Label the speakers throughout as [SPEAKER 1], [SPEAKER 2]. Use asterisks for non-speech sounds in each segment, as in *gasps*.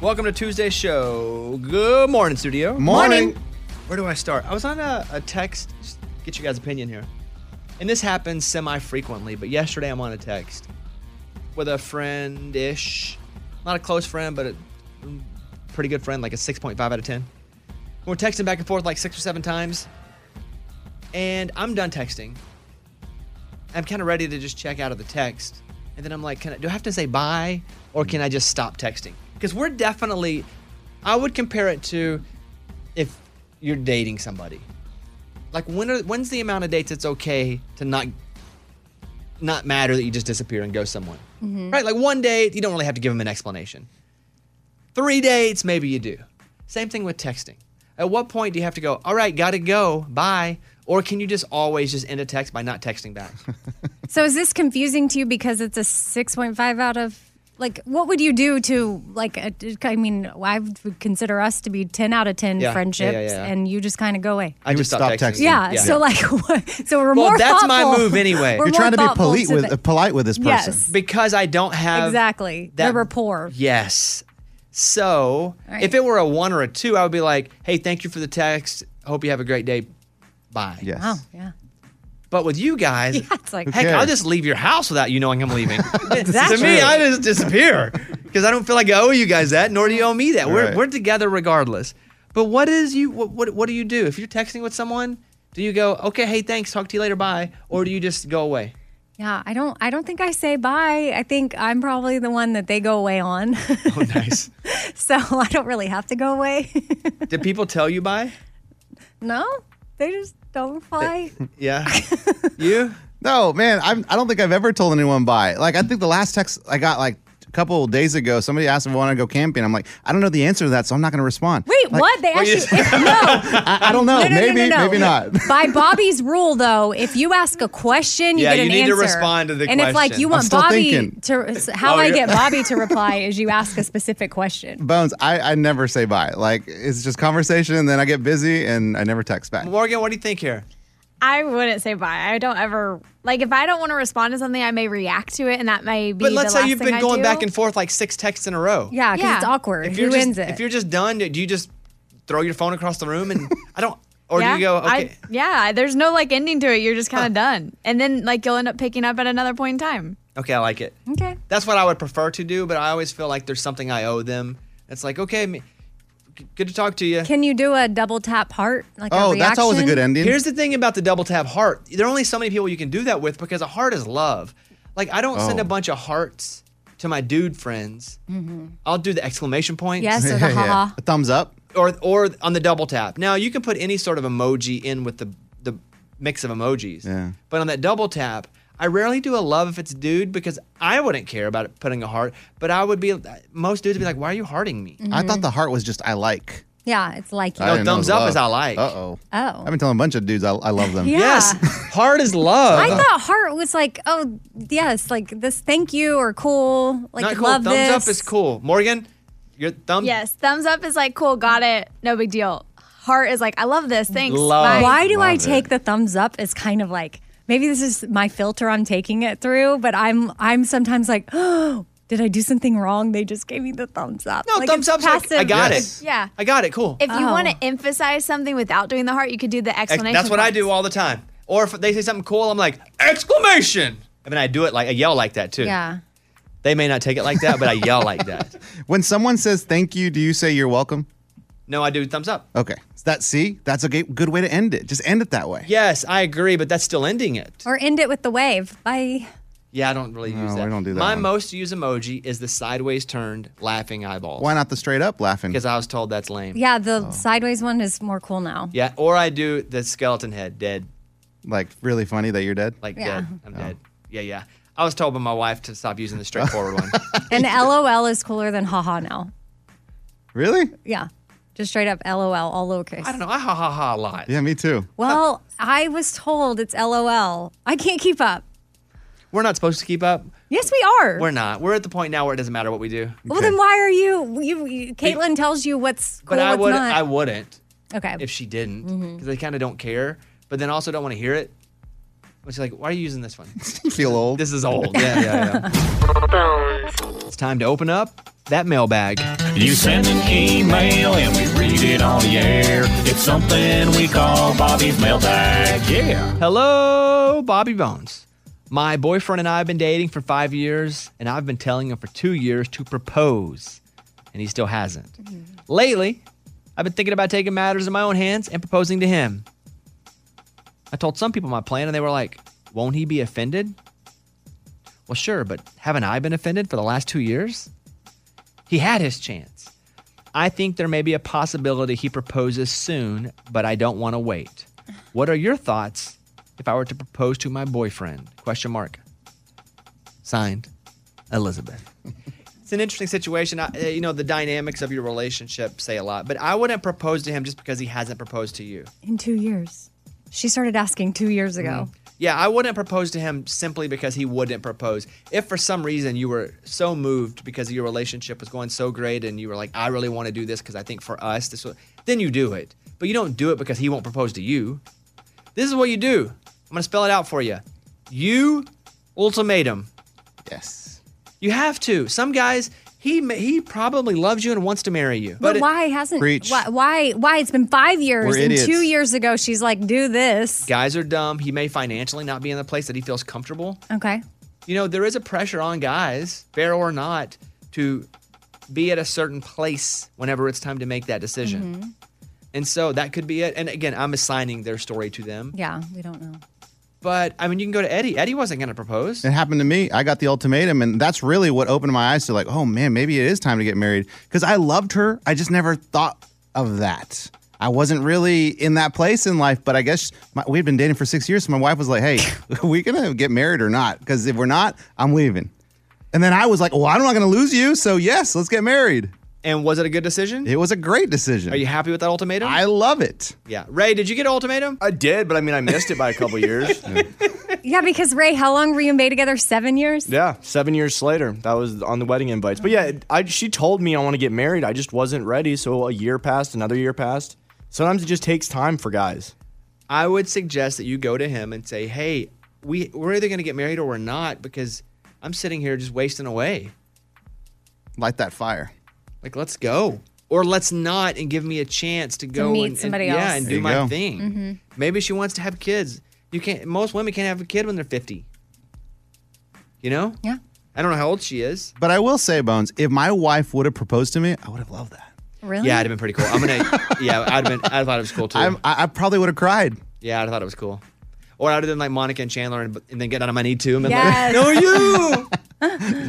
[SPEAKER 1] Welcome to Tuesday's show. Good morning, studio.
[SPEAKER 2] Morning.
[SPEAKER 1] Where do I start? I was on a, a text. Just get your guys' opinion here. And this happens semi frequently, but yesterday I'm on a text with a friend ish. Not a close friend, but a mm, pretty good friend, like a 6.5 out of 10. And we're texting back and forth like six or seven times. And I'm done texting. I'm kind of ready to just check out of the text. And then I'm like, can I, do I have to say bye or can I just stop texting? Because we're definitely, I would compare it to if you're dating somebody. Like when are, when's the amount of dates it's okay to not not matter that you just disappear and go someone, right? Like one date, you don't really have to give them an explanation. Three dates, maybe you do. Same thing with texting. At what point do you have to go? All right, gotta go, bye, or can you just always just end a text by not texting back?
[SPEAKER 3] So is this confusing to you because it's a 6.5 out of like what would you do to like a, I mean I would consider us to be 10 out of 10
[SPEAKER 1] Yeah, yeah, yeah,
[SPEAKER 3] friendships
[SPEAKER 1] yeah.
[SPEAKER 3] and you just kind of go away.
[SPEAKER 1] I
[SPEAKER 2] You
[SPEAKER 1] just
[SPEAKER 2] would
[SPEAKER 1] stopped
[SPEAKER 2] stop
[SPEAKER 1] texting.
[SPEAKER 2] texting.
[SPEAKER 3] Yeah, so like *laughs* what- so we're
[SPEAKER 1] Well,
[SPEAKER 3] more
[SPEAKER 1] that's my
[SPEAKER 3] thoughtful.
[SPEAKER 1] move anyway.
[SPEAKER 3] *laughs* We're
[SPEAKER 1] You're
[SPEAKER 2] You're
[SPEAKER 3] more
[SPEAKER 2] trying to be
[SPEAKER 3] thoughtful
[SPEAKER 2] polite
[SPEAKER 3] to
[SPEAKER 2] with uh,
[SPEAKER 3] the-
[SPEAKER 2] polite with this person.
[SPEAKER 3] Yes.
[SPEAKER 1] because I don't have
[SPEAKER 3] Exactly. The rapport.
[SPEAKER 1] Yes. So
[SPEAKER 3] right.
[SPEAKER 1] if it were a one or a two, I would be like, "Hey, thank you for the text. Hope you have a great day. Bye."
[SPEAKER 2] Yes.
[SPEAKER 3] Oh, yeah.
[SPEAKER 1] But with you
[SPEAKER 3] *laughs*
[SPEAKER 1] guys,
[SPEAKER 3] Yeah, it's like
[SPEAKER 2] Who
[SPEAKER 1] heck,
[SPEAKER 2] cares?
[SPEAKER 1] I'll just leave your house without you knowing I'm leaving.
[SPEAKER 3] *laughs* Exactly.
[SPEAKER 1] To me, I just disappear because I don't feel like I owe you guys that, nor do you owe me that. We're
[SPEAKER 2] Right.
[SPEAKER 1] we're together regardless. But what is you what, what what do you do if you're texting with someone? Do you go, "Okay, hey, thanks. Talk to you later. Bye," or do you just go away?
[SPEAKER 3] yeah, I don't I don't think I say bye. I think I'm probably the one that they go away on. *laughs*
[SPEAKER 1] Oh, nice.
[SPEAKER 3] so I don't really have to go away. *laughs*
[SPEAKER 1] Did people tell you bye?
[SPEAKER 3] no? They just don't
[SPEAKER 1] *laughs*
[SPEAKER 3] reply.
[SPEAKER 1] Yeah.
[SPEAKER 4] *laughs*
[SPEAKER 1] you?
[SPEAKER 2] No, man, I'm, I don't think I've ever told anyone bye. Like, I think the last text I got like a couple days ago, somebody asked if I want to go camping. I'm like, I don't know the answer to that, so I'm not going to respond.
[SPEAKER 3] Wait,
[SPEAKER 2] Like,
[SPEAKER 3] what? They actually *laughs*
[SPEAKER 1] just- *laughs*
[SPEAKER 3] no.
[SPEAKER 2] I, I don't know.
[SPEAKER 3] No, no, no,
[SPEAKER 2] maybe,
[SPEAKER 3] no, no.
[SPEAKER 2] maybe not.
[SPEAKER 3] *laughs*
[SPEAKER 2] *laughs*
[SPEAKER 3] By Bobby's rule, though, if you ask a question, you
[SPEAKER 1] Yeah,
[SPEAKER 3] get
[SPEAKER 1] you
[SPEAKER 3] an
[SPEAKER 1] need to
[SPEAKER 3] answer.
[SPEAKER 1] respond to the
[SPEAKER 3] and if like
[SPEAKER 1] question.
[SPEAKER 3] you
[SPEAKER 1] I'm
[SPEAKER 3] want
[SPEAKER 2] still
[SPEAKER 3] Bobby
[SPEAKER 2] thinking.
[SPEAKER 3] to, how
[SPEAKER 1] Oh,
[SPEAKER 3] I
[SPEAKER 1] you're- *laughs*
[SPEAKER 3] get Bobby to reply is you ask a specific question.
[SPEAKER 2] Bones, I, I never say bye. Like, it's just conversation, and then I get busy, and I never text back.
[SPEAKER 1] Morgan, what do you think here?
[SPEAKER 4] I wouldn't say bye. I don't ever like if I don't want to respond to something, I may react to it, and that may be.
[SPEAKER 1] But let's
[SPEAKER 4] the
[SPEAKER 1] say
[SPEAKER 4] last
[SPEAKER 1] you've
[SPEAKER 4] thing
[SPEAKER 1] been
[SPEAKER 4] I
[SPEAKER 1] going
[SPEAKER 4] do.
[SPEAKER 1] back and forth like six texts in a row.
[SPEAKER 3] Yeah, because
[SPEAKER 4] Yeah.
[SPEAKER 3] it's awkward.
[SPEAKER 1] If
[SPEAKER 3] Who
[SPEAKER 1] you're just
[SPEAKER 3] wins it?
[SPEAKER 1] if you're just done, do you just throw your phone across the room
[SPEAKER 4] *laughs*
[SPEAKER 1] and I don't or do
[SPEAKER 4] Yeah,
[SPEAKER 1] you go okay?
[SPEAKER 4] I, yeah, there's no like ending to it. You're just kind of done, and then like you'll end up picking up at another point in time.
[SPEAKER 1] okay, I like it.
[SPEAKER 3] okay.
[SPEAKER 1] That's what I would prefer to do, but I always feel like there's something I owe them. It's like okay, me, g- good to talk to you.
[SPEAKER 3] Can you do a double tap heart? Like a
[SPEAKER 2] Oh,
[SPEAKER 3] reaction?
[SPEAKER 2] that's always a good ending.
[SPEAKER 1] Here's the thing about the double tap heart. There are only so many people you can do that with because a heart is love. Like I don't send
[SPEAKER 2] Oh.
[SPEAKER 1] a bunch of hearts to my dude friends. I'll do the exclamation points.
[SPEAKER 3] Mm-hmm.
[SPEAKER 2] *laughs*
[SPEAKER 3] Yes, or the haha.
[SPEAKER 2] A thumbs up.
[SPEAKER 1] *laughs* or or on the double tap. Now you can put any sort of emoji in with the the mix of emojis.
[SPEAKER 2] Yeah.
[SPEAKER 1] But on that double tap, I rarely do a love if it's dude because I wouldn't care about it putting a heart. But I would be most dudes would be like, "Why are you hearting me?"
[SPEAKER 2] I
[SPEAKER 3] Mm-hmm.
[SPEAKER 2] thought the heart was just I like.
[SPEAKER 3] Yeah, it's like you.
[SPEAKER 2] I didn't know it was
[SPEAKER 1] thumbs up
[SPEAKER 2] love.
[SPEAKER 1] is I like.
[SPEAKER 2] Uh-oh.
[SPEAKER 3] Oh.
[SPEAKER 2] I've been telling a bunch of dudes I, I love
[SPEAKER 3] *laughs*
[SPEAKER 2] them.
[SPEAKER 3] Yeah.
[SPEAKER 1] Yes, heart is love.
[SPEAKER 3] *laughs* I thought heart was like, oh yes, like this thank you or cool. Like
[SPEAKER 1] Not cool.
[SPEAKER 3] love
[SPEAKER 1] thumbs
[SPEAKER 3] this.
[SPEAKER 1] up is cool. Morgan, your thumb.
[SPEAKER 4] Yes, thumbs up is like cool, got it, no big deal. Heart is like I love this, thanks.
[SPEAKER 1] Love.
[SPEAKER 4] bye.
[SPEAKER 3] Why do I
[SPEAKER 2] Love
[SPEAKER 3] take
[SPEAKER 2] it.
[SPEAKER 3] the thumbs up as kind of like maybe this is my filter I'm taking it through, but I'm I'm sometimes like, *gasps* oh, did I do something wrong? They just gave me the thumbs up.
[SPEAKER 1] No,
[SPEAKER 3] Like,
[SPEAKER 1] thumbs
[SPEAKER 3] it's
[SPEAKER 1] up's like, I got
[SPEAKER 3] passive.
[SPEAKER 1] it.
[SPEAKER 4] Yeah.
[SPEAKER 1] I got it. Cool.
[SPEAKER 4] If you
[SPEAKER 3] Oh.
[SPEAKER 4] want to emphasize something without doing the heart, you could do the
[SPEAKER 1] Ex-
[SPEAKER 4] explanation.
[SPEAKER 1] That's what I
[SPEAKER 4] points.
[SPEAKER 1] do all the time. Or if they say something cool, I'm like exclamation, and then I do it like I yell like that too.
[SPEAKER 3] Yeah.
[SPEAKER 1] They may not take it like that, but I yell like that.
[SPEAKER 2] When someone says thank you, do you say you're welcome?
[SPEAKER 1] No, I do thumbs up.
[SPEAKER 2] Okay. That see, that's a ga- good way to end it. Just end it that way.
[SPEAKER 1] Yes, I agree, but that's still ending it.
[SPEAKER 3] Or end it with the wave. Bye.
[SPEAKER 1] Yeah, I don't really use
[SPEAKER 2] we
[SPEAKER 1] that.
[SPEAKER 2] don't do that
[SPEAKER 1] My
[SPEAKER 2] one.
[SPEAKER 1] most used emoji is the sideways turned laughing eyeballs.
[SPEAKER 2] Why not the straight up laughing?
[SPEAKER 1] Because I was told that's lame.
[SPEAKER 3] Yeah, the
[SPEAKER 2] Oh.
[SPEAKER 3] sideways one is more cool now.
[SPEAKER 1] *laughs* Yeah, or I do the skeleton head, dead,
[SPEAKER 2] Like really funny that you're dead.
[SPEAKER 1] like
[SPEAKER 3] Yeah.
[SPEAKER 1] dead.
[SPEAKER 2] Oh.
[SPEAKER 1] I'm dead. Yeah, yeah. I was told by my wife to stop using the straightforward
[SPEAKER 2] *laughs*
[SPEAKER 1] one.
[SPEAKER 3] And LOL is cooler than haha now.
[SPEAKER 2] Really?
[SPEAKER 3] Yeah. Just straight up LOL, all lowercase.
[SPEAKER 1] I don't know. I ha ha ha a lot.
[SPEAKER 2] Yeah, me too.
[SPEAKER 3] Well, I was told it's LOL. I can't keep up.
[SPEAKER 1] We're not supposed to keep up.
[SPEAKER 3] Yes, we are.
[SPEAKER 1] We're not. We're at the point now where it doesn't matter what we do.
[SPEAKER 3] well, then why are you? You, you Caitlin tells you what's cool,
[SPEAKER 1] But I
[SPEAKER 3] what's
[SPEAKER 1] would.
[SPEAKER 3] not. Mm-hmm.
[SPEAKER 1] I wouldn't.
[SPEAKER 3] okay.
[SPEAKER 1] if she didn't because they kind of don't care but then also don't want to hear it *laughs* which is like why are you using this one
[SPEAKER 3] *laughs*
[SPEAKER 2] You feel old.
[SPEAKER 1] this is old yeah yeah yeah
[SPEAKER 5] Bones.
[SPEAKER 1] It's time to open up that mailbag.
[SPEAKER 5] You send an email and we read it on the air. It's something we call Bobby's mailbag. Yeah.
[SPEAKER 1] Hello, Bobby Bones. My boyfriend and I have been dating for five years, and I've been telling him for two years to propose, and he still hasn't. Lately, I've been thinking about taking matters in my own hands and proposing to him. I told some people my plan, and they were like, Won't he be offended? Well, sure, but haven't I been offended for the last two years? He had his chance. I think there may be a possibility he proposes soon, but I don't want to wait. What are your thoughts if I were to propose to my boyfriend? Question mark. Signed, Elizabeth. it's an interesting situation. I, uh, you know, the dynamics of your relationship say a lot, but I wouldn't propose to him just because he hasn't proposed to you.
[SPEAKER 3] in two years. She started asking two years ago.
[SPEAKER 1] Yeah, I wouldn't propose to him simply because he wouldn't propose. If for some reason you were so moved because your relationship was going so great and you were like, I really want to do this because I think for us, this will, then you do it. But you don't do it because he won't propose to you. This is what you do. I'm going to spell it out for you. You ultimatum.
[SPEAKER 2] Yes.
[SPEAKER 1] You have to. Some guys, he ma- he probably loves you and wants to marry you.
[SPEAKER 3] But,
[SPEAKER 1] it-
[SPEAKER 3] why hasn't
[SPEAKER 2] Preach.
[SPEAKER 3] why, why why it's been five years
[SPEAKER 2] We're
[SPEAKER 3] and
[SPEAKER 2] idiots.
[SPEAKER 3] two years ago she's like do this
[SPEAKER 1] guys are dumb. He may financially not be in the place that he feels comfortable.
[SPEAKER 3] okay
[SPEAKER 1] you know, there is a pressure on guys, fair or not, to be at a certain place whenever it's time to make that decision. And so that could be it. And again, I'm assigning their story to them.
[SPEAKER 3] yeah we don't know
[SPEAKER 1] But I mean, you can go to Eddie. Eddie wasn't going to propose.
[SPEAKER 2] It happened to me. I got the ultimatum, and that's really what opened my eyes to like, oh man, maybe it is time to get married. Because I loved her. I just never thought of that. I wasn't really in that place in life, but I guess my, we'd been dating for six years. So my wife was like, hey, *laughs* are we going to get married or not? Because if we're not, I'm leaving. And then I was like, well, I'm not going to lose you. So yes, let's get married.
[SPEAKER 1] And was it a good decision?
[SPEAKER 2] It was a great decision.
[SPEAKER 1] Are you happy with that ultimatum?
[SPEAKER 2] I love it.
[SPEAKER 1] yeah. Ray, did you get an ultimatum?
[SPEAKER 6] I did, but I mean, I missed it by a couple
[SPEAKER 2] *laughs*
[SPEAKER 6] years.
[SPEAKER 3] yeah because Ray how long were you and Bay together seven years
[SPEAKER 6] Yeah, seven years later, that was on the wedding invites. But yeah, I, she told me I want to get married. I just wasn't ready. So a year passed, another year passed. Sometimes it just takes time for guys.
[SPEAKER 1] I would suggest that you go to him and say, "Hey, we we're either going to get married or we're not because I'm sitting here just wasting away.
[SPEAKER 2] Light that fire.
[SPEAKER 1] Like, let's go. Or let's not and give me a chance to go
[SPEAKER 3] meet
[SPEAKER 1] and, and-
[SPEAKER 3] somebody
[SPEAKER 1] Yeah,
[SPEAKER 3] else. Mm-hmm.
[SPEAKER 1] and
[SPEAKER 2] There
[SPEAKER 1] do
[SPEAKER 2] you
[SPEAKER 1] my
[SPEAKER 2] go.
[SPEAKER 1] thing. Maybe she wants to have kids. You can't most women can't have a kid when they're fifty. You know?
[SPEAKER 3] yeah
[SPEAKER 1] I don't know how old she is.
[SPEAKER 2] But I will say, Bones, if my wife would have proposed to me, I would have loved that.
[SPEAKER 3] really
[SPEAKER 1] Yeah, I'd have been pretty cool. I'm gonna
[SPEAKER 3] *laughs*
[SPEAKER 1] Yeah, I'd have been I'd have thought it was cool too.
[SPEAKER 2] I'm, I, I probably would have cried.
[SPEAKER 1] yeah, I'd have thought it was cool. Or I'd have done like Monica and Chandler and, and then get out of my knee too and been
[SPEAKER 3] Yes.
[SPEAKER 1] like, *laughs* No you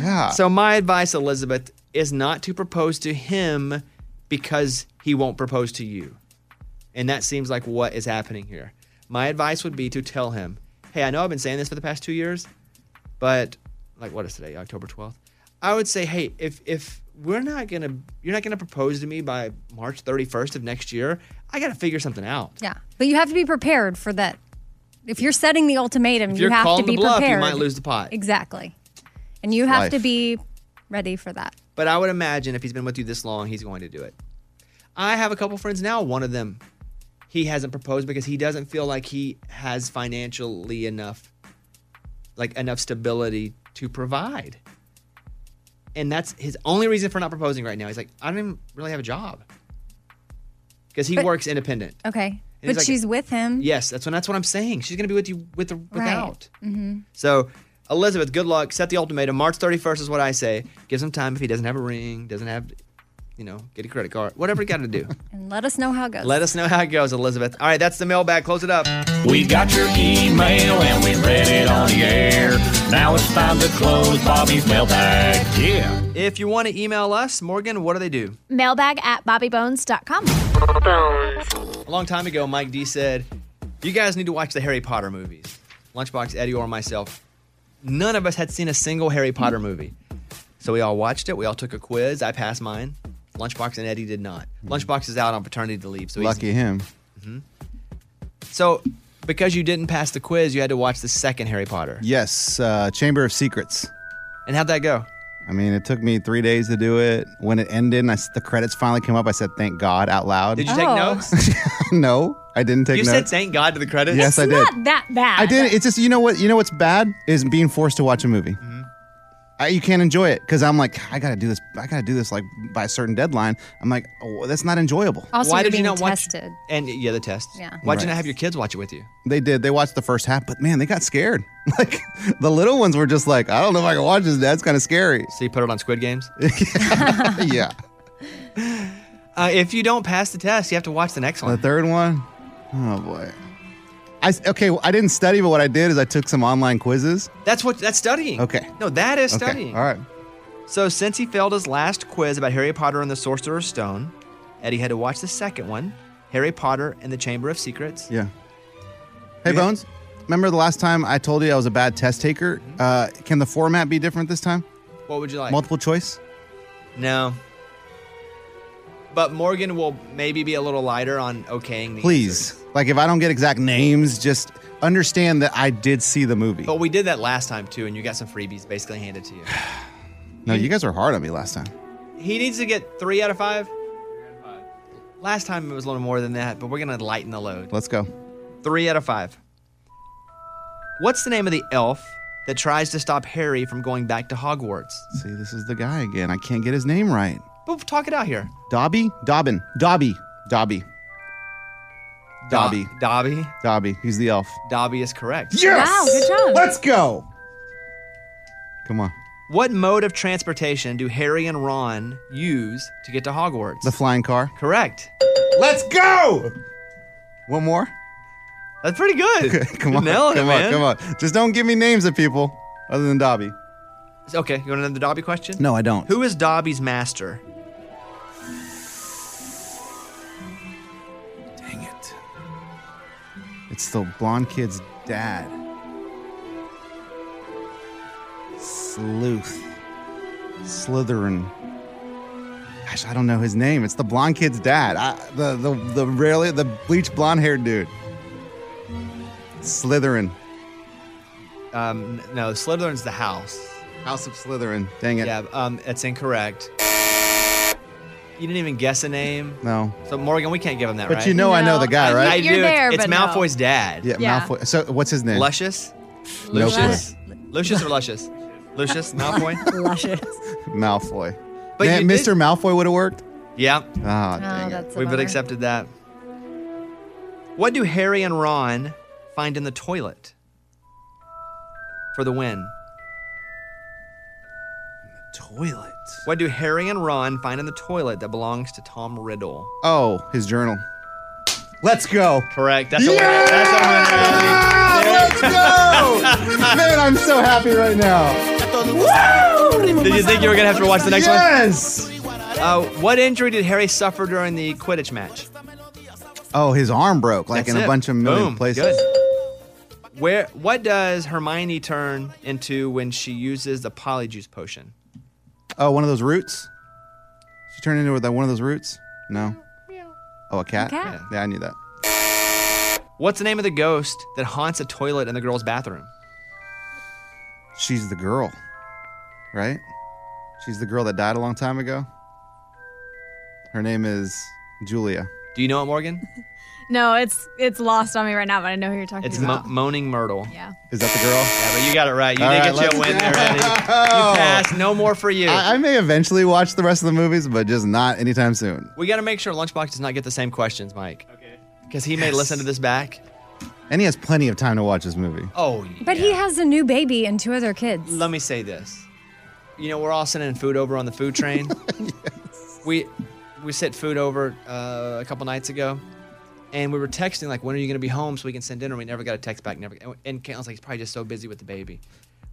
[SPEAKER 2] Yeah.
[SPEAKER 1] So my advice, Elizabeth, is not to propose to him because he won't propose to you. And that seems like what is happening here. My advice would be to tell him, "Hey, I know I've been saying this for the past 2 years, but like what is today? October 12th. I would say, "Hey, if if we're not going to you're not going to propose to me by March 31st of next year, I got to figure something out."
[SPEAKER 3] yeah but you have to be prepared for that if you're setting the ultimatum
[SPEAKER 1] If
[SPEAKER 3] you
[SPEAKER 1] you're
[SPEAKER 3] have to
[SPEAKER 1] calling
[SPEAKER 3] be
[SPEAKER 1] the bluff,
[SPEAKER 3] prepared
[SPEAKER 1] you might lose the pot.
[SPEAKER 3] exactly and you have
[SPEAKER 2] life.
[SPEAKER 3] to be ready for that
[SPEAKER 1] But I would imagine if he's been with you this long, he's going to do it. I have a couple friends now. One of them, he hasn't proposed because he doesn't feel like he has financially enough, like enough stability to provide. And that's his only reason for not proposing right now. He's like, I don't even really have a job because he
[SPEAKER 3] But-
[SPEAKER 1] works independent.
[SPEAKER 3] okay
[SPEAKER 1] he's
[SPEAKER 3] but
[SPEAKER 1] like-
[SPEAKER 3] she's with him
[SPEAKER 1] Yes, that's when that's what I'm saying. She's gonna be with you with the, without. So, Elizabeth, good luck. Set the ultimatum. March 31st is what I say. Give him time if he doesn't have a ring, doesn't have, you know, get a credit card, whatever you got to do.
[SPEAKER 3] and let us know how it goes
[SPEAKER 1] Let us know how it goes, Elizabeth. All right, that's the mailbag. Close it up.
[SPEAKER 5] We got your email and we read it on the air. Now it's time to close Bobby's mailbag. Yeah.
[SPEAKER 1] If you want to email us, Morgan, what do they do?
[SPEAKER 4] Mailbag at bobbybones.com.
[SPEAKER 1] A long time ago, Mike D said, "You guys need to watch the Harry Potter movies." Lunchbox, Eddie, or myself, none of us had seen a single Harry Potter movie, so we all watched it. We all took a quiz. I passed mine. Lunchbox and Eddie did not. Lunchbox is out on paternity leave, so he's-
[SPEAKER 2] Mm-hmm. Lucky him.
[SPEAKER 1] So because you didn't pass the quiz, you had to watch the second Harry Potter.
[SPEAKER 2] Yes, uh, Chamber of Secrets.
[SPEAKER 1] And how'd that go?
[SPEAKER 2] I mean, it took me three days to do it. When it ended, and I s the credits finally came up. I said, "Thank God!" out loud.
[SPEAKER 1] Did you take
[SPEAKER 3] Oh.
[SPEAKER 2] *laughs*
[SPEAKER 1] notes?
[SPEAKER 2] no, I didn't take
[SPEAKER 1] You said
[SPEAKER 2] notes.
[SPEAKER 1] thank God to the credits.
[SPEAKER 2] yes, I did.
[SPEAKER 4] Not that bad.
[SPEAKER 2] I did. It's just you know what you know what's bad is being forced to watch a movie. I, you can't enjoy it because I'm like, I gotta do this. I gotta do this like by a certain deadline. I'm like, oh, that's not enjoyable.
[SPEAKER 3] Also,
[SPEAKER 1] Why
[SPEAKER 3] you're
[SPEAKER 1] did
[SPEAKER 3] being
[SPEAKER 1] you not
[SPEAKER 3] tested.
[SPEAKER 1] watch? And yeah, the test.
[SPEAKER 3] Yeah.
[SPEAKER 1] Why'd you
[SPEAKER 2] Right.
[SPEAKER 1] not have your kids watch it with you?
[SPEAKER 2] They did. They watched the first half, but man, they got scared. *laughs* Like the little ones were just like, I don't know if I can watch this. That's kind of scary.
[SPEAKER 1] So you put it on Squid
[SPEAKER 2] *laughs*
[SPEAKER 1] Games.
[SPEAKER 2] yeah.
[SPEAKER 1] uh, if you don't pass the test, you have to watch the next
[SPEAKER 2] The
[SPEAKER 1] one.
[SPEAKER 2] third one, oh boy. I s- okay. well, I didn't study, but what I did is I took some online quizzes.
[SPEAKER 1] That's what. That's studying.
[SPEAKER 2] Okay.
[SPEAKER 1] No, that is
[SPEAKER 2] Okay.
[SPEAKER 1] studying.
[SPEAKER 2] All right.
[SPEAKER 1] So since he failed his last quiz about Harry Potter and the Sorcerer's Stone, Eddie had to watch the second one, Harry Potter and the Chamber of Secrets.
[SPEAKER 2] Yeah. Hey Bones, remember the last time I told you I was a bad test taker?
[SPEAKER 1] Mm-hmm.
[SPEAKER 2] Uh, can the format be different this time?
[SPEAKER 1] What would you like?
[SPEAKER 2] Multiple choice.
[SPEAKER 1] no. But Morgan will maybe be a little lighter on okaying the
[SPEAKER 2] Please.
[SPEAKER 1] answers.
[SPEAKER 2] Like if I don't get exact names, just understand that I did see the movie.
[SPEAKER 1] But we did that last time too, and you got some freebies basically handed to you. *sighs*
[SPEAKER 2] No, you guys were hard on me last time.
[SPEAKER 1] He needs to get three out of five. Last time it was a little more than that, but we're gonna lighten the load.
[SPEAKER 2] Let's go.
[SPEAKER 1] Three out of five. What's the name of the elf that tries to stop Harry from going back to Hogwarts?
[SPEAKER 2] See, this is the guy again. I can't get his name right.
[SPEAKER 1] But talk it out here.
[SPEAKER 2] Dobby? Dobbin. Dobby. Dobby. Dobby.
[SPEAKER 1] Do- Dobby.
[SPEAKER 2] Dobby. He's the elf.
[SPEAKER 1] Dobby is correct.
[SPEAKER 2] Yes!
[SPEAKER 3] Wow, good job.
[SPEAKER 2] Let's go. Come on.
[SPEAKER 1] What mode of transportation do Harry and Ron use to get to Hogwarts?
[SPEAKER 2] The flying car.
[SPEAKER 1] correct.
[SPEAKER 2] Let's go! One more? *laughs*
[SPEAKER 1] That's pretty good.
[SPEAKER 2] Come on.
[SPEAKER 1] Nailing it,
[SPEAKER 2] come
[SPEAKER 1] man.
[SPEAKER 2] on. Come on. Just don't give me names of people other than Dobby.
[SPEAKER 1] Okay, you want another Dobby question?
[SPEAKER 2] No, I don't.
[SPEAKER 1] Who is Dobby's master?
[SPEAKER 2] Dang it. It's the blonde kid's dad. Sleuth. Slytherin. Gosh, I don't know his name. It's the blonde kid's dad. I, the the the really the bleach blonde haired dude. Slytherin.
[SPEAKER 1] Um, n- no, Slytherin's the house.
[SPEAKER 2] House of Slytherin. Dang it.
[SPEAKER 1] Yeah, um, that's incorrect. You didn't even guess a name.
[SPEAKER 2] No.
[SPEAKER 1] So Morgan, we can't give him that.
[SPEAKER 2] But
[SPEAKER 1] right?
[SPEAKER 2] you know I know
[SPEAKER 4] No,
[SPEAKER 2] the guy,
[SPEAKER 4] I-
[SPEAKER 1] I
[SPEAKER 2] right?
[SPEAKER 1] do.
[SPEAKER 4] You're
[SPEAKER 1] It's-
[SPEAKER 4] there,
[SPEAKER 1] it's
[SPEAKER 4] but no.
[SPEAKER 1] Malfoy's dad.
[SPEAKER 2] yeah,
[SPEAKER 4] Yeah.
[SPEAKER 2] Malfoy. So what's his name?
[SPEAKER 1] Luscious.
[SPEAKER 2] No clue.
[SPEAKER 1] Lucius. Lucius or Luscious? Lucius
[SPEAKER 4] *laughs*
[SPEAKER 1] Malfoy.
[SPEAKER 3] Luscious.
[SPEAKER 2] Malfoy.
[SPEAKER 1] But
[SPEAKER 2] Man,
[SPEAKER 1] you did-
[SPEAKER 2] Mr. Malfoy would have worked.
[SPEAKER 1] yeah,
[SPEAKER 2] Ah,
[SPEAKER 3] Oh,
[SPEAKER 2] dang it.
[SPEAKER 3] that's a
[SPEAKER 1] we've been
[SPEAKER 3] bummer.
[SPEAKER 1] accepted that. What do Harry and Ron find in the toilet for the win?
[SPEAKER 2] Toilet.
[SPEAKER 1] What do Harry and Ron find in the toilet that belongs to Tom Riddle?
[SPEAKER 2] Oh, his journal. Let's go.
[SPEAKER 1] Correct. That's a win. That's a win. Ellie.
[SPEAKER 2] Let's go. *laughs* Man, I'm so happy right now.
[SPEAKER 1] Did you think you were gonna have to watch the next one?
[SPEAKER 2] yes.
[SPEAKER 1] Uh, what injury did Harry suffer during the Quidditch match?
[SPEAKER 2] Oh, his arm broke like
[SPEAKER 1] That's
[SPEAKER 2] in a
[SPEAKER 1] it.
[SPEAKER 2] bunch of million
[SPEAKER 1] Boom.
[SPEAKER 2] places.
[SPEAKER 1] Good. Where? What does Hermione turn into when she uses the Polyjuice potion?
[SPEAKER 2] Oh, one of those roots. She turned into that one of those roots. No. Oh, a cat.
[SPEAKER 3] cat.
[SPEAKER 2] Yeah, I knew that.
[SPEAKER 1] What's the name of the ghost that haunts a toilet in the girls' bathroom?
[SPEAKER 2] She's the girl, right? She's the girl that died a long time ago. Her name is Julia.
[SPEAKER 1] Do you know it, Morgan?
[SPEAKER 4] No, it's it's lost on me right now, but I know who you're talking
[SPEAKER 1] It's Mo-
[SPEAKER 4] about.
[SPEAKER 1] Moaning Myrtle.
[SPEAKER 4] yeah.
[SPEAKER 2] Is that the girl?
[SPEAKER 1] Yeah, but you got it right. You
[SPEAKER 2] All
[SPEAKER 1] did
[SPEAKER 2] right,
[SPEAKER 1] get
[SPEAKER 2] let's
[SPEAKER 1] you a win
[SPEAKER 2] go.
[SPEAKER 1] there, Eddie.
[SPEAKER 2] *laughs*
[SPEAKER 1] You passed. No more for you.
[SPEAKER 2] I, I may eventually watch the rest of the movies, but just not anytime soon.
[SPEAKER 1] we got to make sure Lunchbox does not get the same questions, Mike. Okay. Because he may listen to this back.
[SPEAKER 2] And he has plenty of time to watch this movie.
[SPEAKER 1] Oh, yeah.
[SPEAKER 3] But he has a new baby and two other kids.
[SPEAKER 1] Let me say this. You know, we're all sending food over on the food
[SPEAKER 2] *laughs*
[SPEAKER 1] train. We we sent food over uh, a couple nights ago, and we were texting like, "When are you going to be home so we can send dinner?" We never got a text back. Never. and- And Caitlin's like, "He's probably just so busy with the baby."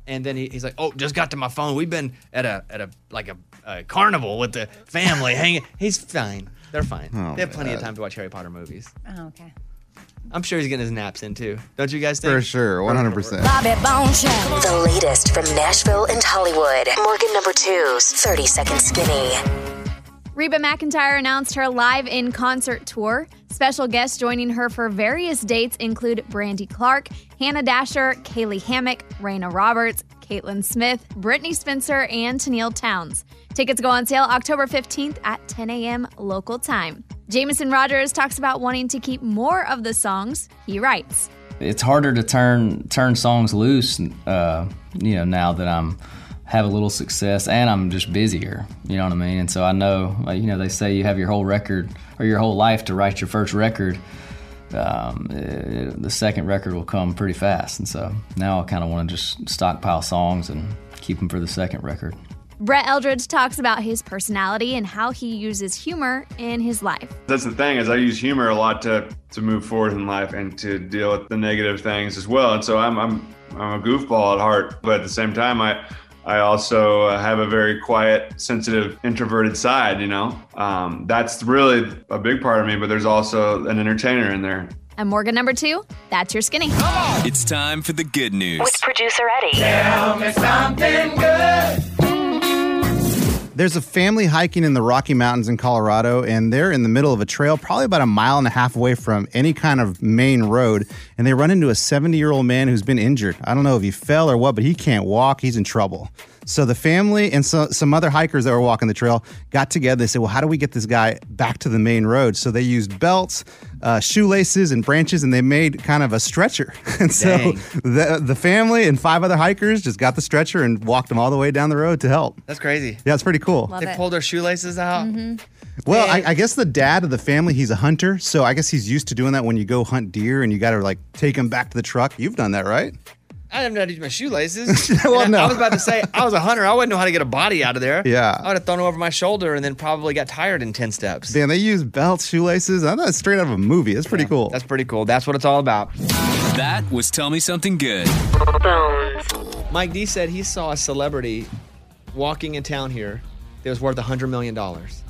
[SPEAKER 1] And then he, he's like, "Oh, just got to my phone. We've been at a at a like a, a carnival with the
[SPEAKER 2] *laughs*
[SPEAKER 1] family hanging." He's fine. They're fine.
[SPEAKER 2] Oh,
[SPEAKER 1] they have plenty of
[SPEAKER 2] man.
[SPEAKER 1] time to watch Harry Potter movies.
[SPEAKER 3] Oh, okay.
[SPEAKER 1] I'm sure he's getting his naps in too. Don't you guys think?
[SPEAKER 2] For sure, 100%.
[SPEAKER 7] Bobby Bones Show.
[SPEAKER 8] The latest from Nashville and Hollywood. Morgan number two's 30 Second Skinny.
[SPEAKER 4] Reba McIntyre announced her live in concert tour. Special guests joining her for various dates include Brandy Clark, Hannah Dasher, Kaylee Hammock, Raina Roberts, Caitlin Smith, Brittany Spencer, and Tennille Towns. Tickets go on sale October 15th at 10 a.m. local time. Jameson Rogers talks about wanting to keep more of the songs he writes.
[SPEAKER 9] it's harder to turn turn songs loose uh, you know now that I'm
[SPEAKER 7] have a little success and I'm just busier. You know what I mean? And so I know, like, you know, they say you have your whole record or your whole life to write your first record. Um, eh, the second record will come pretty fast. And so now I kind of want to just stockpile songs and keep them for the second record.
[SPEAKER 4] Brett Eldridge talks about his personality and how he uses humor in his life.
[SPEAKER 9] That's the thing is I use humor a lot to to move forward in life and to deal with the negative things as well. And so I'm I'm I'm a goofball at heart, but at the same time I I also uh, have a very quiet, sensitive, introverted side. You know, um, that's really a big part of me. But there's also an entertainer in there.
[SPEAKER 4] And Morgan number two, that's your skinny.
[SPEAKER 10] It's time for the good news.
[SPEAKER 8] With producer Eddie.
[SPEAKER 2] There's a family hiking in the Rocky Mountains in Colorado, and they're in the middle of a trail, probably about a mile and a half away from any kind of main road. And they run into a 70 year old man who's been injured. I don't know if he fell or what, but he can't walk. He's in trouble. So the family and so, some other hikers that were walking the trail got together. They said, Well, how do we get this guy back to the main road? So they used belts, uh, shoelaces, and branches, and they made kind of a stretcher. *laughs* and so
[SPEAKER 1] Dang.
[SPEAKER 2] the, the family and five other hikers just got the stretcher and walked him all the way down the road to help.
[SPEAKER 1] That's crazy.
[SPEAKER 2] Yeah, it's pretty cool.
[SPEAKER 4] Love
[SPEAKER 1] They
[SPEAKER 4] it. Mm-hmm.
[SPEAKER 1] pulled their shoelaces out.
[SPEAKER 2] Well, I, I guess the dad of the family, he's a hunter, so I guess he's used to doing that when you go hunt deer and you got to like take him back to the truck. You've done that, right?
[SPEAKER 1] I didn't know how to use my shoelaces.
[SPEAKER 2] *laughs* Well,
[SPEAKER 1] And I-
[SPEAKER 2] no.
[SPEAKER 1] I was about to say I was a hunter. I wouldn't know how to get a body out of there.
[SPEAKER 2] Yeah.
[SPEAKER 1] I would have thrown it over my shoulder and then probably got tired in ten steps.
[SPEAKER 2] Man, they use belts, shoelaces. I thought it's straight out of a movie. It's pretty cool.
[SPEAKER 1] That's pretty cool. That's what it's all about.
[SPEAKER 10] That was Tell Me Something Good.
[SPEAKER 8] Bones.
[SPEAKER 1] Mike D said he saw a celebrity walking in town here that was worth hundred million dollars.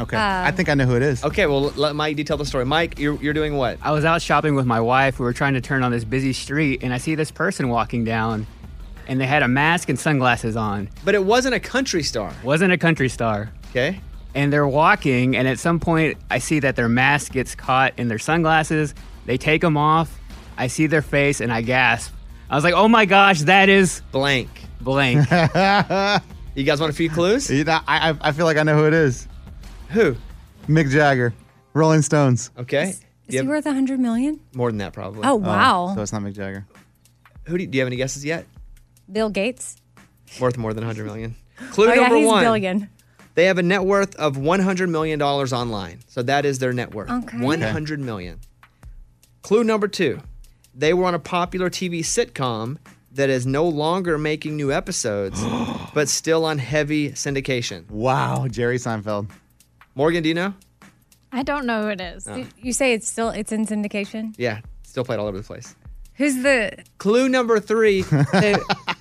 [SPEAKER 2] okay. I think I know who it is.
[SPEAKER 1] Okay, well let Mike D tell the story. Mike, you're, you're doing what?
[SPEAKER 11] I was out shopping with my wife. We were trying to turn on this busy street, and I see this person walking down, and they had a mask and sunglasses on.
[SPEAKER 1] But it wasn't a country star.
[SPEAKER 11] Wasn't a country star.
[SPEAKER 1] Okay.
[SPEAKER 11] And they're walking, and at some point, I see that their mask gets caught in their sunglasses. They take them off. I see their face, and I gasp. I was like, oh my gosh, that is
[SPEAKER 1] Blank.
[SPEAKER 2] *laughs*
[SPEAKER 11] blank.
[SPEAKER 1] You guys want a few clues?
[SPEAKER 2] You know, I, I I feel like I know who it is.
[SPEAKER 1] Who?
[SPEAKER 2] Mick Jagger, Rolling Stones.
[SPEAKER 1] Okay.
[SPEAKER 3] Is
[SPEAKER 1] Do you
[SPEAKER 3] he
[SPEAKER 1] have-
[SPEAKER 3] worth a hundred million?
[SPEAKER 1] more than that probably.
[SPEAKER 3] Oh wow,
[SPEAKER 2] Mm, uh, So it's not Mick Jagger.
[SPEAKER 1] Who do you, do you have any guesses yet?
[SPEAKER 3] Bill Gates.
[SPEAKER 1] Worth more than 100 million. Clue
[SPEAKER 3] *laughs* Oh yeah,
[SPEAKER 1] number
[SPEAKER 3] he's
[SPEAKER 1] one.
[SPEAKER 3] billion.
[SPEAKER 1] They have a net worth of 100 million dollars online. So that is their net worth.
[SPEAKER 3] Okay.
[SPEAKER 1] 100 million. Clue number 2. They were on a popular TV sitcom that is no longer making new
[SPEAKER 11] *gasps*
[SPEAKER 1] episodes but still on heavy syndication.
[SPEAKER 2] Wow, Jerry Seinfeld. Uh-huh.
[SPEAKER 1] Morgan, do you know?
[SPEAKER 4] I don't know who it is.
[SPEAKER 3] You say it's still it's in syndication.
[SPEAKER 1] Yeah, still played all over the place.
[SPEAKER 3] Who's the?
[SPEAKER 1] Clue number 3. they-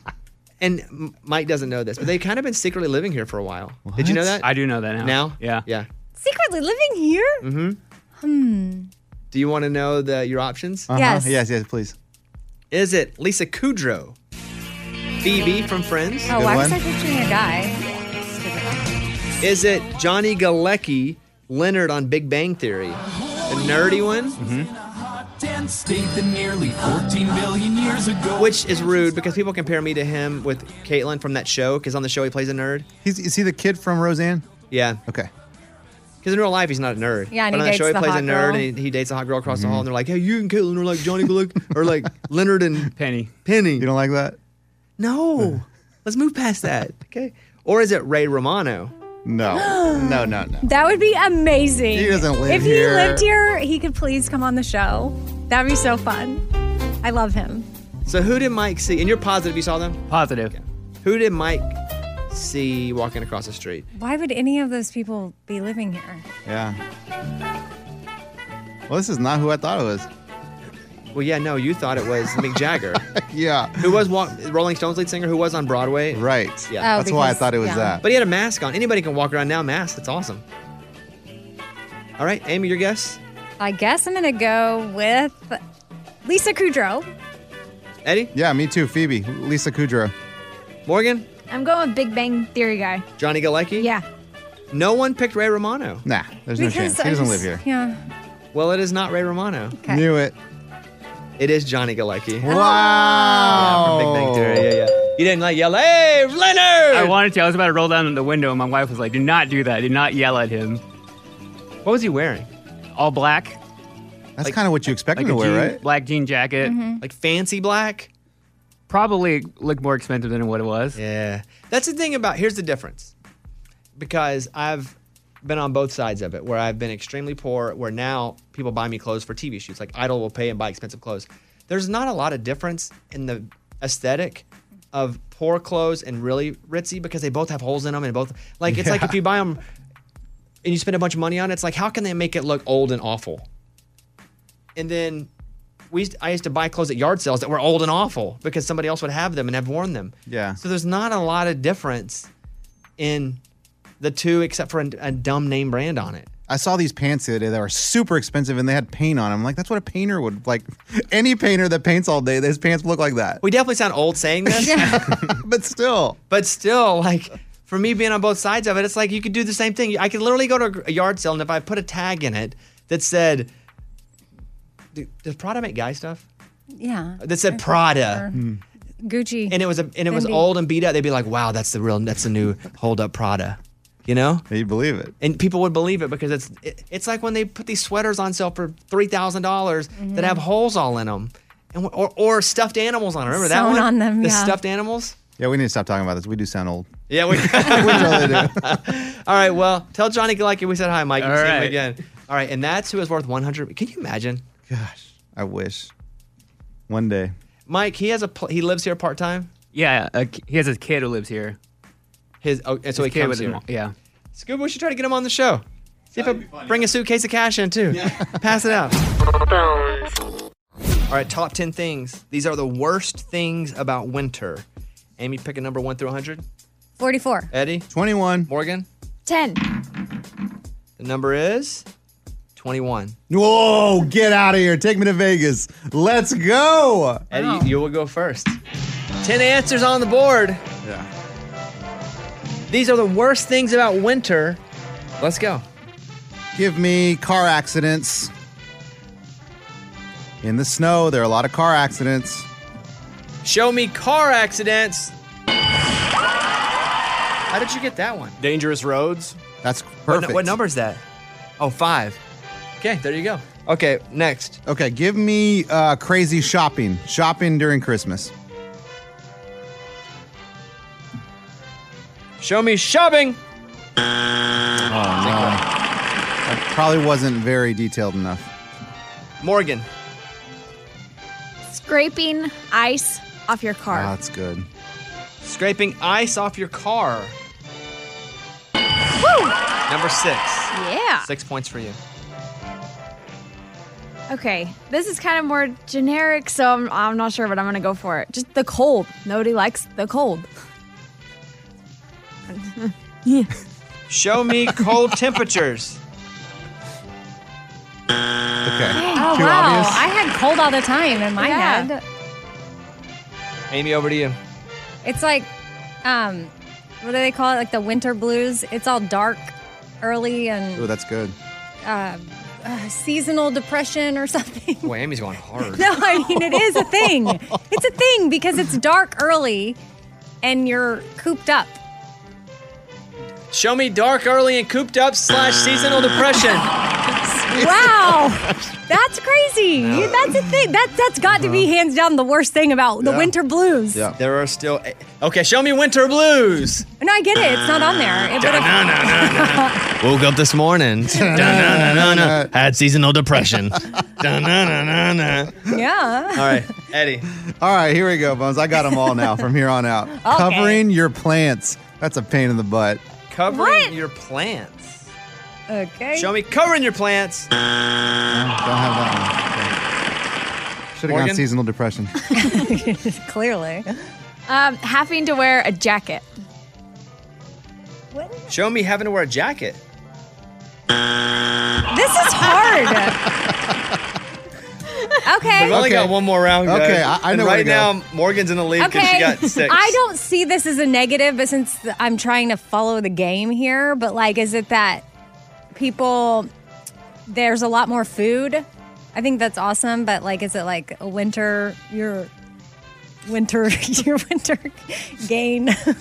[SPEAKER 11] *laughs*
[SPEAKER 1] and M- Mike doesn't know this, but they kind of been secretly living here for a while. Did you know that?
[SPEAKER 11] I do know that now.
[SPEAKER 1] now?
[SPEAKER 11] Yeah.
[SPEAKER 1] Yeah.
[SPEAKER 3] Secretly living here?
[SPEAKER 2] Mm-hmm.
[SPEAKER 1] Do you want to know the your options?
[SPEAKER 2] Uh-huh.
[SPEAKER 3] Yes.
[SPEAKER 2] Yes, yes, please.
[SPEAKER 1] Is it Lisa Kudrow, Phoebe from Friends?
[SPEAKER 3] Oh, why was I
[SPEAKER 2] one.
[SPEAKER 3] picturing a guy?
[SPEAKER 1] Is it Johnny Galecki, Leonard on Big Bang Theory, the nerdy one?
[SPEAKER 2] Mm-hmm.
[SPEAKER 10] Dense state that nearly 14 billion years ago.
[SPEAKER 1] Which is rude because people compare me to him with Caitlin from that show because on the show he plays a nerd.
[SPEAKER 2] He's, is he the kid from Roseanne?
[SPEAKER 1] Yeah,
[SPEAKER 2] Okay.
[SPEAKER 1] because in real life he's not a nerd.
[SPEAKER 3] Yeah, and
[SPEAKER 1] but
[SPEAKER 3] he
[SPEAKER 1] on that show he
[SPEAKER 3] dates the
[SPEAKER 1] plays a
[SPEAKER 3] hot
[SPEAKER 1] nerd
[SPEAKER 3] girl.
[SPEAKER 1] and he, he dates a hot girl
[SPEAKER 2] Mm-hmm.
[SPEAKER 1] across the hall, and they're like, "Hey, you and Caitlin are like Johnny Galecki
[SPEAKER 2] *laughs*
[SPEAKER 1] or like Leonard and
[SPEAKER 11] Penny.
[SPEAKER 1] Penny."
[SPEAKER 2] You don't like that?
[SPEAKER 1] no, let's move past that. Okay, or is it Ray Romano?
[SPEAKER 3] *gasps*
[SPEAKER 2] No. no, no, no.
[SPEAKER 3] That would be amazing.
[SPEAKER 2] He doesn't live
[SPEAKER 3] if
[SPEAKER 2] here.
[SPEAKER 3] he lived here, he could please come on the show. That'd be so fun. I love him.
[SPEAKER 1] So who did Mike see? And you're positive you saw them?
[SPEAKER 11] Positive.
[SPEAKER 1] Who did Mike see walking across the street?
[SPEAKER 3] Why would any of those people be living here?
[SPEAKER 2] Yeah. Well, this is not who I thought it was.
[SPEAKER 1] Well, yeah, no, you thought it was Mick Jagger,
[SPEAKER 2] Yeah.
[SPEAKER 1] who was walk- Rolling Stones lead singer, who was on Broadway.
[SPEAKER 2] Right.
[SPEAKER 1] Yeah.
[SPEAKER 3] Oh,
[SPEAKER 2] That's why I
[SPEAKER 3] because-
[SPEAKER 2] thought it was
[SPEAKER 3] yeah.
[SPEAKER 2] that.
[SPEAKER 1] But he had a mask on. Anybody can walk around now, mask. It's awesome. All right, Amy, your guess?
[SPEAKER 3] I guess I'm gonna go with Lisa Kudrow.
[SPEAKER 1] Eddie?
[SPEAKER 2] yeah, me too. Phoebe, Lisa Kudrow.
[SPEAKER 1] Morgan?
[SPEAKER 4] I'm going with Big Bang Theory guy.
[SPEAKER 1] Johnny Galecki?
[SPEAKER 4] Yeah.
[SPEAKER 1] No one picked Ray Romano.
[SPEAKER 2] Nah, there's no chance. He
[SPEAKER 3] I
[SPEAKER 2] doesn't
[SPEAKER 3] just-
[SPEAKER 2] live here.
[SPEAKER 3] Yeah.
[SPEAKER 1] Well, it is not Ray Romano.
[SPEAKER 3] Okay. Oh.
[SPEAKER 2] Knew it.
[SPEAKER 1] It is Johnny Galecki.
[SPEAKER 2] Wow.
[SPEAKER 1] Big Bang Theory. Yeah, yeah. You didn't like yell, hey, Leonard!
[SPEAKER 11] I wanted to. I was about to roll down the window, and my wife was like, do not do that. Do not yell at him.
[SPEAKER 1] what was he wearing?
[SPEAKER 11] All black.
[SPEAKER 2] That's kind of what you expect
[SPEAKER 11] Like
[SPEAKER 2] him to
[SPEAKER 11] a
[SPEAKER 2] wear,
[SPEAKER 11] jean-
[SPEAKER 2] right?
[SPEAKER 1] Mm-hmm.
[SPEAKER 11] black jean jacket.
[SPEAKER 1] Like fancy black?
[SPEAKER 11] probably looked more expensive than what it was.
[SPEAKER 1] Yeah. That's the thing about here's the difference. Because I've been on both sides of it where I've been extremely poor, where now people buy me clothes for TV shoots. Like Idol will pay and buy expensive clothes. There's not a lot of difference in the aesthetic of poor clothes and really ritzy because they both have holes in them and both like it's like if you buy them and you spend a bunch of money on it, it's like how can they make it look old and awful? And then we used, I used to buy clothes at yard sales that were old and awful because somebody else would have them and have worn them.
[SPEAKER 2] Yeah.
[SPEAKER 1] So there's not a lot of difference in the two except for a, a dumb name brand on it.
[SPEAKER 2] I saw these pants the other day that were super expensive and they had paint on them. Like that's what a painter would like. *laughs* Any painter that paints all day, his pants look like that.
[SPEAKER 1] We definitely sound old saying this.
[SPEAKER 2] *laughs*
[SPEAKER 1] *laughs*
[SPEAKER 2] but still.
[SPEAKER 1] But still, like for me being on both sides of it, it's like you could do the same thing. I could literally go to a gr- a yard sale and if I put a tag in it that said, do- does Prada make guy stuff?
[SPEAKER 3] Yeah.
[SPEAKER 1] That said Prada.
[SPEAKER 3] Gucci.
[SPEAKER 1] And it was a, and it was
[SPEAKER 3] Fendi.
[SPEAKER 1] old and beat up. They'd be like, "Wow, that's the real, that's the new hold up Prada," you know?
[SPEAKER 2] You believe it,
[SPEAKER 1] and people would believe it because it's it, it's like when they put these sweaters on sale for three dollars
[SPEAKER 3] Mm-hmm.
[SPEAKER 1] that have holes all in them, and or, or stuffed animals on. 'em. Remember that
[SPEAKER 3] Sewn
[SPEAKER 1] one?
[SPEAKER 3] on them,
[SPEAKER 1] the
[SPEAKER 3] yeah.
[SPEAKER 1] stuffed animals.
[SPEAKER 2] Yeah, we need to stop talking about this. We do sound old.
[SPEAKER 1] Yeah, we, *laughs* All right, well, tell Johnny Galecki we said hi, Mike. All
[SPEAKER 2] All
[SPEAKER 1] see him
[SPEAKER 2] right.
[SPEAKER 1] again. All right, and that's who is worth one hundred. Can you imagine,
[SPEAKER 2] I wish. One day.
[SPEAKER 1] Mike? He has a pl- he lives here part time.
[SPEAKER 11] Yeah, a, ki- he has a kid who lives here.
[SPEAKER 1] His oh, and so
[SPEAKER 11] His
[SPEAKER 1] he
[SPEAKER 11] kid
[SPEAKER 1] comes
[SPEAKER 11] with his
[SPEAKER 1] here.
[SPEAKER 11] mo- yeah.
[SPEAKER 1] Scoob, we should try to get him on the show. See if I bring a suitcase of cash in too. *laughs* Pass it out. All right, top 10 things. These are the worst things about winter. Amy, pick a number 1 through 100.
[SPEAKER 3] 44.
[SPEAKER 1] Eddie?
[SPEAKER 2] 21.
[SPEAKER 1] Morgan?
[SPEAKER 4] 10.
[SPEAKER 1] The number is 21.
[SPEAKER 2] Whoa, get out of here. Take me to Vegas. Let's go.
[SPEAKER 1] Eddie, you- you will go first. 10 answers on the board.
[SPEAKER 2] Yeah.
[SPEAKER 1] These are the worst things about winter. Let's go.
[SPEAKER 2] Give me car accidents. In the snow, there are a lot of car accidents.
[SPEAKER 1] Show me car accidents. How did you get that one?
[SPEAKER 6] Dangerous roads.
[SPEAKER 2] That's
[SPEAKER 1] What nu-
[SPEAKER 2] perfect.
[SPEAKER 1] what number is that? Oh, five. Okay, there you go. Okay, next.
[SPEAKER 2] Okay, give me uh, crazy shopping. Shopping during Christmas.
[SPEAKER 1] Show me shopping.
[SPEAKER 2] Oh, That probably wasn't very detailed enough.
[SPEAKER 1] Morgan.
[SPEAKER 4] Scraping ice off your car.
[SPEAKER 2] Ah, that's good.
[SPEAKER 1] Scraping ice off your car. Number six.
[SPEAKER 4] Yeah.
[SPEAKER 1] Six points for you.
[SPEAKER 4] Okay, this is kind of more generic, so I'm, I'm not sure, but I'm gonna go for it. Just the cold. Nobody likes the cold. yeah.
[SPEAKER 1] Show me cold temperatures.
[SPEAKER 2] Okay.
[SPEAKER 3] Oh, wow. I had cold all the time in my
[SPEAKER 4] Yeah.
[SPEAKER 3] head.
[SPEAKER 1] Amy, over to you.
[SPEAKER 3] It's like, um, what do they call it? Like the winter blues. It's all dark early
[SPEAKER 2] Oh,
[SPEAKER 3] and
[SPEAKER 2] that's good.
[SPEAKER 3] uh, uh, seasonal depression or *laughs* something.
[SPEAKER 1] Boy, Amy's going hard.
[SPEAKER 3] No, I mean, it is a thing. It's a thing because it's dark early and you're cooped up.
[SPEAKER 1] Show me dark, early, and cooped up slash seasonal depression.
[SPEAKER 3] Wow. That's
[SPEAKER 1] *laughs*
[SPEAKER 3] crazy. You- That's a thing. That, that's got to be hands down the worst thing about the
[SPEAKER 1] Uh-huh. Yeah.
[SPEAKER 3] winter blues.
[SPEAKER 1] There are still. Okay, show me winter blues.
[SPEAKER 3] No, I get it. It's not on there.
[SPEAKER 1] *laughs*
[SPEAKER 3] It- but it-
[SPEAKER 1] Woke up this morning. Dun-dun-dun-dun-dun. Had seasonal depression. Dun-dun-dun-dun-dun.
[SPEAKER 3] *laughs* yeah.
[SPEAKER 1] *laughs* All
[SPEAKER 2] *laughs*
[SPEAKER 1] right, Eddie.
[SPEAKER 2] All right, here we go, Bones. I got them all now from here
[SPEAKER 1] *laughs*
[SPEAKER 2] on out. Covering your plants. That's a pain in the butt.
[SPEAKER 1] Covering your plants.
[SPEAKER 3] Okay.
[SPEAKER 1] Show me covering your plants.
[SPEAKER 2] Don't have that one. Should have
[SPEAKER 1] Morgan?
[SPEAKER 2] gone seasonal
[SPEAKER 1] *laughs*
[SPEAKER 2] depression.
[SPEAKER 3] *laughs* Clearly.
[SPEAKER 4] Um, having to wear a jacket.
[SPEAKER 1] Show me having to wear a jacket.
[SPEAKER 3] This is hard. okay.
[SPEAKER 1] We've only got one more round. guys.
[SPEAKER 2] Okay, I- I
[SPEAKER 1] And
[SPEAKER 2] know where
[SPEAKER 1] right
[SPEAKER 2] to go.
[SPEAKER 1] now Morgan's in the lead because she got six.
[SPEAKER 3] I don't see this as a negative, but since I'm trying to follow the game here, but like, is it that people, there's a lot more food? I think that's awesome, but like, is it like a winter, your winter, *laughs* your winter gain? *laughs* I don't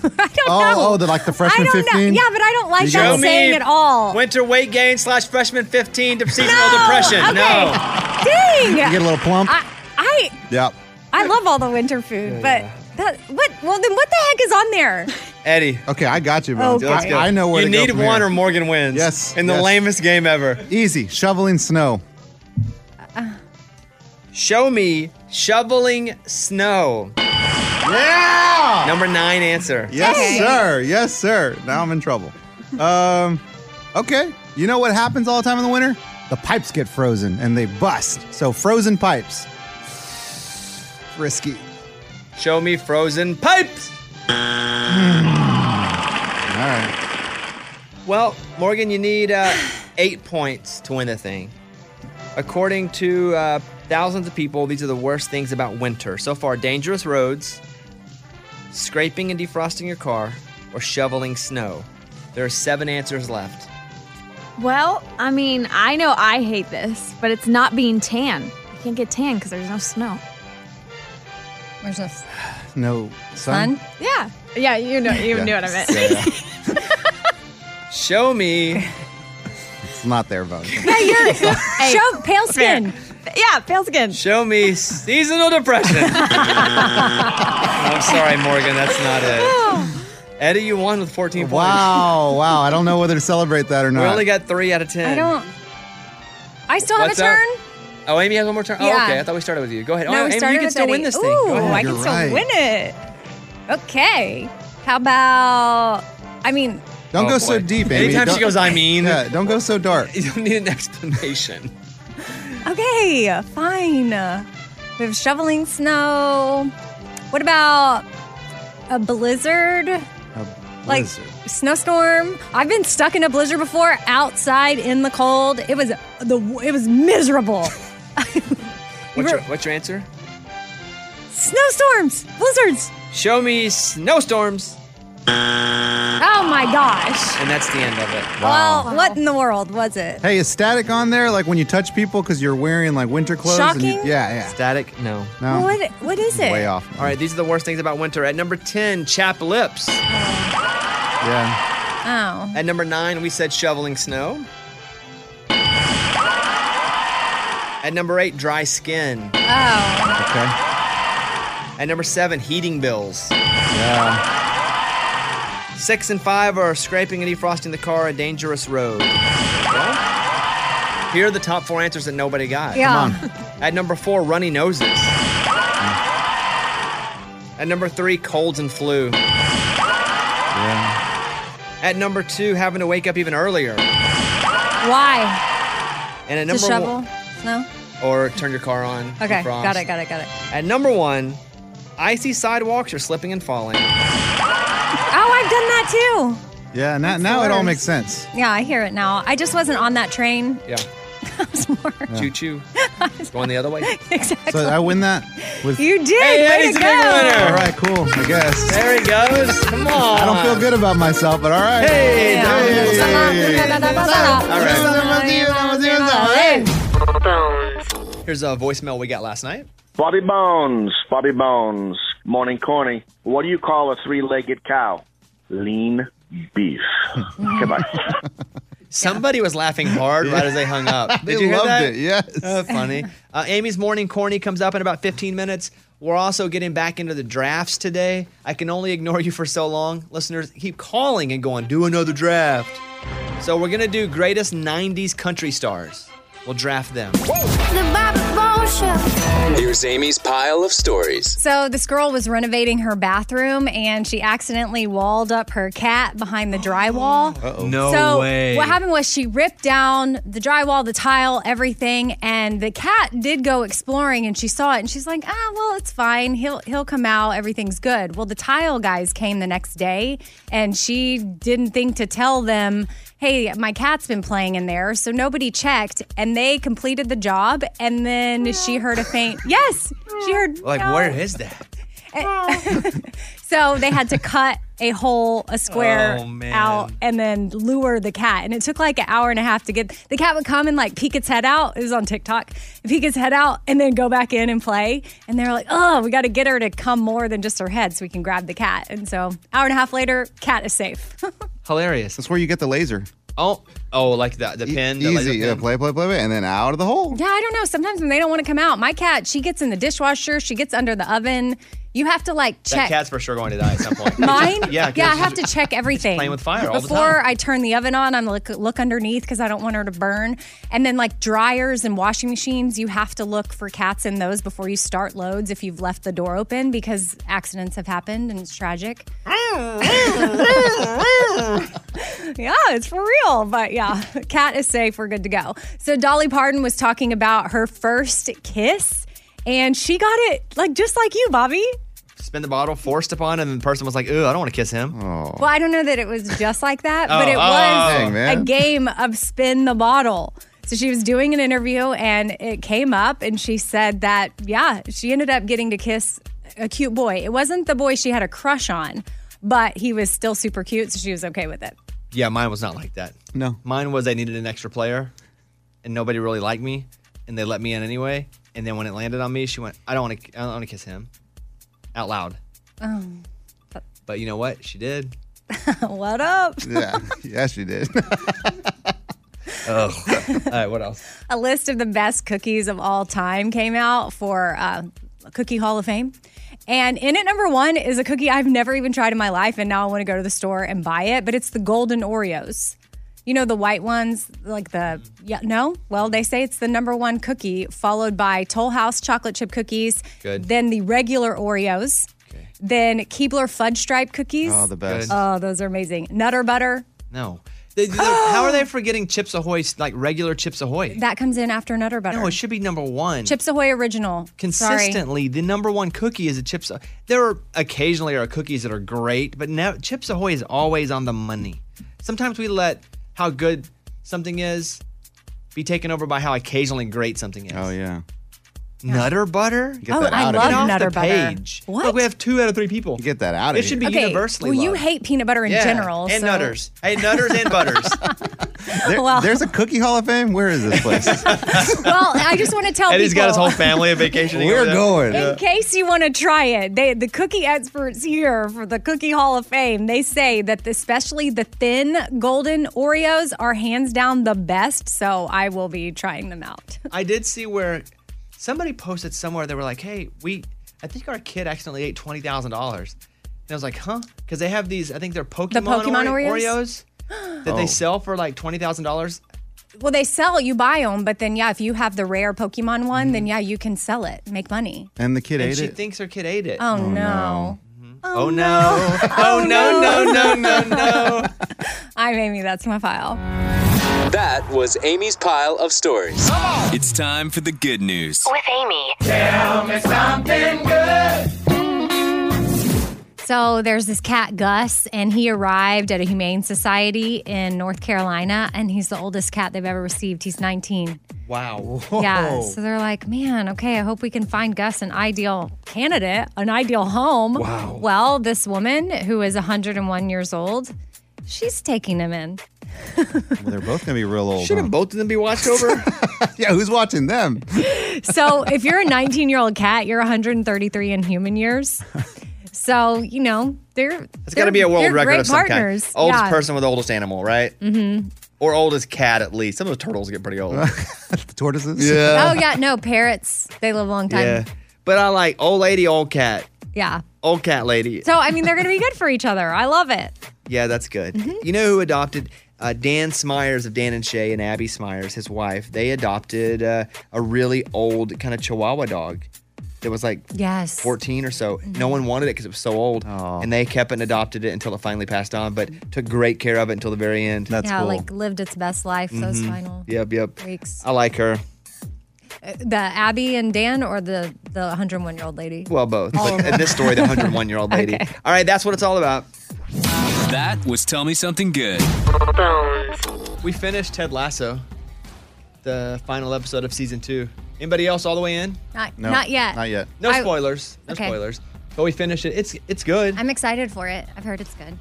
[SPEAKER 2] Oh,
[SPEAKER 3] know.
[SPEAKER 2] oh, the like the freshman
[SPEAKER 3] I don't
[SPEAKER 2] fifteen.
[SPEAKER 3] know. Yeah, but I don't like
[SPEAKER 2] You
[SPEAKER 3] that
[SPEAKER 2] got it.
[SPEAKER 3] saying at all.
[SPEAKER 1] Winter weight gain slash freshman 15 to seasonal
[SPEAKER 3] No,
[SPEAKER 1] depression.
[SPEAKER 3] okay.
[SPEAKER 1] No.
[SPEAKER 3] Dang.
[SPEAKER 2] You get a little plump.
[SPEAKER 3] I, I,
[SPEAKER 2] Yep.
[SPEAKER 3] I I love all the winter food, but that what? Well, then what the heck is on there?
[SPEAKER 1] Eddie.
[SPEAKER 2] Okay, I got you, bro.
[SPEAKER 3] Okay.
[SPEAKER 1] Let's go.
[SPEAKER 2] I, I know where
[SPEAKER 1] you
[SPEAKER 2] to go
[SPEAKER 1] need
[SPEAKER 2] from
[SPEAKER 1] one
[SPEAKER 2] here.
[SPEAKER 1] or Morgan wins.
[SPEAKER 2] Yes,
[SPEAKER 1] In the
[SPEAKER 2] yes.
[SPEAKER 1] lamest game ever.
[SPEAKER 2] Easy. Shoveling snow.
[SPEAKER 1] Show me shoveling snow. Yeah. Number nine answer.
[SPEAKER 2] Yes, sir. Yes, sir. Now I'm in trouble. Um, okay. You know what happens all the time in the winter? The pipes get frozen and they bust. So frozen pipes. Risky.
[SPEAKER 1] Show me frozen pipes.
[SPEAKER 2] All right.
[SPEAKER 1] Well, Morgan, you need uh, eight points to win the thing. According to uh, thousands of people, these are the worst things about winter. So far, dangerous roads, scraping and defrosting your car, or shoveling snow. There are seven answers left.
[SPEAKER 4] Well, I mean, I know I hate this, but it's not being tan. You can't get tan because there's no snow.
[SPEAKER 3] Where's this?
[SPEAKER 2] No
[SPEAKER 3] Sun?
[SPEAKER 4] Yeah. Yeah, you know, you knew what I meant.
[SPEAKER 1] Show me.
[SPEAKER 2] It's not their vote.
[SPEAKER 3] Hey, you're show pale skin.
[SPEAKER 4] *laughs* Yeah, pale skin.
[SPEAKER 1] Show me seasonal depression. I'm sorry, Morgan, that's not it.
[SPEAKER 3] Oh,
[SPEAKER 1] Eddie, you won with 14
[SPEAKER 2] Wow, wow. I don't know whether to celebrate that or
[SPEAKER 1] points.
[SPEAKER 2] not.
[SPEAKER 1] We only got three out of 10.
[SPEAKER 3] I don't. I still have
[SPEAKER 1] What's
[SPEAKER 3] a
[SPEAKER 1] up?
[SPEAKER 3] turn.
[SPEAKER 1] Oh, Amy has one more turn. Oh,
[SPEAKER 3] Yeah.
[SPEAKER 1] okay. I thought we started with you. Go ahead.
[SPEAKER 3] no,
[SPEAKER 1] oh,
[SPEAKER 3] we
[SPEAKER 1] Amy,
[SPEAKER 3] started
[SPEAKER 1] you can
[SPEAKER 3] with
[SPEAKER 1] still
[SPEAKER 3] Eddie.
[SPEAKER 1] win this thing.
[SPEAKER 3] Ooh,
[SPEAKER 1] Go ahead.
[SPEAKER 3] I can
[SPEAKER 2] You're
[SPEAKER 3] still
[SPEAKER 2] right.
[SPEAKER 3] win it. Okay. How about? I mean,
[SPEAKER 2] Don't
[SPEAKER 1] Oh,
[SPEAKER 2] go
[SPEAKER 1] boy.
[SPEAKER 2] so deep, Amy.
[SPEAKER 1] Anytime
[SPEAKER 2] Don't-
[SPEAKER 1] she goes, I mean,
[SPEAKER 2] Yeah, don't go so dark.
[SPEAKER 1] *laughs* you don't need an explanation.
[SPEAKER 3] okay, fine. We have shoveling snow. What about a blizzard? Like snowstorm. I've been stuck in a blizzard before, outside in the cold. It was the it was miserable.
[SPEAKER 1] What's your,
[SPEAKER 3] were-
[SPEAKER 1] what's your answer?
[SPEAKER 3] Snowstorms, blizzards.
[SPEAKER 1] Show me snowstorms.
[SPEAKER 3] Oh my gosh.
[SPEAKER 1] And that's the end of it.
[SPEAKER 3] Well, what in the world was it?
[SPEAKER 2] Hey, is static on there? Like when you touch people because you're wearing like winter clothes? and you-
[SPEAKER 3] Shocking?
[SPEAKER 2] yeah, yeah.
[SPEAKER 1] Static? No.
[SPEAKER 2] No,
[SPEAKER 3] What what is it?
[SPEAKER 2] way off.
[SPEAKER 1] All right, these are the worst things about winter. At number 10, chap lips.
[SPEAKER 2] Yeah.
[SPEAKER 3] Oh.
[SPEAKER 1] At number 9, we said shoveling snow. At number 8, dry skin.
[SPEAKER 3] Oh.
[SPEAKER 2] Okay.
[SPEAKER 1] At number 7, heating bills.
[SPEAKER 2] Yeah.
[SPEAKER 1] 6 and 5 are scraping and defrosting the car, a dangerous road. There you go. Here are the top four answers that nobody got.
[SPEAKER 3] Yeah.
[SPEAKER 1] At number four, runny noses. At number three, colds and flu.
[SPEAKER 2] Yeah.
[SPEAKER 1] At number two, having to wake up even earlier.
[SPEAKER 3] Why?
[SPEAKER 1] And at
[SPEAKER 3] To
[SPEAKER 1] number
[SPEAKER 3] shovel
[SPEAKER 1] one,
[SPEAKER 3] snow?
[SPEAKER 1] or turn your car on.
[SPEAKER 3] Okay.
[SPEAKER 1] defrost.
[SPEAKER 3] Got it, got it, got it.
[SPEAKER 1] At number one, icy sidewalks are slipping and falling.
[SPEAKER 3] Oh, I've done that too.
[SPEAKER 2] Yeah. Now, now it all makes sense.
[SPEAKER 3] Yeah, I hear it now. I just wasn't on that train. *laughs*
[SPEAKER 1] Yeah,
[SPEAKER 3] I was more-
[SPEAKER 1] choo
[SPEAKER 3] *laughs*
[SPEAKER 1] choo, going the other way.
[SPEAKER 3] exactly.
[SPEAKER 2] So I
[SPEAKER 1] *laughs*
[SPEAKER 2] win that with.
[SPEAKER 3] you did.
[SPEAKER 1] Hey,
[SPEAKER 3] Way
[SPEAKER 1] Eddie's
[SPEAKER 3] to
[SPEAKER 1] a big
[SPEAKER 3] go.
[SPEAKER 1] winner.
[SPEAKER 2] All right. Cool. I guess.
[SPEAKER 1] There he goes. Come on.
[SPEAKER 2] I don't feel good about myself, but all right.
[SPEAKER 1] Hey,
[SPEAKER 2] Hey, hey, hey, hey.
[SPEAKER 1] Here's a voicemail we got last night.
[SPEAKER 12] Bobby Bones, Bobby Bones, morning corny. What do you call a three-legged cow? Lean
[SPEAKER 2] *laughs*
[SPEAKER 12] beef. Goodbye.
[SPEAKER 1] Somebody was laughing
[SPEAKER 2] *laughs*
[SPEAKER 1] hard right as they hung up. Did
[SPEAKER 2] They
[SPEAKER 1] you hear
[SPEAKER 2] loved
[SPEAKER 1] that?
[SPEAKER 2] it. Yes.
[SPEAKER 1] Uh, *laughs* funny. Uh, Amy's morning corny comes up in about 15 minutes. We're also getting back into the drafts today. I can only ignore you for so long. Listeners keep calling and going, do another draft. So we're going to do greatest 90s country stars. We'll draft them.
[SPEAKER 13] Here's Amy's pile of stories.
[SPEAKER 3] So this girl was renovating her bathroom and she accidentally walled up her cat behind the
[SPEAKER 1] *gasps*
[SPEAKER 3] drywall.
[SPEAKER 1] No
[SPEAKER 3] so what happened was she ripped down the drywall, the tile, everything, and the cat did go exploring and she saw it and she's like, ah, well, it's fine. He'll he'll come out. Everything's good. Well, the tile guys came the next day and she didn't think to tell them, hey, my cat's been playing in there. So nobody checked and they completed the job and then she heard a
[SPEAKER 1] *laughs*
[SPEAKER 3] faint yes. She heard
[SPEAKER 1] Like,
[SPEAKER 3] meow.
[SPEAKER 1] where is that?
[SPEAKER 3] So they had to cut a hole, a square
[SPEAKER 1] Oh, man.
[SPEAKER 3] out, and then lure the cat. And it took like an hour and a half to get the cat would come and like peek its head out. It was on TikTok. Peek its head out and then go back in and play. And they're like, oh, we got to get her to come more than just her head so we can grab the cat. And so hour and a half later, cat is safe. *laughs*
[SPEAKER 1] Hilarious.
[SPEAKER 2] That's where you get the laser.
[SPEAKER 1] Oh, oh, like the the pin. the laser
[SPEAKER 2] Easy. Yeah,
[SPEAKER 1] pin?
[SPEAKER 2] play, play, play, play, and then out of
[SPEAKER 1] *laughs*
[SPEAKER 2] the hole.
[SPEAKER 3] Yeah, I don't know. Sometimes when they don't want to come out, my cat, she gets in the dishwasher, she gets under the oven. You have to like
[SPEAKER 1] That
[SPEAKER 3] check
[SPEAKER 1] cat's for sure going to die at some point.
[SPEAKER 3] mine.
[SPEAKER 1] *laughs* yeah,
[SPEAKER 3] yeah, I have to check everything.
[SPEAKER 1] playing with fire all the
[SPEAKER 3] Before
[SPEAKER 1] time.
[SPEAKER 3] I turn the oven on, I'm look look underneath because I don't want her to burn. And then like dryers and washing machines, you have to look for cats in those before you start loads if you've left the door open because accidents have happened and it's tragic. yeah, it's for real. But yeah, cat is safe. We're good to go. So Dolly Parton was talking about her first kiss, and she got it like just like you, Bobby.
[SPEAKER 1] Spin the bottle, forced upon, and the person was like, "Ooh, I don't want to kiss him."
[SPEAKER 3] Well, I don't know that it was just like that, but
[SPEAKER 1] Oh,
[SPEAKER 3] it
[SPEAKER 1] oh,
[SPEAKER 3] was
[SPEAKER 1] dang, man.
[SPEAKER 3] a game of spin the bottle. So she was doing an interview and it came up and she said that, yeah, she ended up getting to kiss a cute boy. It wasn't the boy she had a crush on, but he was still super cute. So she was okay with it. *laughs*
[SPEAKER 1] Yeah, mine was not like that.
[SPEAKER 2] No.
[SPEAKER 1] Mine was they needed an extra player and nobody really liked me and they let me in anyway. And then when it landed on me, she went, I don't want to I don't want to kiss him out loud.
[SPEAKER 3] Oh,
[SPEAKER 1] But you know what? She did.
[SPEAKER 3] what up?
[SPEAKER 2] yeah, yes, she did.
[SPEAKER 1] Ugh. *laughs* All right, what else?
[SPEAKER 3] a list of the best cookies of all time came out for uh, Cookie Hall of Fame. And in at number one is a cookie I've never even tried in my life, and now I want to go to the store and buy it. But it's the golden Oreos. You know the white ones, like the yeah. No, well they say it's the number one cookie, followed by Toll House chocolate chip cookies,
[SPEAKER 1] Good.
[SPEAKER 3] then the regular Oreos, then Keebler fudge stripe cookies.
[SPEAKER 1] Oh, the best. Good.
[SPEAKER 3] Oh, those are amazing. Nutter butter
[SPEAKER 1] No. They- they're- how are they forgetting Chips Ahoy, like regular Chips Ahoy?
[SPEAKER 3] that comes in after Nutter butter.
[SPEAKER 1] No, it should be number one.
[SPEAKER 3] Chips Ahoy original. Sorry.
[SPEAKER 1] Consistently, the number one cookie is a Chips. Ah- There are occasionally are cookies that are great, but now Chips Ahoy is always on the money. Sometimes we let how good something is be taken over by how occasionally great something is. *laughs* Oh
[SPEAKER 2] yeah.
[SPEAKER 1] Nutter butter.
[SPEAKER 2] Get Oh, that I out of love here.
[SPEAKER 1] Get
[SPEAKER 2] Nutter
[SPEAKER 1] off the
[SPEAKER 2] butter.
[SPEAKER 1] page. What? we have two out of three people.
[SPEAKER 2] Get that out of
[SPEAKER 1] It
[SPEAKER 2] here.
[SPEAKER 1] should be universally
[SPEAKER 3] Well, you
[SPEAKER 1] loved.
[SPEAKER 3] hate peanut butter in
[SPEAKER 1] Yeah,
[SPEAKER 3] general.
[SPEAKER 1] and
[SPEAKER 3] so-
[SPEAKER 1] nutters. Hey, nutters and *laughs* butters.
[SPEAKER 2] There-
[SPEAKER 3] Well-
[SPEAKER 2] There's a cookie hall of fame. Where is
[SPEAKER 1] *laughs*
[SPEAKER 2] this place?
[SPEAKER 3] *laughs* well, I just want to tell people.
[SPEAKER 1] family on vacation.
[SPEAKER 2] We're going.
[SPEAKER 3] in case you want to try it, they, the cookie experts here for the Cookie Hall of Fame, they say that the- especially the thin golden Oreos are hands down the best. So I will be trying them out. *laughs*
[SPEAKER 1] I did see where somebody posted somewhere they were like, "Hey, we, I think our kid accidentally ate twenty thousand dollars," and I was like, "Huh?" Because they have these, I think they're Pokemon,
[SPEAKER 3] Pokemon
[SPEAKER 1] Ore-
[SPEAKER 3] Oreos?
[SPEAKER 1] Oreos *gasps* that they sell for like twenty thousand dollars.
[SPEAKER 3] Well, they sell, you buy them, but then yeah, if you have the rare Pokemon one,
[SPEAKER 1] Mm-hmm.
[SPEAKER 3] then yeah, you can sell it, make money.
[SPEAKER 2] And the kid
[SPEAKER 1] and
[SPEAKER 2] ate
[SPEAKER 1] she
[SPEAKER 2] it.
[SPEAKER 1] thinks her kid ate it.
[SPEAKER 3] Oh, no. *laughs*
[SPEAKER 1] Oh, no!
[SPEAKER 3] Oh,
[SPEAKER 1] no! No! No! No! *laughs*
[SPEAKER 3] I'm Amy, that's my file.
[SPEAKER 13] That was Amy's pile of stories. It's time for the good news.
[SPEAKER 8] With Amy.
[SPEAKER 10] Tell me something good.
[SPEAKER 3] So there's this cat, Gus, and he arrived at a humane society in North Carolina, and he's the oldest cat they've ever received. He's 19.
[SPEAKER 1] Wow. Oh.
[SPEAKER 3] Yeah. So they're like, man, okay, I hope we can find Gus an ideal candidate, an ideal home. Wow. Well, this woman who is 101 years old, she's taking him in.
[SPEAKER 2] Well, they're both gonna be real old.
[SPEAKER 1] Shouldn't both of them be watched over?
[SPEAKER 2] yeah, who's watching them?
[SPEAKER 3] So if you're a 19 year old cat, you're 133 in human years. So, you know, they're.
[SPEAKER 1] *laughs* It's got to be a world record
[SPEAKER 3] great
[SPEAKER 1] of some
[SPEAKER 3] partners.
[SPEAKER 1] kind. Oldest
[SPEAKER 3] Yeah.
[SPEAKER 1] person with oldest animal, right?
[SPEAKER 3] Mm-hmm.
[SPEAKER 1] Or oldest cat at least. Some of the turtles get pretty old.
[SPEAKER 2] the
[SPEAKER 3] *laughs*
[SPEAKER 2] tortoises.
[SPEAKER 3] Oh yeah, no parrots. They live a long time.
[SPEAKER 1] *laughs* Yeah.
[SPEAKER 3] Yeah.
[SPEAKER 1] But I like old lady, old cat, old cat lady.
[SPEAKER 3] So I mean, they're gonna be good for each other. I love it.
[SPEAKER 1] Yeah, that's good.
[SPEAKER 3] Mm-hmm.
[SPEAKER 1] You know who adopted uh, Dan Smyers of Dan and Shay and Abby Smyers, his wife? They adopted uh, a really old kind of Chihuahua dog that was like
[SPEAKER 3] Yes.
[SPEAKER 1] 14 or so.
[SPEAKER 3] Mm-hmm.
[SPEAKER 1] No one wanted it because it was so old, and they kept it and adopted it until it finally passed on. But took great care of it until the very end. That's
[SPEAKER 3] yeah, like lived its best life those final
[SPEAKER 1] Yep, yep.
[SPEAKER 3] weeks.
[SPEAKER 1] I like her.
[SPEAKER 3] Uh, The Abby and Dan or the the 101 year old lady.
[SPEAKER 1] Well, both. But in this story, the 101 year old lady. All right, that's what it's all about.
[SPEAKER 13] That was Tell Me Something Good.
[SPEAKER 1] We finished Ted Lasso, the final episode of season two. Anybody else all the way in?
[SPEAKER 3] Not, not yet.
[SPEAKER 1] No
[SPEAKER 3] I-
[SPEAKER 1] spoilers. No
[SPEAKER 3] Okay.
[SPEAKER 1] spoilers. But we finished it. It's it's good.
[SPEAKER 3] I'm excited for it. I've heard it's good.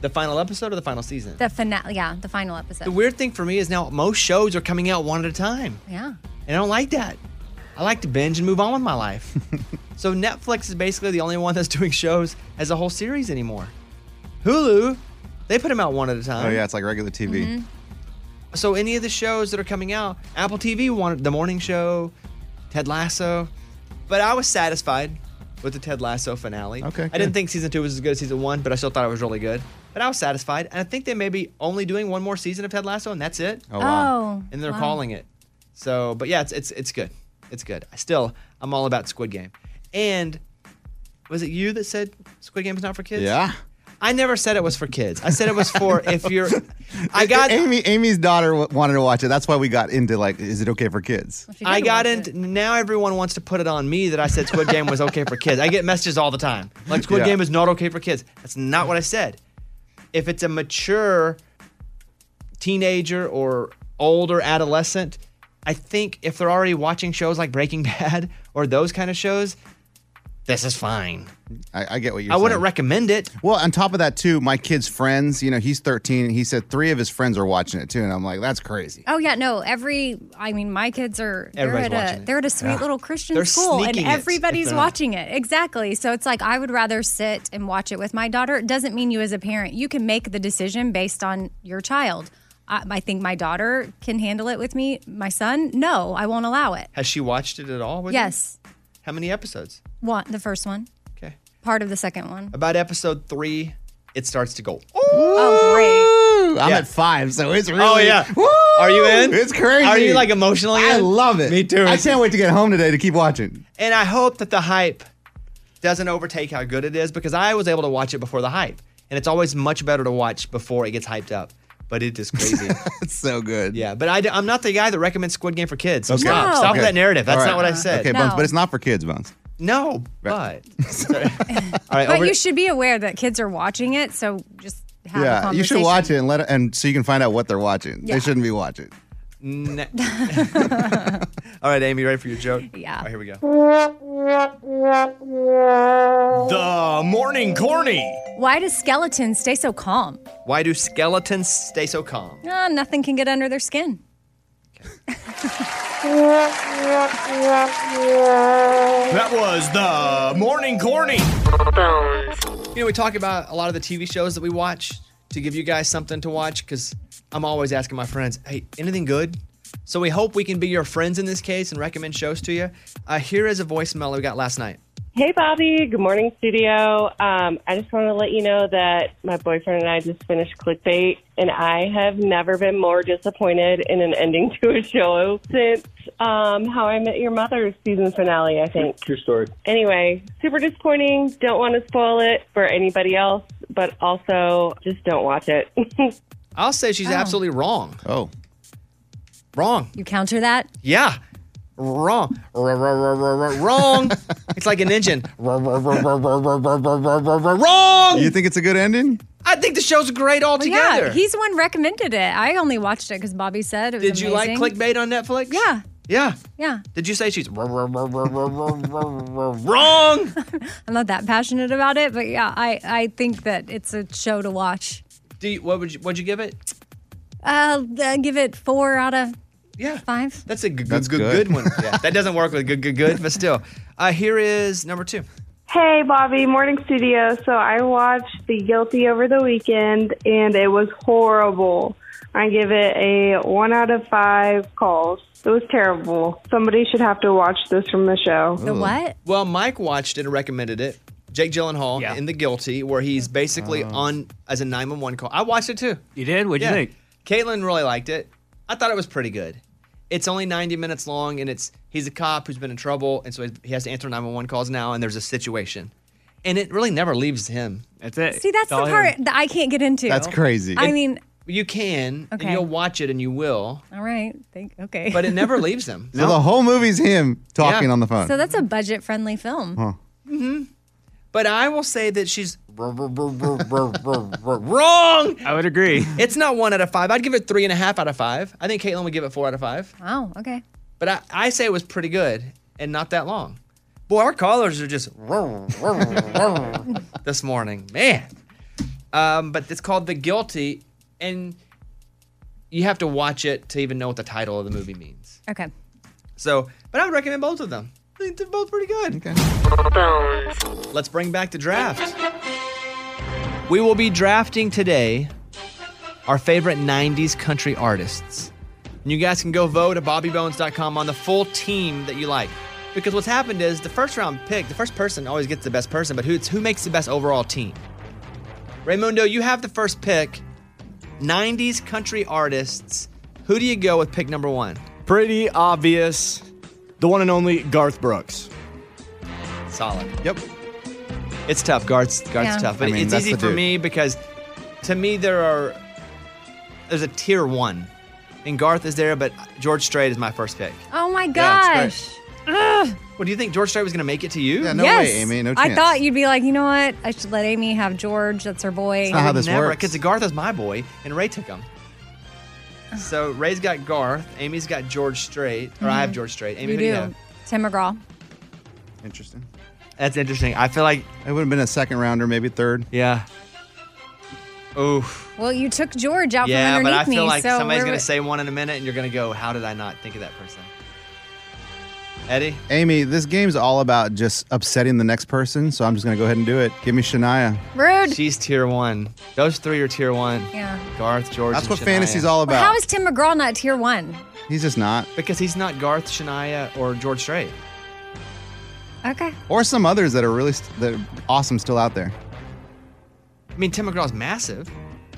[SPEAKER 1] The final episode or the final season?
[SPEAKER 3] The finale. Yeah, the final episode.
[SPEAKER 1] The weird thing for me is now most shows are coming out one at a time.
[SPEAKER 3] yeah.
[SPEAKER 1] And I don't like that. I like to binge and move on with
[SPEAKER 3] *laughs*
[SPEAKER 1] my life. so Netflix is basically the only one that's *laughs* doing shows as a whole series anymore. Hulu, they put them out one at a time.
[SPEAKER 3] Mm-hmm.
[SPEAKER 2] Oh yeah, it's like regular TV.
[SPEAKER 1] So any of the shows that are coming out, Apple TV wanted the morning show, Ted Lasso, but I was satisfied with the Ted Lasso finale.
[SPEAKER 2] Okay,
[SPEAKER 1] I didn't
[SPEAKER 2] good.
[SPEAKER 1] think season two was as good as season one, but I still thought it was really good. But I was satisfied, and I think they may be only doing one more season of Ted Lasso, and that's it.
[SPEAKER 3] Oh, wow. Oh,
[SPEAKER 1] and they're
[SPEAKER 3] wow.
[SPEAKER 1] calling it. So, but yeah, it's it's it's good. It's good. Still, I'm all about Squid Game. And was it you that said Squid Game is not for kids?
[SPEAKER 2] Yeah.
[SPEAKER 1] I never said it was for kids. I said it was
[SPEAKER 2] *laughs*
[SPEAKER 1] for if you're. I got.
[SPEAKER 2] Amy. Amy's daughter w- wanted to watch it. That's why we got into like, is it okay for kids?
[SPEAKER 1] I got into now everyone wants to put it on me that I said Squid Game was okay for kids. I get messages all the time. Like Squid
[SPEAKER 2] Yeah.
[SPEAKER 1] Game is not okay for kids. That's not what I said. If it's a mature teenager or older adolescent, I think if they're already watching shows like Breaking *laughs* Bad or those kind of shows, this is fine.
[SPEAKER 2] I, I get what you're.
[SPEAKER 1] I wouldn't
[SPEAKER 2] saying.
[SPEAKER 1] recommend it.
[SPEAKER 2] Well, on top of that too, my kid's friends. You know, he's 13. And he said three of his friends are watching it too, and I'm like, that's crazy.
[SPEAKER 3] Oh yeah, no. Every, I mean, my kids are they're at
[SPEAKER 2] Everybody's
[SPEAKER 3] a
[SPEAKER 2] watching it.
[SPEAKER 3] they're at a sweet
[SPEAKER 2] Yeah.
[SPEAKER 3] little Christian
[SPEAKER 2] They're
[SPEAKER 3] school, and
[SPEAKER 2] sneaking it if
[SPEAKER 3] everybody's
[SPEAKER 2] they're not.
[SPEAKER 3] watching it. Exactly. So it's like I would rather sit and watch it with my daughter. It doesn't mean you as a parent you can make the decision based on your child. I, I think my daughter can handle it with me. My son, no, I won't allow it.
[SPEAKER 1] Has she watched it at all? with you?
[SPEAKER 3] Yes,
[SPEAKER 1] How many episodes?
[SPEAKER 3] one the first one.
[SPEAKER 1] Okay.
[SPEAKER 3] Part of the second one.
[SPEAKER 1] About episode three, it starts to go.
[SPEAKER 3] Oh great.
[SPEAKER 2] I'm at five, so it's really.
[SPEAKER 1] Oh yeah.
[SPEAKER 2] Woo!
[SPEAKER 1] Are you in?
[SPEAKER 2] It's crazy.
[SPEAKER 1] Are you like emotionally?
[SPEAKER 2] I
[SPEAKER 1] in?
[SPEAKER 2] love it. Me too. I can't wait to get home today to keep watching.
[SPEAKER 1] And I hope that the hype doesn't overtake how good it is because I was able to watch it before the hype, and it's always much better to watch before it gets hyped up. But it is
[SPEAKER 2] *laughs*
[SPEAKER 1] crazy.
[SPEAKER 2] it's so good.
[SPEAKER 1] Yeah, but I, am not the guy that recommends Squid Game for kids. So
[SPEAKER 2] Okay.
[SPEAKER 1] Stop. Stop
[SPEAKER 2] Okay.
[SPEAKER 1] with that narrative. That's
[SPEAKER 2] All right.
[SPEAKER 1] not what I said.
[SPEAKER 2] Okay, Bones, but it's not for kids, Bones.
[SPEAKER 1] No, but. Sorry. All right,
[SPEAKER 3] But
[SPEAKER 1] over-
[SPEAKER 3] you should be aware that kids are watching it, so just have a
[SPEAKER 2] yeah,
[SPEAKER 3] conversation.
[SPEAKER 2] you should watch it and let it, and so you can find out what they're watching.
[SPEAKER 3] Yeah.
[SPEAKER 2] They shouldn't be watching.
[SPEAKER 1] Ne- *laughs* All right, Amy, you ready for your joke?
[SPEAKER 3] Yeah.
[SPEAKER 1] All right, here we go.
[SPEAKER 3] The
[SPEAKER 1] morning corny.
[SPEAKER 3] Why do skeletons stay so calm?
[SPEAKER 1] Why do skeletons stay so calm?
[SPEAKER 3] Ah, nothing can get under their skin.
[SPEAKER 5] That was the morning corny.
[SPEAKER 1] You know, we talk about a lot of the TV shows that we watch to give you guys something to watch because I'm always asking my friends, hey, anything good? So we hope we can be your friends in this case and recommend shows to you. Uh, here is a voicemail we got last night.
[SPEAKER 14] Hey, Bobby. Good morning, studio. Um, I just want to let you know that my boyfriend and I just finished Clickbait, and I have never been more disappointed in an ending *laughs* to a show since um, How I Met Your Mother's season finale, I think.
[SPEAKER 15] True story.
[SPEAKER 14] Anyway, super disappointing. Don't want to spoil it for anybody else, but also just don't watch it. *laughs*
[SPEAKER 1] I'll say she's absolutely wrong.
[SPEAKER 2] Oh.
[SPEAKER 1] Wrong.
[SPEAKER 3] You counter that?
[SPEAKER 1] Yeah. Wrong.
[SPEAKER 3] *laughs*
[SPEAKER 1] Wrong. It's like an engine. Wrong.
[SPEAKER 2] You think it's a good ending?
[SPEAKER 1] I think the show's great
[SPEAKER 3] Well,
[SPEAKER 1] altogether.
[SPEAKER 3] yeah, he's the one recommended it. I only watched it because Bobby said it was
[SPEAKER 1] Did you like
[SPEAKER 3] amazing.
[SPEAKER 1] clickbait on Netflix?
[SPEAKER 3] Yeah,
[SPEAKER 1] Yeah.
[SPEAKER 3] yeah.
[SPEAKER 1] Did you say she's wrong?
[SPEAKER 3] I'm not that passionate about it, but yeah, I, I think that it's a show to watch.
[SPEAKER 1] Do you, what would you, what'd you give it?
[SPEAKER 3] Uh, uh, give it four out of
[SPEAKER 1] yeah
[SPEAKER 3] five.
[SPEAKER 1] That's a good,
[SPEAKER 2] That's
[SPEAKER 1] good,
[SPEAKER 2] good. *laughs*
[SPEAKER 1] good, one. Yeah, that doesn't work with good, good, good, but still. Uh, here is number two.
[SPEAKER 16] Hey, Bobby, Morning Studio. So I watched The Guilty over the weekend, and it was horrible. I give it a one out of five calls. It was terrible. Somebody should have to watch this from the show.
[SPEAKER 1] Well, Mike watched it and recommended it. Jake Gyllenhaal in The Guilty, where he's basically
[SPEAKER 2] Oh.
[SPEAKER 1] on as a 911 call. I watched it too.
[SPEAKER 11] You did? What'd you think?
[SPEAKER 1] Caitlin really liked it. I thought it was pretty good. It's only 90 minutes long, and it's he's a cop who's been in trouble, and so he- he has to answer 911 calls now, and there's a situation. And it really never leaves him.
[SPEAKER 11] That's it.
[SPEAKER 3] See, that's the part that I can't get into.
[SPEAKER 1] That's crazy.
[SPEAKER 3] I
[SPEAKER 1] And-
[SPEAKER 3] mean,
[SPEAKER 1] You can,
[SPEAKER 3] Okay.
[SPEAKER 1] and you'll watch it, and you will,
[SPEAKER 3] all right, think okay,
[SPEAKER 1] but it never leaves him.
[SPEAKER 2] So the whole movie's him talking on the
[SPEAKER 3] *laughs*
[SPEAKER 2] phone.
[SPEAKER 3] So that's a budget-friendly film. Mm-hmm.
[SPEAKER 1] But I will say that she's wrong.
[SPEAKER 11] I would agree.
[SPEAKER 1] It's not one out of five. I'd give it three and a half out of five. I think Caitlin would give it four out of five.
[SPEAKER 3] Wow. Okay.
[SPEAKER 1] But I, I say it was pretty good and not that long. Boy, our callers are just *laughs* this morning, man. Um, but it's called The Guilty, and you have to watch it to even know what the title of the movie means.
[SPEAKER 3] Okay.
[SPEAKER 1] So, but I would recommend both of them. I think they're both pretty good. Let's bring back the draft. We will be drafting today our favorite 90s country artists. And you guys can go vote at bobbybones.com on the full team that you like. Because what's happened is the first round pick, the first person always gets the best person, but who, it's who makes the best overall team? Raymundo, you have the first pick. 90s country artists. Who do you go with pick number one?
[SPEAKER 6] Pretty obvious. The one and only Garth Brooks.
[SPEAKER 1] Solid. Yep. It's tough. Guards, guards,
[SPEAKER 6] Yeah.
[SPEAKER 1] tough. But
[SPEAKER 6] I mean,
[SPEAKER 1] it's
[SPEAKER 6] that's
[SPEAKER 1] easy
[SPEAKER 6] the
[SPEAKER 1] for
[SPEAKER 6] dude.
[SPEAKER 1] me because to me there are there's a tier one, and Garth is there, but George Strait is my first pick.
[SPEAKER 3] Oh my
[SPEAKER 1] Yeah,
[SPEAKER 3] gosh.
[SPEAKER 1] it's
[SPEAKER 3] Ugh.
[SPEAKER 1] What do you think? George Strait was going to make it to you? Yeah,
[SPEAKER 3] yes. I thought you'd be like, you know what? I should let Amy have George. That's her boy.
[SPEAKER 1] Because Garth is my boy, and Ray took him. So Ray's got Garth, Amy's got George Strait, or I have
[SPEAKER 3] Mhm.
[SPEAKER 1] George Strait. Amy,
[SPEAKER 3] You
[SPEAKER 1] who do you
[SPEAKER 3] do.
[SPEAKER 1] have?
[SPEAKER 3] Tim McGraw.
[SPEAKER 2] Interesting.
[SPEAKER 1] That's interesting. I feel like
[SPEAKER 2] it would have been a second rounder, maybe third.
[SPEAKER 1] Yeah. Oof.
[SPEAKER 3] Well, you took George out
[SPEAKER 1] yeah,
[SPEAKER 3] from underneath
[SPEAKER 1] but I feel
[SPEAKER 3] me.
[SPEAKER 1] like
[SPEAKER 3] so
[SPEAKER 1] somebody's
[SPEAKER 3] we're-
[SPEAKER 1] going to say one in a minute, and you're going to go, "How did I not think of that person?" Eddie,
[SPEAKER 2] Amy, this game's all about just upsetting the next person, so I'm just gonna go ahead and do it. Give me Shania.
[SPEAKER 3] rude.
[SPEAKER 1] She's tier one. Those three are tier one.
[SPEAKER 3] Yeah.
[SPEAKER 1] Garth, George.
[SPEAKER 2] That's
[SPEAKER 1] and
[SPEAKER 2] what
[SPEAKER 1] Shania.
[SPEAKER 2] fantasy's all
[SPEAKER 3] Well, how is Tim McGraw not tier one?
[SPEAKER 2] He's just not.
[SPEAKER 1] Because he's not Garth, Shania, or George Strait.
[SPEAKER 3] Okay.
[SPEAKER 2] Or some others that are really st- that are awesome still out there.
[SPEAKER 1] I mean, Tim McGraw's massive,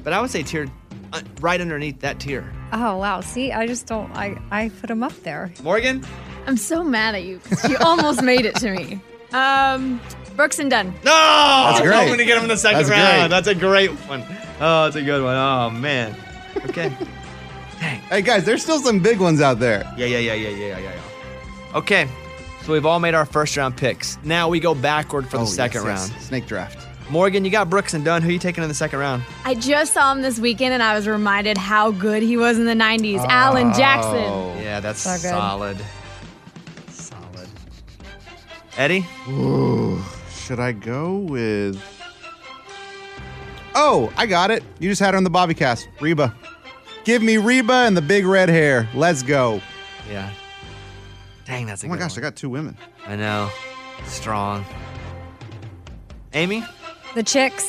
[SPEAKER 1] but I would say tier uh, right underneath that tier.
[SPEAKER 3] Oh wow. See, I just don't. I I put him up there.
[SPEAKER 1] Morgan,
[SPEAKER 4] I'm so mad at you 'cause you almost made it to me. Um, Brooks and Dunn.
[SPEAKER 1] No,
[SPEAKER 4] that's
[SPEAKER 1] I'm going to get him in the second
[SPEAKER 4] That's
[SPEAKER 1] round.
[SPEAKER 4] great.
[SPEAKER 1] That's a great one. Oh, that's a good one. Oh man.
[SPEAKER 2] *laughs*
[SPEAKER 1] Okay.
[SPEAKER 2] Hey guys, there's still some big ones out there.
[SPEAKER 1] Yeah, yeah, yeah, yeah, yeah, yeah, yeah. Okay, so we've all made our first round picks. Now we go backward for
[SPEAKER 2] Oh,
[SPEAKER 1] the
[SPEAKER 2] yes,
[SPEAKER 1] second
[SPEAKER 2] yes.
[SPEAKER 1] round.
[SPEAKER 2] Snake draft.
[SPEAKER 1] Morgan, you got Brooks and Dunn. Who you taking in the second round?
[SPEAKER 4] I just saw him this weekend and I was reminded how good he was in the 90s. Alan Jackson.
[SPEAKER 2] Oh.
[SPEAKER 1] Yeah, that's
[SPEAKER 4] So good.
[SPEAKER 1] solid. Solid. Eddie?
[SPEAKER 2] Ooh, should I go with? Oh, I got it. You just had her on the Bobbycast. Reba. Give me Reba and the big red hair. Let's go.
[SPEAKER 1] Yeah. Dang, that's a
[SPEAKER 2] Oh my
[SPEAKER 1] good
[SPEAKER 2] gosh, I got two women.
[SPEAKER 1] I know. Strong. Amy?
[SPEAKER 3] The chicks,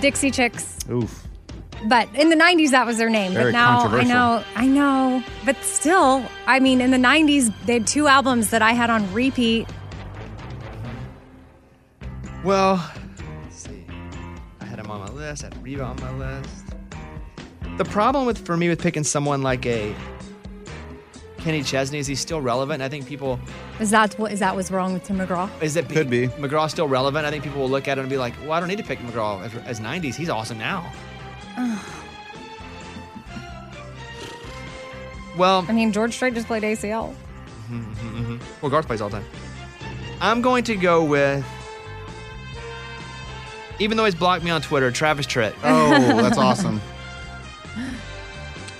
[SPEAKER 3] Dixie Chicks.
[SPEAKER 6] *laughs*
[SPEAKER 2] Oof.
[SPEAKER 3] But in the '90s, that was their name.
[SPEAKER 1] Very
[SPEAKER 3] but now I
[SPEAKER 1] controversial.
[SPEAKER 3] know, I know. But still, I mean, in the '90s, they had two albums that I had on repeat.
[SPEAKER 1] Well, let's see. I had him on my list. I had Reba on my list. The problem with for me with picking someone like a Kenny Chesney is he's still relevant. I think people
[SPEAKER 3] Is that what is that was wrong with Tim McGraw?
[SPEAKER 1] is that could be McGraw's still relevant. I think people will look at it and be like, "Well, I don't need to pick McGraw as, as '90s. He's awesome now." *sighs* Well,
[SPEAKER 3] I mean, George Strait just played ACL.
[SPEAKER 1] Mhm, mhm, mhm. Well, Garth plays all the time. I'm going to go with, even though he's blocked me on Twitter, Travis Tritt.
[SPEAKER 2] Oh, that's awesome.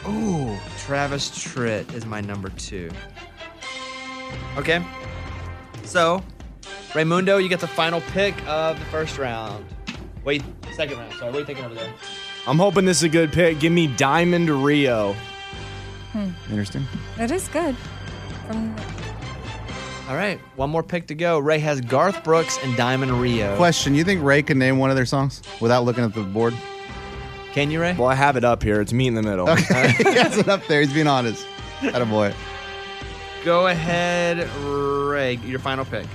[SPEAKER 1] Ooh, Travis Tritt is my number two. Okay. So, Raymundo, you get the final pick of the first round. Wait, second round. Sorry, what are you thinking over there?
[SPEAKER 6] I'm hoping this is a good pick. Give me Diamond Rio.
[SPEAKER 3] Hmm.
[SPEAKER 2] Interesting.
[SPEAKER 3] That is good. From
[SPEAKER 1] All right, one more pick to go. Ray has Garth Brooks and Diamond Rio.
[SPEAKER 2] Question: You think Ray can name one of their songs without looking at the board? *laughs*
[SPEAKER 1] Can you, Ray?
[SPEAKER 6] Well, I have it up here. It's me in the middle.
[SPEAKER 2] Okay. he has it up there. He's being honest. Attaboy.
[SPEAKER 1] Go ahead, Ray. Your final pick.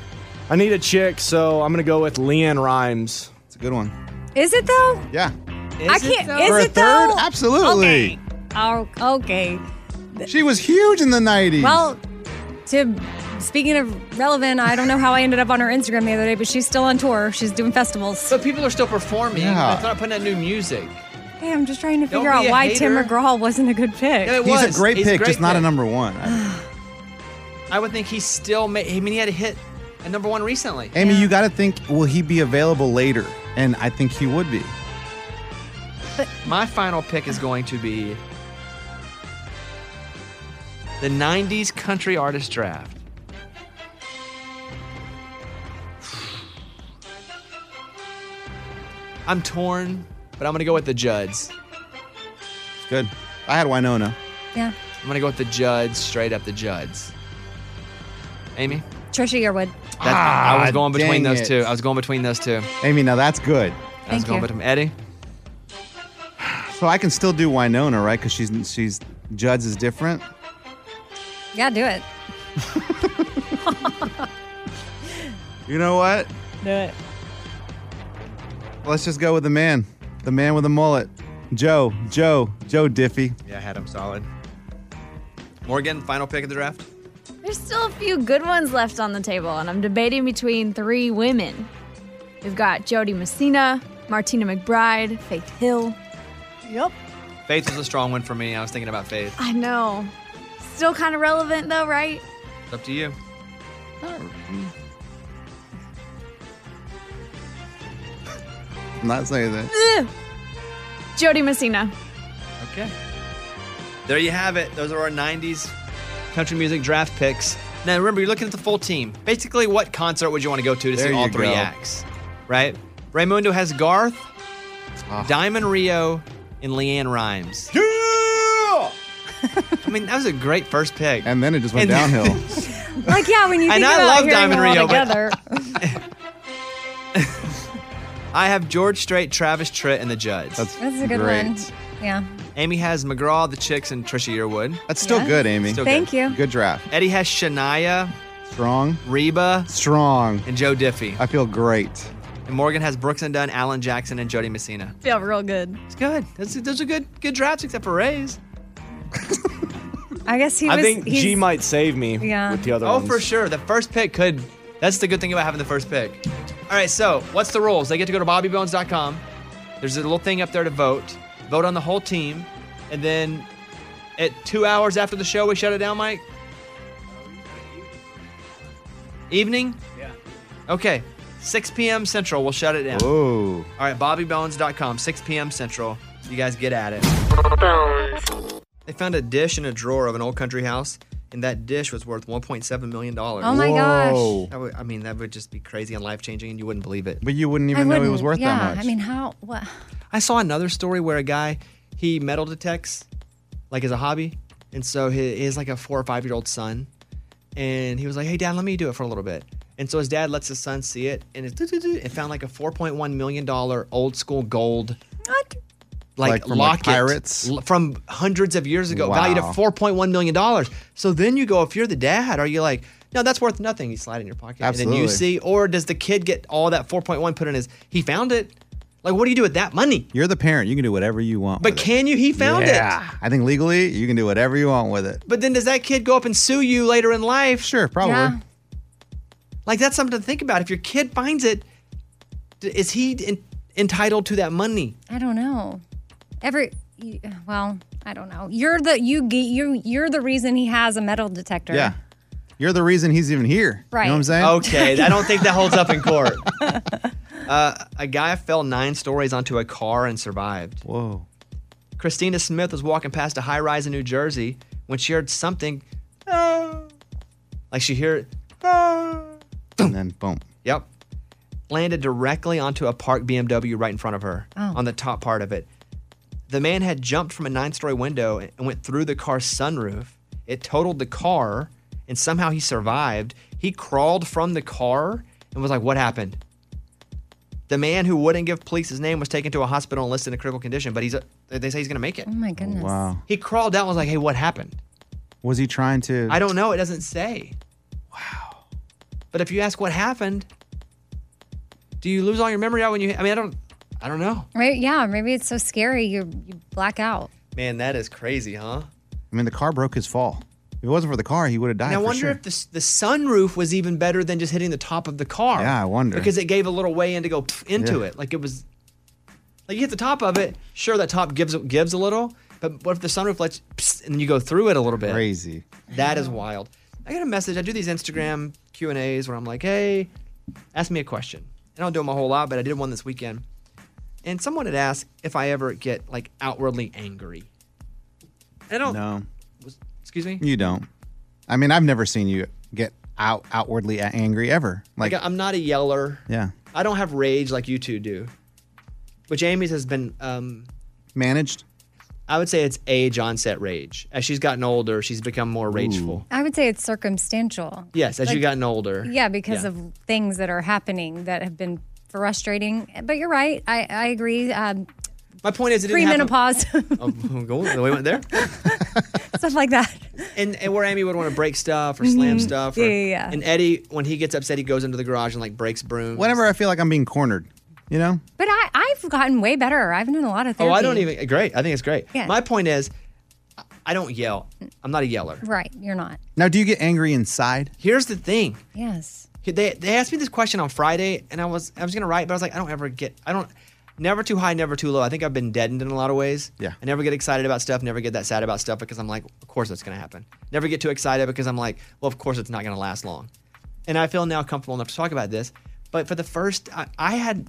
[SPEAKER 6] I need a chick, so I'm gonna go with Leanne Rhymes. It's
[SPEAKER 2] a good one.
[SPEAKER 3] Is it though?
[SPEAKER 2] Yeah.
[SPEAKER 3] I
[SPEAKER 6] Is it
[SPEAKER 3] can't.
[SPEAKER 6] though?
[SPEAKER 3] Is
[SPEAKER 6] For a
[SPEAKER 3] it though?
[SPEAKER 2] third? Absolutely.
[SPEAKER 3] Okay. Oh, okay.
[SPEAKER 2] She was huge in the 90s.
[SPEAKER 3] Well, to speaking of relevant, I don't know how I ended up on her Instagram the other day, but she's still on tour. She's doing festivals.
[SPEAKER 1] But people are still performing.
[SPEAKER 2] Yeah.
[SPEAKER 1] It's not putting out new music.
[SPEAKER 3] Hey, I'm just trying to
[SPEAKER 1] Don't
[SPEAKER 3] figure out
[SPEAKER 1] be a
[SPEAKER 3] why Tim
[SPEAKER 1] hater.
[SPEAKER 3] McGraw wasn't a good pick.
[SPEAKER 1] No, it
[SPEAKER 2] He's
[SPEAKER 1] was.
[SPEAKER 2] a great
[SPEAKER 1] He's a
[SPEAKER 2] pick,
[SPEAKER 1] great
[SPEAKER 2] just not a
[SPEAKER 1] pick.
[SPEAKER 2] number one.
[SPEAKER 1] I would think he still made. I mean, he had a hit at number one recently.
[SPEAKER 2] Amy, you got to think, will he be available later? And I think he would be.
[SPEAKER 1] My final pick is going to be the 90s country artist draft. I'm torn, but I'm going to go with the Judds.
[SPEAKER 2] It's good. I had Winona.
[SPEAKER 3] Yeah.
[SPEAKER 1] I'm going to go with the Judds, straight up the Judds. Amy?
[SPEAKER 3] Trisha Yearwood.
[SPEAKER 1] That's, I was going between those two. I was going between those two.
[SPEAKER 2] Amy, now that's good.
[SPEAKER 1] I was
[SPEAKER 3] Thank
[SPEAKER 1] going
[SPEAKER 3] you.
[SPEAKER 1] between Eddie.
[SPEAKER 2] So I can still do Winona, right? Because she's she's Judd's is different.
[SPEAKER 3] Yeah, do it.
[SPEAKER 2] You know what?
[SPEAKER 3] Do it.
[SPEAKER 2] Let's just go with the man, the man with the mullet, Joe, Joe, Joe Diffie.
[SPEAKER 1] Yeah, I had him solid. Morgan, final pick of the draft.
[SPEAKER 4] There's still a few good ones left on the table, and I'm debating between three women. We've got Jody Messina, Martina McBride, Faith Hill. Yep.
[SPEAKER 1] Faith was a strong one for me. I was thinking about Faith.
[SPEAKER 4] I know. Still kind of relevant though, right?
[SPEAKER 1] It's up to you.
[SPEAKER 2] I'm not saying that.
[SPEAKER 4] Ugh. Jody Messina.
[SPEAKER 1] Okay. There you have it. Those are our 90s country music draft picks. Now, remember, you're looking at the full team. Basically, what concert would you want to go to to
[SPEAKER 2] There
[SPEAKER 1] see all
[SPEAKER 2] you
[SPEAKER 1] three
[SPEAKER 2] go.
[SPEAKER 1] acts? Right? Raymundo has Garth,
[SPEAKER 2] Ah.
[SPEAKER 1] Diamond Rio, and Leanne Rhymes. Yeah! I mean, that was a great first pick.
[SPEAKER 2] And then it just went downhill.
[SPEAKER 3] Like, yeah, when you
[SPEAKER 1] And
[SPEAKER 3] think
[SPEAKER 1] I
[SPEAKER 3] about
[SPEAKER 1] love
[SPEAKER 3] hearing
[SPEAKER 1] Diamond
[SPEAKER 3] them all
[SPEAKER 1] Rio, but-
[SPEAKER 3] together.
[SPEAKER 1] I have George Strait, Travis Tritt, and the Judds. That's,
[SPEAKER 3] That's a good one. Yeah.
[SPEAKER 1] Amy has McGraw, the Chicks, and Trisha Yearwood.
[SPEAKER 2] That's still Yeah. good, Amy.
[SPEAKER 1] Still
[SPEAKER 3] Thank
[SPEAKER 1] good.
[SPEAKER 3] you.
[SPEAKER 2] Good draft.
[SPEAKER 1] Eddie has Shania,
[SPEAKER 2] Strong.
[SPEAKER 1] Reba.
[SPEAKER 2] Strong.
[SPEAKER 1] And Joe Diffie.
[SPEAKER 2] I feel great.
[SPEAKER 1] and Morgan has Brooks and Dunn, Alan Jackson, and Jody Messina.
[SPEAKER 4] Feel real good.
[SPEAKER 1] It's good. That's, those are good good drafts except for Ray's.
[SPEAKER 3] I guess he
[SPEAKER 6] I
[SPEAKER 3] was.
[SPEAKER 6] think
[SPEAKER 3] he's-
[SPEAKER 6] G might save me
[SPEAKER 3] Yeah.
[SPEAKER 6] with the other
[SPEAKER 1] Oh,
[SPEAKER 6] ones.
[SPEAKER 1] for sure. The first pick could. That's the good thing about having the first pick. All right, so what's the rules? They get to go to bobbybones.com. There's a little thing up there to vote. Vote on the whole team. And then at two hours after the show, we shut it down, Mike? Evening?
[SPEAKER 11] Yeah.
[SPEAKER 1] Okay. 6 p.m. Central, we'll shut it down.
[SPEAKER 3] Oh
[SPEAKER 2] Whoa.
[SPEAKER 1] All right, bobbybones.com, 6 p.m. Central. You guys get at it. They found a dish in a drawer of an old country house, and that dish was worth $1.7 million.
[SPEAKER 3] Oh my gosh. Whoa.
[SPEAKER 1] That would, I mean, that would just be crazy and life changing, and you wouldn't believe it.
[SPEAKER 2] But you wouldn't
[SPEAKER 3] I
[SPEAKER 2] even know he was
[SPEAKER 3] wouldn't-
[SPEAKER 2] worth
[SPEAKER 3] yeah,
[SPEAKER 2] that much.
[SPEAKER 3] I mean, how? What?
[SPEAKER 1] I saw another story where a guy he metal detects like as a hobby, and so he he has like a four or five year old son, and he was like, "Hey, Dad, let me do it for a little bit." And so his dad lets his son see it, and it's doo-doo-doo, it found like a four point one million dollar old school gold.
[SPEAKER 2] Like
[SPEAKER 1] Like,
[SPEAKER 2] from, like,
[SPEAKER 1] locket
[SPEAKER 2] pirates?
[SPEAKER 1] l- from hundreds of years ago, valued
[SPEAKER 2] Wow.
[SPEAKER 1] at four point one million dollars. So then you go, if you're the dad, are you like, no, that's worth nothing? You slide it in your pocket, and then you
[SPEAKER 2] Absolutely.
[SPEAKER 1] see, or does the kid get all that four point one put in his? He found it. Like, what do you do with that money?
[SPEAKER 2] You're the parent. You can do whatever you want.
[SPEAKER 1] But can you? He found it.
[SPEAKER 2] I think legally you can do whatever you want with it.
[SPEAKER 1] But then does that kid go up and sue you later in life?
[SPEAKER 2] Sure, probably. Yeah.
[SPEAKER 1] Like that's something to think about. If your kid finds it, d- is he en- entitled to that
[SPEAKER 2] *laughs*
[SPEAKER 1] money?
[SPEAKER 3] I don't know. Every you- well, I don't know. You're the you ge- you you're the reason he has a metal detector.
[SPEAKER 2] Yeah. You're the reason he's even here. You
[SPEAKER 3] Right.
[SPEAKER 2] know what I'm saying?
[SPEAKER 1] Okay, I don't think that holds up in court. *laughs* Uh, a guy fell nine stories onto a car and survived.
[SPEAKER 2] Whoa.
[SPEAKER 1] Christina Smith was walking past a high rise in New Jersey when she heard something. "Ah." Like she "Ah." heard,
[SPEAKER 2] and then boom.
[SPEAKER 1] Yep. Landed directly onto a parked BMW right in front of her
[SPEAKER 2] Oh.
[SPEAKER 1] on the top part of it. The man had jumped from a nine story window and went through the car's sunroof. It totaled the car and somehow he survived. He crawled from the car and was like, What happened? The man who wouldn't give police his name was taken to a hospital and listed in a critical condition, but he's they say he's going to make it.
[SPEAKER 3] Oh my goodness.
[SPEAKER 2] Wow.
[SPEAKER 1] He crawled out and was like, Hey, what happened?
[SPEAKER 2] Was he trying to?
[SPEAKER 1] I don't know. It doesn't say. Wow. But if you ask what happened, do you lose all your memory out when you? I mean, I don't. I don't know.
[SPEAKER 3] Right? Yeah. Maybe it's so scary you you black out.
[SPEAKER 1] Man, that is crazy, huh?
[SPEAKER 2] I mean, the car broke his fall. If it wasn't for the car, he would have died.
[SPEAKER 1] And I
[SPEAKER 2] for
[SPEAKER 1] wonder
[SPEAKER 2] sure.
[SPEAKER 1] if the s- the sunroof was even better than just hitting the top of the car.
[SPEAKER 2] Yeah, I wonder.
[SPEAKER 1] Because it gave a little way in to go pff, into
[SPEAKER 2] Yeah.
[SPEAKER 1] it. Like it was. Like you hit the top of it. Sure, that top gives gives a little. But what if the sunroof lets pss, and you go through it a little bit?
[SPEAKER 2] Crazy.
[SPEAKER 1] That is wild. I get a message. I do these Instagram Q and A's where I'm like, "Hey, ask me a question." And I don't do them a whole lot, but I did one this weekend. And someone had asked if I ever get like outwardly angry. I don't.
[SPEAKER 2] No.
[SPEAKER 1] Excuse me.
[SPEAKER 2] You don't. I mean, I've never seen you get out outwardly a- angry ever. Like,
[SPEAKER 1] Like, I'm not a yeller.
[SPEAKER 2] yeah,
[SPEAKER 1] I don't have rage like you two do. Which Amy's has been. Um,
[SPEAKER 2] managed.
[SPEAKER 1] I would say it's age onset rage. As she's gotten older, she's become more rageful.
[SPEAKER 3] I would say it's circumstantial.
[SPEAKER 1] Yes, as
[SPEAKER 3] Like-
[SPEAKER 1] you've gotten older.
[SPEAKER 3] Yeah, because
[SPEAKER 1] Yeah.
[SPEAKER 3] of things that are happening that have been frustrating. But you're right. I I agree. Um,
[SPEAKER 1] My point is, it didn't happen.
[SPEAKER 3] Premenopause, *laughs*
[SPEAKER 1] Oh, *laughs* go on. We went there.
[SPEAKER 3] stuff like that.
[SPEAKER 1] And, and where Amy would want to break stuff or slam
[SPEAKER 3] Mhm.
[SPEAKER 1] stuff. Or,
[SPEAKER 3] Yeah, yeah, yeah.
[SPEAKER 1] And Eddie, when he gets upset, he goes into the garage and like breaks brooms.
[SPEAKER 2] Whenever I feel like I'm being cornered, you know?
[SPEAKER 3] But I, I've gotten way better. I've done a lot of
[SPEAKER 1] Oh,
[SPEAKER 3] therapy.
[SPEAKER 1] I don't even. Great. I think it's great.
[SPEAKER 3] Yeah.
[SPEAKER 1] My point is, I- I don't yell. I'm not a yeller.
[SPEAKER 3] Right, you're not.
[SPEAKER 2] Now, do you get angry inside?
[SPEAKER 1] Here's the thing.
[SPEAKER 3] Yes.
[SPEAKER 1] They, they asked me this question on Friday, and I was I was gonna write, but I was like, I don't ever get I don't never too high, never too low. I think I've been deadened in a lot of ways.
[SPEAKER 2] Yeah.
[SPEAKER 1] I never get excited about stuff, never get that sad about stuff because I'm like, of course that's gonna happen. Never get too excited because I'm like, well, of course it's not gonna last long. And I feel now comfortable enough to talk about this. But for the first, I, I had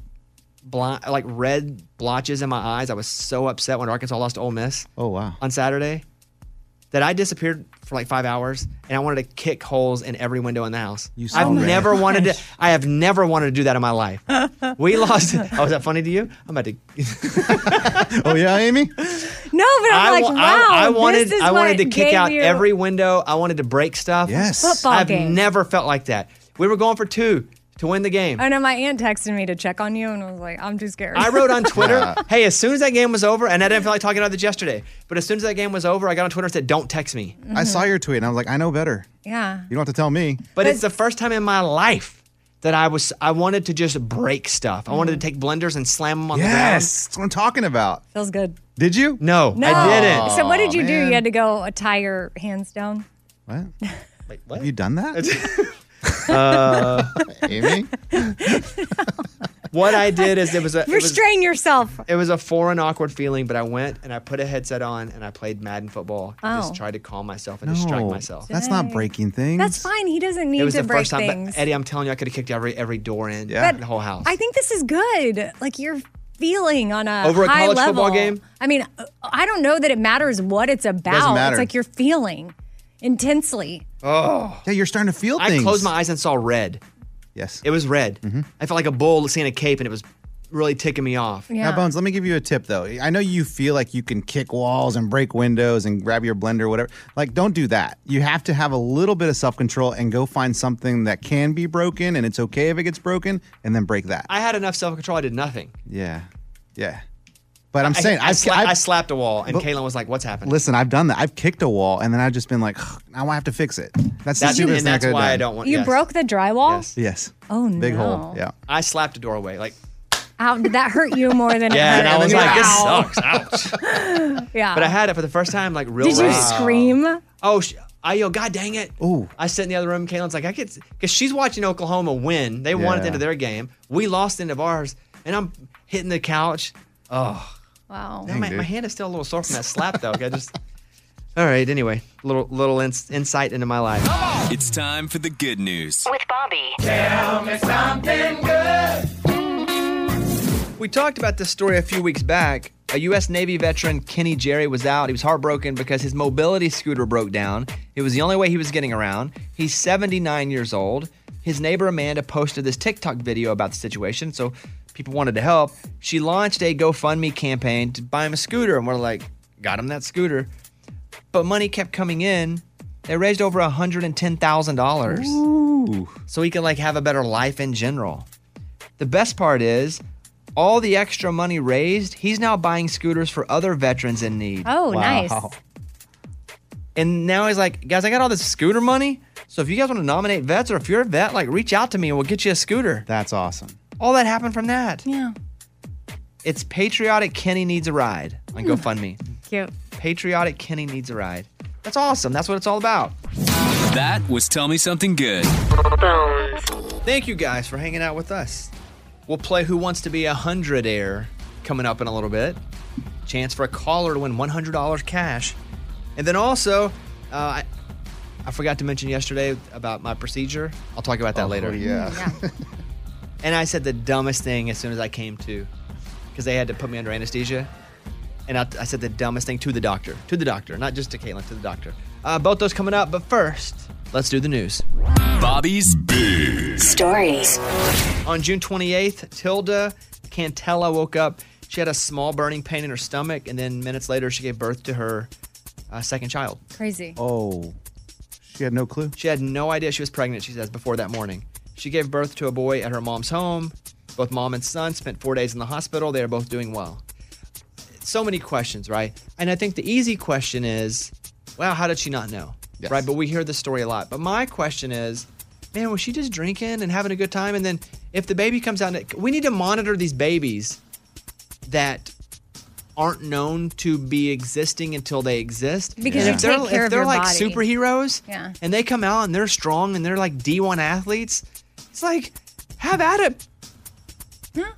[SPEAKER 1] blind, like red blotches in my eyes. I was so upset when Arkansas lost to Ole Miss.
[SPEAKER 2] Oh wow!
[SPEAKER 1] On Saturday, that I disappeared for like five hours, and I wanted to kick holes in every window in the house.
[SPEAKER 2] You
[SPEAKER 1] I've
[SPEAKER 2] saw red.
[SPEAKER 1] never wanted
[SPEAKER 2] *laughs*
[SPEAKER 1] to. I have never wanted to do that in my life. we lost. Oh, is that funny to you? I'm about to.
[SPEAKER 2] *laughs* oh yeah, Amy.
[SPEAKER 1] *laughs*
[SPEAKER 3] No, but I'm
[SPEAKER 1] I
[SPEAKER 3] like,
[SPEAKER 1] wa-
[SPEAKER 3] wow.
[SPEAKER 1] I, I wanted.
[SPEAKER 3] this is
[SPEAKER 1] I wanted
[SPEAKER 3] what
[SPEAKER 1] to kick
[SPEAKER 3] gave
[SPEAKER 1] out
[SPEAKER 3] you-
[SPEAKER 1] every window. I wanted to break stuff. Yes.
[SPEAKER 3] Football
[SPEAKER 1] I've
[SPEAKER 3] game.
[SPEAKER 1] never felt like that. We were going for two to win the
[SPEAKER 3] *laughs*
[SPEAKER 1] game.
[SPEAKER 3] I know my aunt texted me to check on you, and I was like, I'm too scared.
[SPEAKER 1] I wrote on Twitter, hey, as soon as that game was over, and I didn't feel like talking about this yesterday, but as soon as that game was over, I got on Twitter and said, don't text me.
[SPEAKER 2] I saw your tweet and I was like, I know better.
[SPEAKER 3] *laughs* Yeah.
[SPEAKER 2] You don't have to tell me.
[SPEAKER 1] But it's the first time in my life that I was, I wanted to just break stuff. I
[SPEAKER 3] Mm.
[SPEAKER 1] wanted to take blenders and slam them on the ground.
[SPEAKER 2] Yes, that's what I'm talking about.
[SPEAKER 3] Feels good.
[SPEAKER 2] Did you?
[SPEAKER 1] No,
[SPEAKER 3] No.
[SPEAKER 1] I didn't. Oh,
[SPEAKER 3] So what did you do? You had to go uh, tie your hands down.
[SPEAKER 2] What? Have you done that?
[SPEAKER 1] *laughs*
[SPEAKER 2] *laughs*
[SPEAKER 1] Uh,
[SPEAKER 2] Amy?
[SPEAKER 1] what I did is it
[SPEAKER 3] *laughs*
[SPEAKER 1] was a it was, Mm.
[SPEAKER 3] Restrain yourself.
[SPEAKER 1] it was a foreign, awkward feeling, but I went and I put a headset on and I played Madden football. and
[SPEAKER 3] Oh.
[SPEAKER 1] Just tried to calm myself and
[SPEAKER 2] no,
[SPEAKER 1] distract myself.
[SPEAKER 2] that's not breaking things.
[SPEAKER 3] That's fine. He doesn't need
[SPEAKER 1] it was
[SPEAKER 3] to
[SPEAKER 1] the
[SPEAKER 3] break
[SPEAKER 1] first time, but
[SPEAKER 3] things.
[SPEAKER 1] Eddie. I'm telling you, I could have kicked every every door in
[SPEAKER 3] Yeah. But
[SPEAKER 1] the whole house.
[SPEAKER 3] I think this is good. Like you're feeling on a
[SPEAKER 1] Over a
[SPEAKER 3] high
[SPEAKER 1] college
[SPEAKER 3] level.
[SPEAKER 1] football game?
[SPEAKER 3] I mean, uh, I don't know that it matters what it's about.
[SPEAKER 1] matter.
[SPEAKER 3] It's like you're feeling intensely.
[SPEAKER 1] Oh.
[SPEAKER 2] Yeah, you're starting to feel
[SPEAKER 1] I
[SPEAKER 2] things.
[SPEAKER 1] closed my eyes and saw red.
[SPEAKER 2] Yes.
[SPEAKER 1] It was red.
[SPEAKER 3] Mm-hmm.
[SPEAKER 1] I felt like a bull seeing a cape and it was really ticking me off.
[SPEAKER 2] Now, Bones, let me give you a tip though. I know you feel like you can kick walls and break windows and grab your blender, whatever. Like, don't do that. You have to have a little bit of self control and go find something that can be broken and it's okay if it gets broken and then break that.
[SPEAKER 1] I had enough self control. I did nothing.
[SPEAKER 2] Yeah. Yeah. But I'm saying,
[SPEAKER 1] I,
[SPEAKER 2] I've,
[SPEAKER 1] sla-
[SPEAKER 2] I've-
[SPEAKER 1] I slapped a wall and
[SPEAKER 2] But-
[SPEAKER 1] Kaylin was like, What's happened?
[SPEAKER 2] listen, I've done that. I've kicked a wall and then I've just been like, "Ugh, now I have to fix it. That's the
[SPEAKER 1] That's-
[SPEAKER 2] stupidest
[SPEAKER 1] and
[SPEAKER 2] thing
[SPEAKER 1] that's
[SPEAKER 2] could've
[SPEAKER 1] why I
[SPEAKER 2] done.
[SPEAKER 1] don't want-
[SPEAKER 3] You
[SPEAKER 1] Yes.
[SPEAKER 3] broke the drywall.
[SPEAKER 2] Yes.
[SPEAKER 3] Oh no!
[SPEAKER 2] Big hole. Yeah.
[SPEAKER 1] I slapped a doorway. Like,
[SPEAKER 3] Ow, did that hurt you more
[SPEAKER 1] *laughs*
[SPEAKER 3] than?
[SPEAKER 1] yeah,
[SPEAKER 3] it
[SPEAKER 1] and I
[SPEAKER 3] hurt
[SPEAKER 1] was
[SPEAKER 3] me?
[SPEAKER 1] like, This
[SPEAKER 3] Ow.
[SPEAKER 1] sucks. Ouch.
[SPEAKER 3] yeah.
[SPEAKER 1] But I had it for the first time, like, real
[SPEAKER 3] did you
[SPEAKER 1] raw.
[SPEAKER 3] scream?
[SPEAKER 1] Oh, sh- I yo, god dang it.
[SPEAKER 2] Ooh.
[SPEAKER 1] I sit in the other room. Kaylin's like, I could, because she's watching Oklahoma win. They won at the
[SPEAKER 2] Yeah.
[SPEAKER 1] end of their game. We lost into ours, and I'm hitting the couch. Oh,
[SPEAKER 3] wow.
[SPEAKER 1] my, my hand is still a little sore from that slap, though. I just. *laughs* All right. Anyway, little little ins- insight into my life.
[SPEAKER 13] It's time for the good news.
[SPEAKER 8] With Bobby.
[SPEAKER 13] Tell me something
[SPEAKER 8] good.
[SPEAKER 1] We talked about this story a few weeks back. A U.S. Navy veteran, Kenny Jerry, was out. He was heartbroken because his mobility scooter broke down. It was the only way he was getting around. He's 79 years old. His neighbor Amanda posted this TikTok video about the situation, so people wanted to help. She launched a GoFundMe campaign to buy him a scooter, and we're like, got him that scooter. But money kept coming in. They raised over $110,000 so he could like have a better life in general. The best part is all the extra money raised, he's now buying scooters for other veterans in need.
[SPEAKER 3] Oh, nice.
[SPEAKER 1] And now he's like, guys, I got all this scooter money. So if you guys want to nominate vets or if you're a vet, like reach out to me and we'll get you a scooter.
[SPEAKER 2] That's awesome.
[SPEAKER 1] All that happened from that.
[SPEAKER 3] Yeah.
[SPEAKER 1] It's Patriotic Kenny Needs a Ride on GoFundMe.
[SPEAKER 3] Hmm. Cute.
[SPEAKER 1] Patriotic Kenny Needs a Ride. That's awesome. That's what it's all about.
[SPEAKER 13] That was Tell Me Something Good.
[SPEAKER 1] Thank you guys for hanging out with us. We'll play Who Wants to Be a Hundred Air coming up in a little bit. Chance for a caller to win $100 cash. And then also, uh, I, I forgot to mention yesterday about my procedure. I'll talk about that later.
[SPEAKER 2] Oh, yeah.
[SPEAKER 1] and I said the dumbest thing as soon as I came to because they had to put me under anesthesia. And I, I said the dumbest thing to the doctor, to the doctor, not just to Caitlin, to the doctor. Uh, both those coming up, but first, let's do the news.
[SPEAKER 13] Bobby's Big
[SPEAKER 8] Stories.
[SPEAKER 1] On June 28th, Tilda Cantella woke up. She had a small burning pain in her stomach, and then minutes later, she gave birth to her uh, second child.
[SPEAKER 3] Crazy.
[SPEAKER 2] Oh. She had no clue.
[SPEAKER 1] She had no idea she was pregnant, she says, before that morning. She gave birth to a boy at her mom's home. Both mom and son spent four days in the hospital. They are both doing well. so many questions, right? And I think the easy question is, wow, how did she not know? Right? But we hear this story a lot. But my question is, man, was she just drinking and having a good time? And then if the baby comes out, we need to monitor these babies that aren't known to be existing until they exist.
[SPEAKER 3] Because
[SPEAKER 1] And
[SPEAKER 3] you
[SPEAKER 1] if they're,
[SPEAKER 3] take care
[SPEAKER 1] if
[SPEAKER 3] of
[SPEAKER 1] they're
[SPEAKER 3] your
[SPEAKER 1] like
[SPEAKER 3] body.
[SPEAKER 1] superheroes
[SPEAKER 3] Yeah.
[SPEAKER 1] and they come out and they're strong and they're like D1 athletes, it's like, have at it.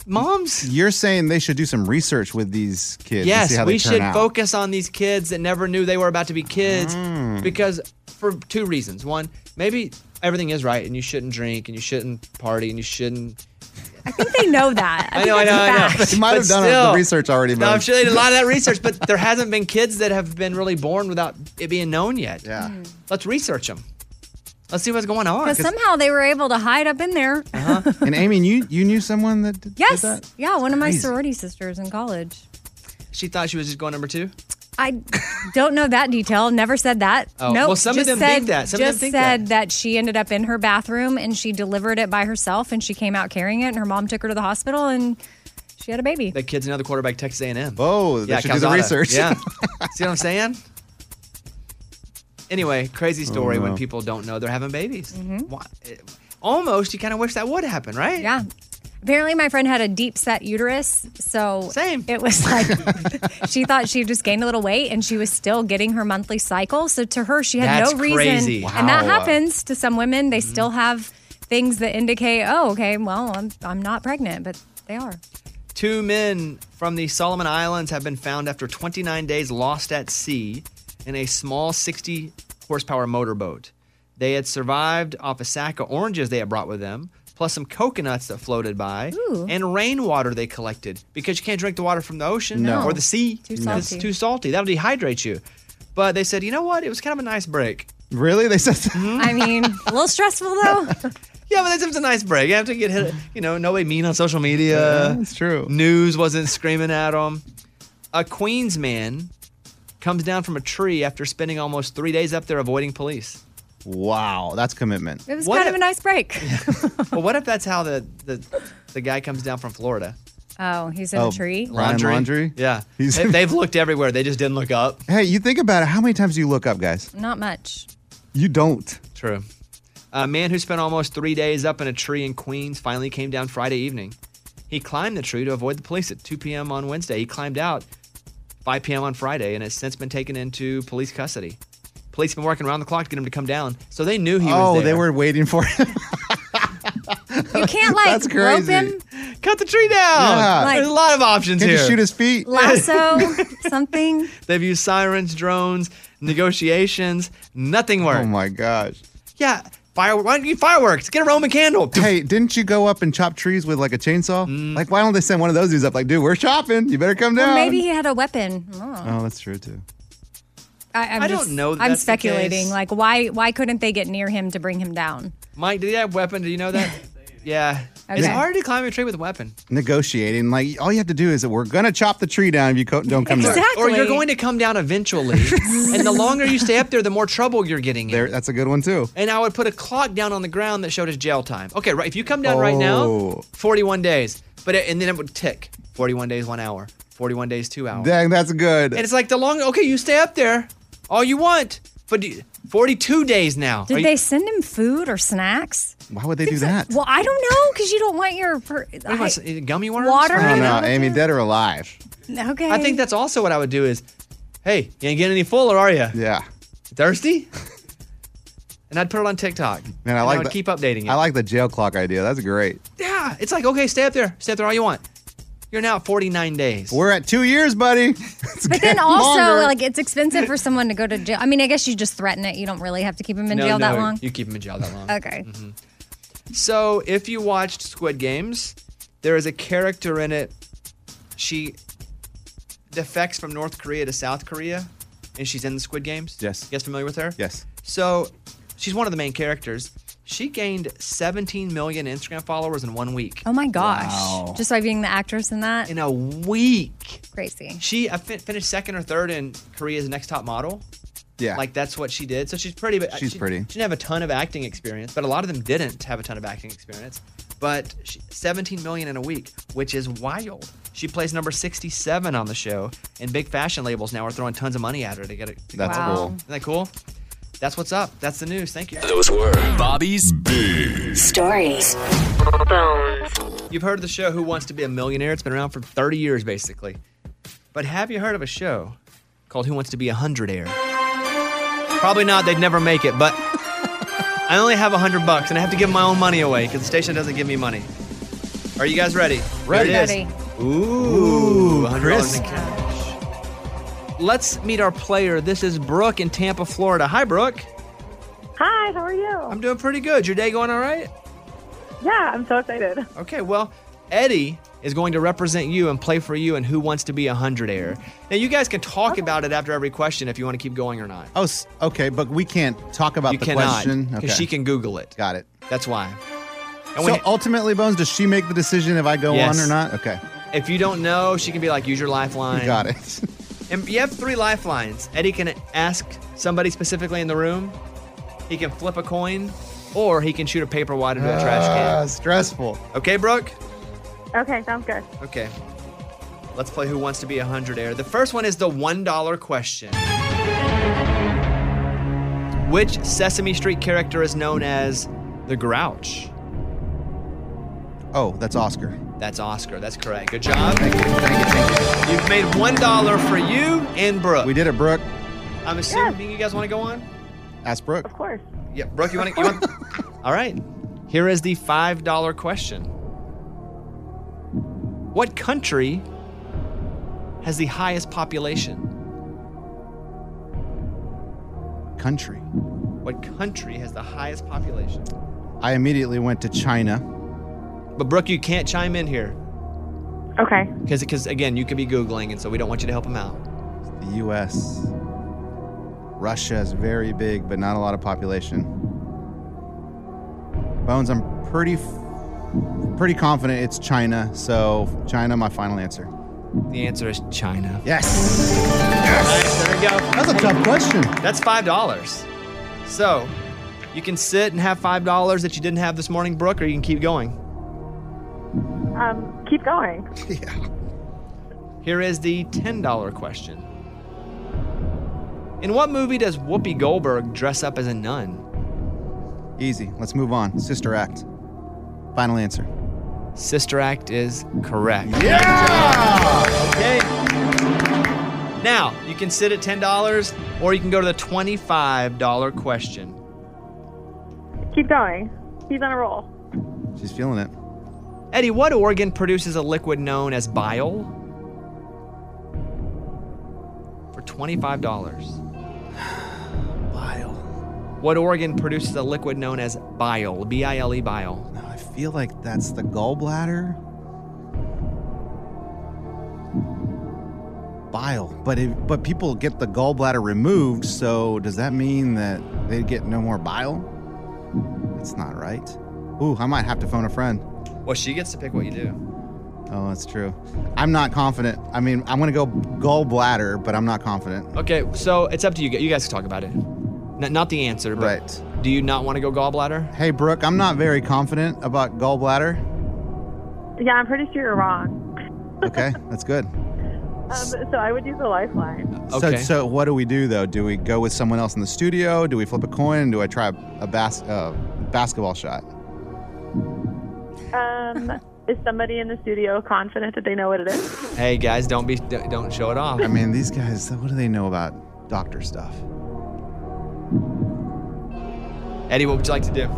[SPEAKER 1] Moms.
[SPEAKER 2] You're saying they should do some research with these kids. and see
[SPEAKER 1] Yes,
[SPEAKER 2] how they
[SPEAKER 1] we
[SPEAKER 2] turn
[SPEAKER 1] should
[SPEAKER 2] out.
[SPEAKER 1] focus on these kids that never knew they were about to be kids
[SPEAKER 2] Mm.
[SPEAKER 1] because for two reasons. One, maybe everything is right and you shouldn't drink and you shouldn't party and you shouldn't.
[SPEAKER 3] I think they know that. I,
[SPEAKER 1] *laughs* I know, I
[SPEAKER 3] think
[SPEAKER 1] know,
[SPEAKER 3] that's a
[SPEAKER 1] I know.
[SPEAKER 3] fact.
[SPEAKER 2] *laughs* They might
[SPEAKER 1] But
[SPEAKER 2] have done
[SPEAKER 1] still-
[SPEAKER 2] the research already.
[SPEAKER 1] No,
[SPEAKER 2] but-
[SPEAKER 1] I'm sure they did a lot of
[SPEAKER 2] *laughs*
[SPEAKER 1] that research, but there hasn't been kids that have been really born without it being known yet.
[SPEAKER 2] Yeah.
[SPEAKER 3] Hmm.
[SPEAKER 1] Let's research them. Let's see what's going on. *laughs*
[SPEAKER 3] Because somehow they were able to hide up in there.
[SPEAKER 1] Uh-huh.
[SPEAKER 2] and Amy, you you knew someone that did,
[SPEAKER 3] Yes.
[SPEAKER 2] did that?
[SPEAKER 3] Yeah, one of my
[SPEAKER 2] Crazy.
[SPEAKER 3] sorority sisters in college.
[SPEAKER 1] she thought she was just going number two.
[SPEAKER 3] I don't know that detail. Never said that.
[SPEAKER 1] Oh,
[SPEAKER 3] nope.
[SPEAKER 1] well, some of
[SPEAKER 3] just
[SPEAKER 1] them
[SPEAKER 3] said,
[SPEAKER 1] think that. Some of them
[SPEAKER 3] just
[SPEAKER 1] think
[SPEAKER 3] said that. she ended up in her bathroom and she delivered it by herself and she came out carrying it and her mom took her to the hospital and she had a baby.
[SPEAKER 1] That kid's another quarterback, Texas A&M.
[SPEAKER 2] Oh, they should do the research. *laughs*
[SPEAKER 1] Yeah. see what I'm saying? Anyway, crazy story
[SPEAKER 2] Oh, no.
[SPEAKER 1] when people don't know they're having babies. Why- it- Almost, you kind of wish that would happen, right?
[SPEAKER 3] Yeah. Apparently, my friend had a deep set uterus, so Same. it was like *laughs* she thought she just gained a little weight, and she was still getting her monthly cycle. So to her, she had
[SPEAKER 4] That's
[SPEAKER 3] no reason,
[SPEAKER 4] crazy.
[SPEAKER 3] and that
[SPEAKER 4] Wow.
[SPEAKER 3] happens to some women.
[SPEAKER 1] Mm-hmm.
[SPEAKER 3] They still have things that indicate, oh, okay, well, I'm I'm not pregnant, but they are.
[SPEAKER 1] Two men from the Solomon Islands have been found after 29 days lost at sea in a small 60 horsepower motorboat. They had survived off a sack of oranges they had brought with them, plus some coconuts that floated by, and rainwater they collected because you can't drink the water from the ocean
[SPEAKER 2] No.
[SPEAKER 1] or the sea.
[SPEAKER 2] Too
[SPEAKER 1] It's
[SPEAKER 2] salty.
[SPEAKER 1] too salty. That'll dehydrate you. But they said, you know what? It was kind of a nice break.
[SPEAKER 2] Really? They said
[SPEAKER 1] Mm-hmm.
[SPEAKER 3] I mean, a little stressful though.
[SPEAKER 1] Yeah, but it's, it's a nice break. You have to get hit. You know, nobody mean on social media.
[SPEAKER 2] That's true.
[SPEAKER 1] News wasn't screaming at them. A Queens man comes down from a tree after spending almost three days up there avoiding police.
[SPEAKER 2] Wow, that's commitment.
[SPEAKER 3] It was
[SPEAKER 1] What
[SPEAKER 3] kind
[SPEAKER 1] a-
[SPEAKER 3] of a nice break.
[SPEAKER 1] well, what if that's how the, the the guy comes down from Florida?
[SPEAKER 3] Oh, he's in a tree.
[SPEAKER 1] Yeah, they, they've looked everywhere. They just didn't look up.
[SPEAKER 2] Hey, you think about it. How many times do you look up, guys?
[SPEAKER 3] Not much.
[SPEAKER 2] You don't.
[SPEAKER 1] True. A man who spent almost three days up in a tree in Queens finally came down Friday evening. He climbed the tree to avoid the police at 2 p.m. on Wednesday. He climbed out 5 p.m. on Friday and has since been taken into police custody. Police have been working around the clock to get him to come down, so they knew he
[SPEAKER 2] oh,
[SPEAKER 1] was there.
[SPEAKER 2] they were waiting for him. *laughs*
[SPEAKER 3] You can't like
[SPEAKER 2] That's
[SPEAKER 3] rope
[SPEAKER 2] crazy.
[SPEAKER 3] him,
[SPEAKER 1] *laughs* cut the tree down.
[SPEAKER 2] Yeah.
[SPEAKER 1] There's a lot of options
[SPEAKER 2] Get to
[SPEAKER 1] here.
[SPEAKER 2] shoot his feet. *laughs*
[SPEAKER 3] lasso, something.
[SPEAKER 1] They've used sirens, drones, negotiations. Nothing worked. Oh
[SPEAKER 2] my gosh.
[SPEAKER 1] Yeah, fire. Why don't you fireworks? Get a Roman candle.
[SPEAKER 2] Hey, didn't you go up and chop trees with like a chainsaw?
[SPEAKER 1] Mm.
[SPEAKER 2] Like, why don't they send one of those dudes up? Like, dude, we're chopping. You better come down.
[SPEAKER 3] Well, maybe he had a weapon. Oh.
[SPEAKER 2] Oh, that's true too.
[SPEAKER 3] I, I'm
[SPEAKER 1] I
[SPEAKER 3] just,
[SPEAKER 1] don't know that
[SPEAKER 3] I'm
[SPEAKER 1] that's the
[SPEAKER 3] speculating.
[SPEAKER 1] case.
[SPEAKER 3] Like, why why couldn't they get near him to bring him down?
[SPEAKER 1] Mike, did he have a weapon? Do you know
[SPEAKER 2] *laughs*
[SPEAKER 1] that? yeah. It's
[SPEAKER 2] Okay.
[SPEAKER 1] hard to climb a tree with a weapon.
[SPEAKER 2] Negotiating. Like, all you have to do is we're gonna chop the tree down if you co- don't come down.
[SPEAKER 1] Or you're going to come
[SPEAKER 3] *laughs*
[SPEAKER 1] down eventually. and the longer you stay up there, the more trouble you're getting in.
[SPEAKER 2] There, that's a good one too.
[SPEAKER 1] And I would put a clock down on the ground that showed his jail time. Okay, right. If you come down right now,
[SPEAKER 2] Oh.
[SPEAKER 1] 41 days. But it, and then it would tick. 41 days, one hour. 41 days, two hours.
[SPEAKER 2] Dang, that's good.
[SPEAKER 1] And it's like the longer. Okay, you stay up there all you want, but do- 42 days now.
[SPEAKER 3] Did
[SPEAKER 1] Are you-
[SPEAKER 3] they send him food or snacks?
[SPEAKER 2] Why would they do that?
[SPEAKER 3] Well, I don't know because you don't want your per-
[SPEAKER 1] What am I saying, gummy worms?
[SPEAKER 3] water.
[SPEAKER 2] I don't know, Amy, dead or alive.
[SPEAKER 3] I, okay.
[SPEAKER 1] I think that's also what I would do is, hey, you ain't getting any fuller, are you?
[SPEAKER 2] Yeah.
[SPEAKER 1] Thirsty? *laughs* and I'd put it on TikTok.
[SPEAKER 2] Man, I
[SPEAKER 1] And
[SPEAKER 2] like
[SPEAKER 1] I would
[SPEAKER 2] the-
[SPEAKER 1] keep updating it.
[SPEAKER 2] I like the jail clock idea. That's great.
[SPEAKER 1] yeah, it's like okay, stay up there, stay up there all you want. You're now at 49 days.
[SPEAKER 2] We're at two years, buddy. *laughs*
[SPEAKER 3] But then
[SPEAKER 1] *laughs*
[SPEAKER 2] getting
[SPEAKER 3] also,
[SPEAKER 2] longer.
[SPEAKER 3] like, it's expensive for someone to go to jail. I mean, I guess you just threaten it. You don't really have to keep him in
[SPEAKER 1] No,
[SPEAKER 3] jail that
[SPEAKER 1] no,
[SPEAKER 3] long.
[SPEAKER 1] You keep him in jail that long.
[SPEAKER 3] Okay.
[SPEAKER 1] So if you watched Squid Games, there is a character in it. She defects from North Korea to South Korea, and she's in the Squid Games.
[SPEAKER 2] Yes.
[SPEAKER 1] You guys familiar with her?
[SPEAKER 2] Yes.
[SPEAKER 1] So she's one of the main characters. She gained 17 million Instagram followers in one week.
[SPEAKER 3] Oh my gosh!
[SPEAKER 1] Wow.
[SPEAKER 3] Just by being the actress in that
[SPEAKER 1] in a week,
[SPEAKER 3] crazy.
[SPEAKER 1] She uh, fin- finished second or third in Korea's Next Top Model.
[SPEAKER 2] Yeah.
[SPEAKER 1] Like that's what she did. So she's pretty. But
[SPEAKER 2] She's
[SPEAKER 1] she,
[SPEAKER 2] pretty.
[SPEAKER 1] She didn't have a ton of acting experience, but a lot of them didn't have a ton of acting experience. But she, 17 million in a week, which is wild. She plays number 67 on the show, and big fashion labels now are throwing tons of money at her to get it. to
[SPEAKER 13] That's
[SPEAKER 1] get it.
[SPEAKER 13] Wow. cool.
[SPEAKER 1] Isn't that cool? That's what's up. That's the news. Thank you.
[SPEAKER 13] Those were Bobby's Big
[SPEAKER 8] Stories.
[SPEAKER 1] You've heard of the show Who Wants to Be a Millionaire? It's been around for 30 years, basically. But have you heard of a show called Who Wants to Be a Hundredaire? Probably not. They'd never make it, but I only have 100 bucks and I have to give my own money away because the station doesn't give me money. Are you guys ready?
[SPEAKER 2] Ready.
[SPEAKER 1] Here it is.
[SPEAKER 2] Ready.
[SPEAKER 1] Ooh,
[SPEAKER 2] Ooh,
[SPEAKER 1] $100
[SPEAKER 2] Chris.
[SPEAKER 1] in cash. Let's meet our player. This is Brooke in Tampa, Florida. Hi, Brooke.
[SPEAKER 15] Hi, how are you?
[SPEAKER 1] I'm doing pretty good. Your day going all right?
[SPEAKER 15] Yeah, I'm so excited.
[SPEAKER 1] Okay, well, Eddie is going to represent you and play for you and who wants to be a hundred air. Now you guys can talk about it after every question if you want to keep going or not.
[SPEAKER 2] Oh, s- okay, but we can't talk about
[SPEAKER 1] you
[SPEAKER 2] the
[SPEAKER 1] cannot
[SPEAKER 2] question.
[SPEAKER 1] 'cause
[SPEAKER 2] Okay.
[SPEAKER 1] she can Google it.
[SPEAKER 2] Got it.
[SPEAKER 1] That's why. And
[SPEAKER 2] so oh.
[SPEAKER 1] when-
[SPEAKER 2] ultimately, Bones, does she make the decision if I go
[SPEAKER 1] Yes.
[SPEAKER 2] on or not? Okay.
[SPEAKER 1] If you don't know, she can be like, use your lifeline.
[SPEAKER 2] Got it. *laughs*
[SPEAKER 1] And you have three lifelines. Eddie can ask somebody specifically in the room. He can flip a coin, or he can shoot a paper wide into a trash
[SPEAKER 2] Ah,
[SPEAKER 1] can.
[SPEAKER 2] Stressful.
[SPEAKER 1] Okay, Brooke.
[SPEAKER 15] Okay, sounds good.
[SPEAKER 1] Okay. Let's play Who Wants to Be a Hundred Air. The first one is the $1 question. Which Sesame Street character is known as the Grouch?
[SPEAKER 2] Oh, that's Oscar.
[SPEAKER 1] That's Oscar. That's correct. Good job. Thank you. Thank you. Thank you. You've made $1 for you and Brooke.
[SPEAKER 2] We did it, Brooke.
[SPEAKER 1] I'm assuming you guys want to go on?
[SPEAKER 2] Ask Brooke.
[SPEAKER 15] Of course.
[SPEAKER 1] Yeah, Brooke, you want to? You want... All right. Here is the $5 question What country has the highest population?
[SPEAKER 2] Country.
[SPEAKER 1] What country has the highest population?
[SPEAKER 2] I immediately went to China.
[SPEAKER 1] But Brooke, you can't chime in here
[SPEAKER 15] Okay.
[SPEAKER 1] because again, you could be googling, and so we don't want you to help him out.
[SPEAKER 2] The U.S. Russia is very big, but not a lot of population. Bones, I'm pretty, f- pretty confident it's China. So China, my final answer.
[SPEAKER 1] The answer is China.
[SPEAKER 2] Yes.
[SPEAKER 1] Yes. there we go.
[SPEAKER 2] That's a tough question.
[SPEAKER 1] That's five dollars. So you can sit and have five dollars that you didn't have this morning, Brooke, or you can keep going.
[SPEAKER 15] Um, keep going.
[SPEAKER 1] Here is the ten dollar question. In what movie does Whoopi Goldberg dress up as a nun?
[SPEAKER 2] Easy. Let's move on. Sister Act. Final answer.
[SPEAKER 1] Sister Act is correct. Okay. Now, you can sit at $10 or you can go to the $25 question.
[SPEAKER 15] Keep going. He's on a roll.
[SPEAKER 2] She's feeling it.
[SPEAKER 1] Eddie, what organ produces a liquid known as bile? For $25. Bile. What organ produces a liquid known as bile? B I L E bile.
[SPEAKER 2] I feel like that's the gallbladder. Bile, but it, but people get the gallbladder removed, so does that mean that they get no more bile? That's not right. Ooh, I might have to phone a friend.
[SPEAKER 1] Well, she gets to pick what you do.
[SPEAKER 2] Oh, that's true. I'm not confident. I mean, I'm gonna go gallbladder, but I'm not confident.
[SPEAKER 1] Okay, so it's up to you. You guys can talk about it. N- not the answer, but right. do you not want to go gallbladder?
[SPEAKER 2] Hey, Brooke, I'm not very confident about gallbladder.
[SPEAKER 15] Yeah, I'm pretty sure you're wrong.
[SPEAKER 2] Okay, that's good.
[SPEAKER 15] Um, so I would use a lifeline.
[SPEAKER 2] So, so what do we do though? Do we go with someone else in the studio? Do we flip a coin? Do I try a, a bas- uh, basketball shot?
[SPEAKER 15] *laughs* Um, is somebody in the studio confident that they know what it is?
[SPEAKER 1] Hey guys, don't be don't don't show it off.
[SPEAKER 2] I mean, these guys, what do they know about doctor stuff?
[SPEAKER 1] Eddie, what would you like to do?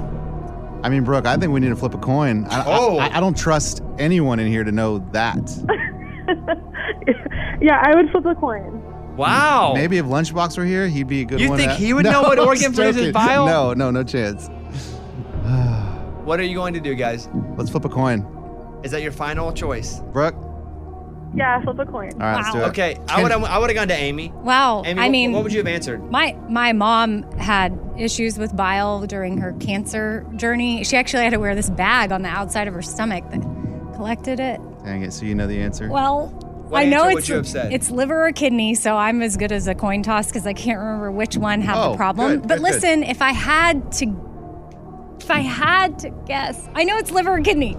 [SPEAKER 2] I mean, Brooke, I think we need to flip a coin. I,
[SPEAKER 1] Oh.
[SPEAKER 2] I, I don't trust anyone in here to know that.
[SPEAKER 15] *laughs* yeah, I would flip a coin.
[SPEAKER 1] Wow.
[SPEAKER 2] Maybe if Lunchbox were here, he'd be a good
[SPEAKER 1] You
[SPEAKER 2] one.
[SPEAKER 1] think
[SPEAKER 2] to-
[SPEAKER 1] he
[SPEAKER 2] *laughs*
[SPEAKER 1] would know what
[SPEAKER 2] I'm
[SPEAKER 1] organ produces
[SPEAKER 2] joking.
[SPEAKER 1] bile?
[SPEAKER 2] No, no, no chance.
[SPEAKER 1] What are you going to do, guys?
[SPEAKER 2] Let's flip a coin.
[SPEAKER 1] Is that your final choice?
[SPEAKER 2] Brooke,
[SPEAKER 15] Yeah, flip a coin.
[SPEAKER 2] All right, let's do it.
[SPEAKER 1] Okay, I would I would have gone to Amy.
[SPEAKER 3] Wow.
[SPEAKER 1] Amy,
[SPEAKER 3] I
[SPEAKER 1] what,
[SPEAKER 3] mean,
[SPEAKER 1] what would you have answered?
[SPEAKER 3] My my mom had issues with bile during her cancer journey. She actually had to wear this bag on the outside of her stomach that collected it.
[SPEAKER 2] dang it. So you know the answer?
[SPEAKER 3] Well,
[SPEAKER 2] What
[SPEAKER 3] I know
[SPEAKER 2] answer would
[SPEAKER 3] it's
[SPEAKER 2] you have said?
[SPEAKER 3] it's liver or kidney, so I'm as good as a coin toss because I can't remember which one had
[SPEAKER 2] Oh,
[SPEAKER 3] the problem.
[SPEAKER 2] good,
[SPEAKER 3] but
[SPEAKER 2] good, good.
[SPEAKER 3] listen, if I had to, if I had to guess, I know it's liver or kidney.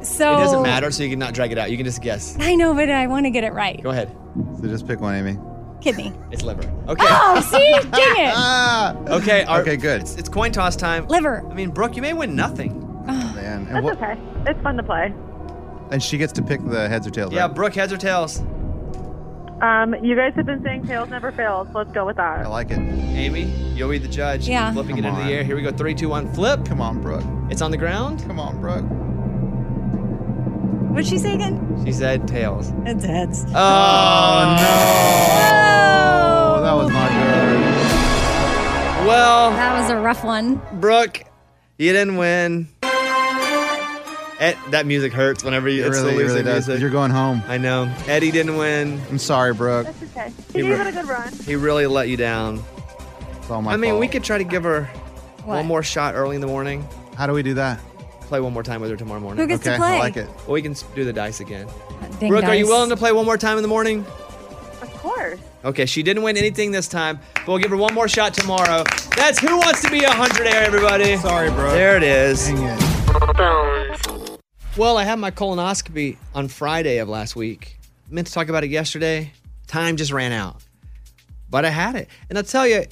[SPEAKER 3] So
[SPEAKER 1] it doesn't matter, so you can not drag it out. You can just guess.
[SPEAKER 3] I know, but I want to get it right.
[SPEAKER 1] Go ahead.
[SPEAKER 2] So just pick one, Amy.
[SPEAKER 3] Kidney.
[SPEAKER 1] It's liver. Okay.
[SPEAKER 3] Oh, see, dang it.
[SPEAKER 2] *laughs*
[SPEAKER 1] Okay. Our,
[SPEAKER 2] Ah! okay. Good.
[SPEAKER 1] It's, it's coin toss time.
[SPEAKER 3] Liver.
[SPEAKER 1] I mean, Brooke, you may win nothing.
[SPEAKER 2] Man. And,
[SPEAKER 15] That's
[SPEAKER 2] what,
[SPEAKER 15] okay. It's fun to play.
[SPEAKER 2] and she gets to pick the heads or tails.
[SPEAKER 1] Yeah, Brooke, heads or tails?
[SPEAKER 15] Um, you guys have been saying tails never fails. Let's go with that.
[SPEAKER 2] I like it.
[SPEAKER 1] Amy, you'll be the judge.
[SPEAKER 15] Yeah.
[SPEAKER 1] Flipping it
[SPEAKER 15] Come
[SPEAKER 1] into the air. Here we go. Three, two, one. Flip.
[SPEAKER 2] Come on, Brooke.
[SPEAKER 1] It's on the ground.
[SPEAKER 2] Come on, Brooke.
[SPEAKER 3] What'd she say again?
[SPEAKER 1] She said tails.
[SPEAKER 3] It's heads.
[SPEAKER 1] Oh,
[SPEAKER 2] Oh,
[SPEAKER 3] Oh,
[SPEAKER 1] no.
[SPEAKER 2] That was not good.
[SPEAKER 1] Well,
[SPEAKER 3] that was a rough one.
[SPEAKER 1] Brooke, you didn't win. Ed, that music hurts whenever you.
[SPEAKER 2] It
[SPEAKER 1] it's
[SPEAKER 2] really,
[SPEAKER 1] the
[SPEAKER 2] it really
[SPEAKER 1] loser
[SPEAKER 2] does.
[SPEAKER 1] music.
[SPEAKER 2] You're going home.
[SPEAKER 1] I know. Eddie didn't win.
[SPEAKER 2] I'm sorry, Brooke.
[SPEAKER 15] Okay.
[SPEAKER 1] He
[SPEAKER 15] You gave
[SPEAKER 1] re-
[SPEAKER 15] it a good run.
[SPEAKER 1] He really let you down.
[SPEAKER 2] It's all my
[SPEAKER 1] I mean,
[SPEAKER 2] fault.
[SPEAKER 1] we could try to give her one more shot early in the morning.
[SPEAKER 2] How do we do that?
[SPEAKER 1] Play one more time with her tomorrow morning.
[SPEAKER 3] Who gets to Okay, I play? like
[SPEAKER 2] it.
[SPEAKER 1] Well, we can s- do the dice again.
[SPEAKER 3] Dang
[SPEAKER 1] Brooke, are you
[SPEAKER 3] dice.
[SPEAKER 1] willing to play one more time in the morning?
[SPEAKER 15] Of course.
[SPEAKER 1] Okay, she didn't win anything this time, but we'll give her one more shot tomorrow. That's Who Wants to Be a Hundred Air, everybody.
[SPEAKER 2] Sorry, bro.
[SPEAKER 1] There it is.
[SPEAKER 2] Bones.
[SPEAKER 1] Well, I had my colonoscopy on Friday of last week. Meant to talk about it yesterday. Time just ran out. But I had it. And I'll tell you,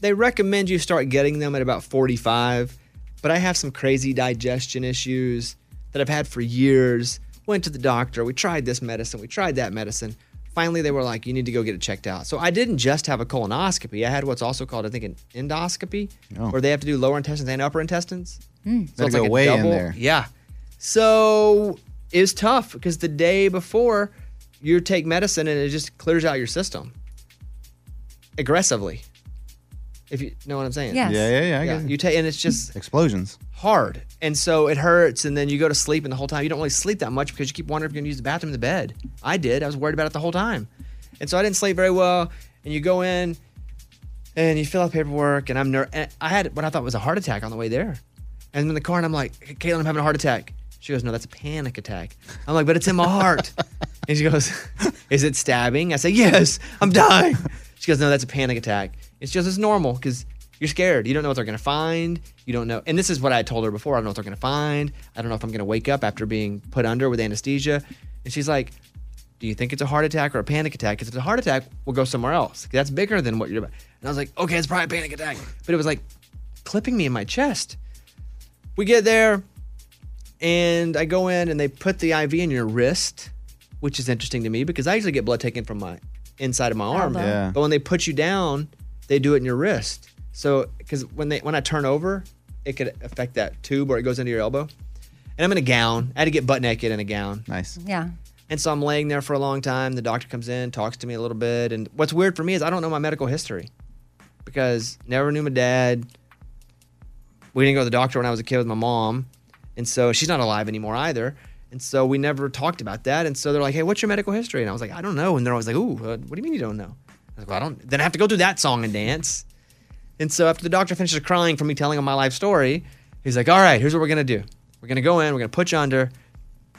[SPEAKER 1] they recommend you start getting them at about 45. But I have some crazy digestion issues that I've had for years. Went to the doctor. We tried this medicine. We tried that medicine. Finally, they were like, you need to go get it checked out. So I didn't just have a colonoscopy. I had what's also called, I think, an endoscopy,
[SPEAKER 2] Oh.
[SPEAKER 1] where they have to do lower intestines and upper intestines.
[SPEAKER 2] Gotta go
[SPEAKER 1] a
[SPEAKER 2] way in
[SPEAKER 1] double-
[SPEAKER 2] there.
[SPEAKER 1] Yeah. So it's tough because the day before you take medicine and it just clears out your system aggressively. If you know what I'm saying.
[SPEAKER 2] Yes. Yeah, yeah, yeah, I get it.
[SPEAKER 1] You take and it's just
[SPEAKER 2] Explosions.
[SPEAKER 1] hard. And so it hurts and then you go to sleep and the whole time you don't really sleep that much because you keep wondering if you're going to use the bathroom in the bed. I did. I was worried about it the whole time. And so I didn't sleep very well and you go in and you fill out paperwork and I'm ner- and I had what I thought was a heart attack on the way there. And I'm in the car and I'm like, Caitlin, I'm having a heart attack. She goes, No, that's a panic attack. I'm like, But it's in my heart. and she goes, Is it stabbing? I say, Yes, I'm dying. She goes, No, that's a panic attack. It's just it's normal because you're scared. You don't know what they're gonna find. You don't know. And this is what I had told her before. I don't know what they're gonna find. I don't know if I'm gonna wake up after being put under with anesthesia. And she's like, do you think it's a heart attack or a panic attack? If it's a heart attack, we'll go somewhere else. That's bigger than what you're about. And I was like, okay, it's probably a panic attack. But it was like clipping me in my chest. We get there and I go in and they put the IV in your wrist, which is interesting to me because I usually get blood taken from my inside of my arm.
[SPEAKER 2] Elbow. Yeah.
[SPEAKER 1] But when they put you down, they do it in your wrist. So because when they when I turn over, it could affect that tube or it goes into your elbow. And I'm in a gown. I had to get butt naked in a gown.
[SPEAKER 2] Nice.
[SPEAKER 3] Yeah.
[SPEAKER 1] And so I'm laying there for a long time. The doctor comes in, talks to me a little bit. And what's weird for me is I don't know my medical history because never knew my dad. We didn't go to the doctor when I was a kid with my mom. And so she's not alive anymore either. And so we never talked about that. And so they're like, hey, what's your medical history? And I was like, I don't know. And they're always like, ooh, uh, what do you mean you don't know? I was like, well, I don't. Then I have to go through that song and dance. And so after the doctor finishes crying from me telling him my life story, he's like, all right, here's what we're going to do. We're going to go in, we're going to put you under,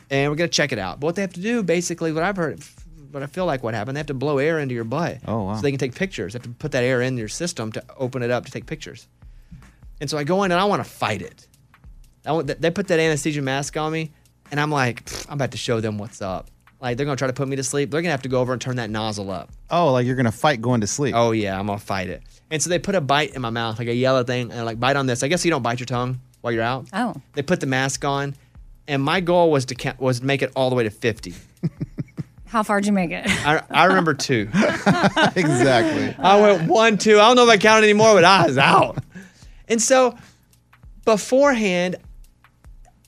[SPEAKER 1] and we're going to check it out. But what they have to do, basically, what I've heard, what I feel like what happened, they have to blow air into your butt.
[SPEAKER 2] Oh, wow.
[SPEAKER 1] So they can take pictures. They have to put that air in your system to open it up to take pictures. And so I go in and I want to fight it. I want, they put that anesthesia mask on me, and I'm like, "Pfft, I'm about to show them what's up. Like, they're going to try to put me to sleep. They're going to have to go over and turn that nozzle up.
[SPEAKER 2] Oh, like you're gonna fight going to sleep.
[SPEAKER 1] Oh yeah, I'm gonna fight it. And so they put a bite in my mouth, like a yellow thing, and like bite on this. I guess you don't bite your tongue while you're out.
[SPEAKER 3] Oh.
[SPEAKER 1] They put the mask on, and my goal was to ca- was to make it all the way to 50.
[SPEAKER 3] How far'd you make it?
[SPEAKER 1] I, I remember two.
[SPEAKER 2] exactly.
[SPEAKER 1] I went one, two. I don't know if I counted anymore, but I was out. And so beforehand,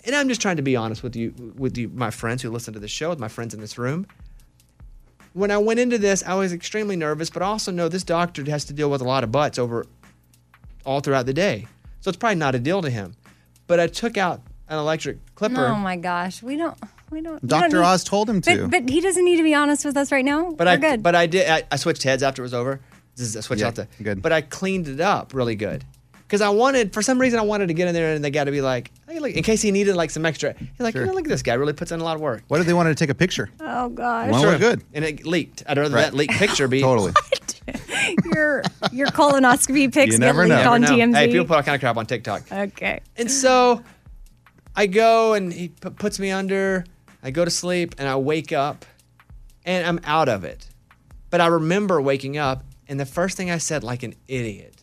[SPEAKER 1] and I'm just trying to be honest with you, with you, my friends who listen to the show, with my friends in this room. When I went into this, I was extremely nervous, but I also know this doctor has to deal with a lot of butts over all throughout the day. So it's probably not a deal to him. But I took out an electric clipper.
[SPEAKER 3] Oh my gosh, we don't, we don't. we
[SPEAKER 1] Dr.
[SPEAKER 3] don't
[SPEAKER 1] Oz told him
[SPEAKER 3] But-
[SPEAKER 1] to.
[SPEAKER 3] But, he doesn't need to be honest with us right now.
[SPEAKER 1] But
[SPEAKER 3] We're
[SPEAKER 1] I
[SPEAKER 3] good.
[SPEAKER 1] but I did I, I switched heads after it was over. This is I switched out the good. But I cleaned it up really good. Cause I wanted for some reason I wanted to get in there and they gotta be like, hey, look, in case he needed like some extra. He's like,
[SPEAKER 2] Sure.
[SPEAKER 1] you know, look at this guy really puts in a lot of work.
[SPEAKER 2] What if they wanted to take a picture?
[SPEAKER 3] oh gosh,
[SPEAKER 2] Well, we're
[SPEAKER 1] *laughs*
[SPEAKER 2] good.
[SPEAKER 1] And it leaked. I'd rather
[SPEAKER 2] Right.
[SPEAKER 1] that leaked picture be
[SPEAKER 2] *laughs* Totally.
[SPEAKER 3] *laughs* your your colonoscopy pics get leaked
[SPEAKER 1] You never
[SPEAKER 3] on
[SPEAKER 1] know.
[SPEAKER 3] TMZ.
[SPEAKER 1] Hey, people put all kind of crap on TikTok.
[SPEAKER 3] okay.
[SPEAKER 1] And so I go and he p- puts me under. I go to sleep and I wake up and I'm out of it. But I remember waking up and the first thing I said, like an idiot,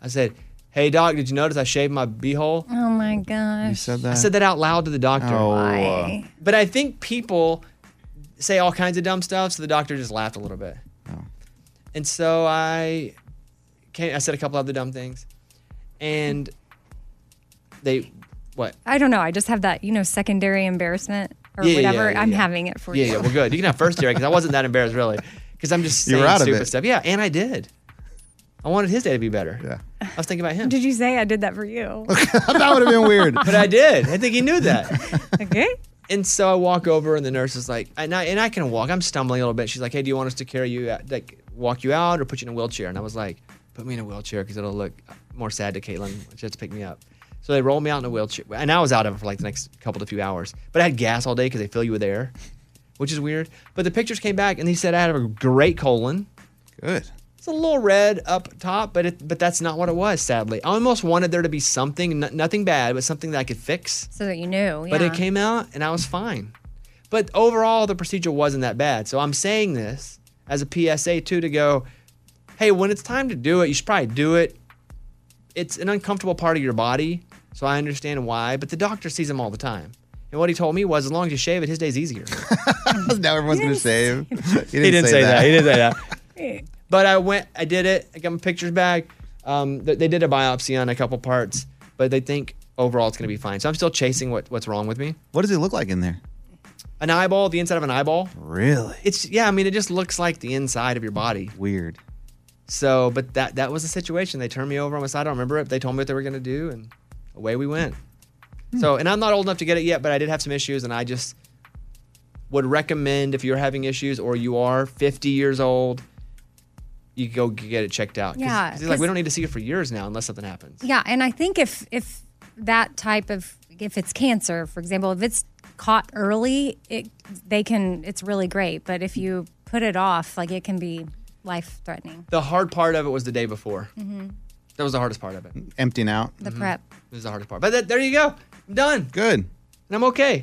[SPEAKER 1] I said, Hey, doc, did you notice I shaved my beehole?
[SPEAKER 3] Oh my gosh.
[SPEAKER 1] I said that uh, out loud to the doctor.
[SPEAKER 3] Oh. Why?
[SPEAKER 1] But I think people say all kinds of dumb stuff, so the doctor just laughed a little bit. And so I came, I said a couple other dumb things. And they, what?
[SPEAKER 3] I don't know. I just have that, you know, secondary embarrassment or
[SPEAKER 1] Yeah, yeah,
[SPEAKER 3] whatever.
[SPEAKER 1] yeah,
[SPEAKER 3] I'm
[SPEAKER 1] yeah.
[SPEAKER 3] having it for
[SPEAKER 1] yeah,
[SPEAKER 3] you.
[SPEAKER 1] yeah, well, good. You can have first year because I wasn't that embarrassed really, because I'm just
[SPEAKER 2] You
[SPEAKER 1] saying
[SPEAKER 2] were out of
[SPEAKER 1] stupid
[SPEAKER 2] it.
[SPEAKER 1] stuff. Yeah, and I did. I wanted his day to be better. Yeah, I was thinking about him.
[SPEAKER 3] Did you say I did that for
[SPEAKER 1] *laughs*
[SPEAKER 3] you?
[SPEAKER 1] that would have been weird. *laughs* But I did. I think he knew
[SPEAKER 2] *laughs*
[SPEAKER 1] that.
[SPEAKER 3] "Eh?"
[SPEAKER 1] okay. And so I walk over, and the nurse is like, and I, and I can walk. I'm stumbling a little bit. She's like, hey, do you want us to carry you, out, like, walk you out or put you in a wheelchair? And I was like, put me in a wheelchair because it'll look more sad to Caitlin. She has to pick me up. So they roll me out in a wheelchair. And I was out of it for like the next couple to few hours. But I had gas all day because they fill you with air, which is weird. But the pictures came back, and he said I had a great colon. Good. It's a little red up top, but it, but that's not what it was. Sadly, I almost wanted there to be something, n- nothing bad, but something that I could fix.
[SPEAKER 3] So that you knew.
[SPEAKER 1] But
[SPEAKER 3] yeah.
[SPEAKER 1] it came out, and I was fine. But overall, the procedure wasn't that bad. So I'm saying this as a PSA too to go, hey, when it's time to do it, you should probably do it. It's an uncomfortable part of your body, so I understand why. But the doctor sees him all the time, and what he told me was, as long as you shave it, his day's *laughs* easier.
[SPEAKER 2] *laughs* now everyone's going to save. He *laughs* didn't,
[SPEAKER 1] He didn't say that. He didn't say that.
[SPEAKER 3] *laughs* Yeah.
[SPEAKER 1] But I went, I did it. I got my pictures back. Um, th- they did a biopsy on a couple parts, but they think overall it's going to be fine. So I'm still chasing what, what's wrong with me.
[SPEAKER 2] What does it look like in there?
[SPEAKER 1] An eyeball, the inside of an eyeball.
[SPEAKER 2] Really?
[SPEAKER 1] It's yeah. I mean, it just looks like the inside of your body.
[SPEAKER 2] Weird.
[SPEAKER 1] So, but that that was the situation. They turned me over on my side. I don't remember it. They told me what they were going to do, and away we went.
[SPEAKER 3] Hmm.
[SPEAKER 1] So, and I'm not old enough to get it yet, but I did have some issues, and I just would recommend if you're having issues or you are 50 years old, you go g- get it checked out. 'Cause-
[SPEAKER 3] Yeah,
[SPEAKER 1] 'cause like we
[SPEAKER 3] 'cause-
[SPEAKER 1] don't need to see it for years now unless something happens.
[SPEAKER 3] Yeah, and I think if if that type of if it's cancer, for example, if it's caught early, it they can it's really great. But if you put it off, like it can be life threatening.
[SPEAKER 1] The hard part of it was the day before.
[SPEAKER 3] hmm
[SPEAKER 1] That was the hardest part of it.
[SPEAKER 2] Emptying out.
[SPEAKER 3] The
[SPEAKER 1] Mm-hmm.
[SPEAKER 3] prep.
[SPEAKER 1] This is the hardest part. But th- there you go. I'm done.
[SPEAKER 2] Good. And
[SPEAKER 1] I'm okay.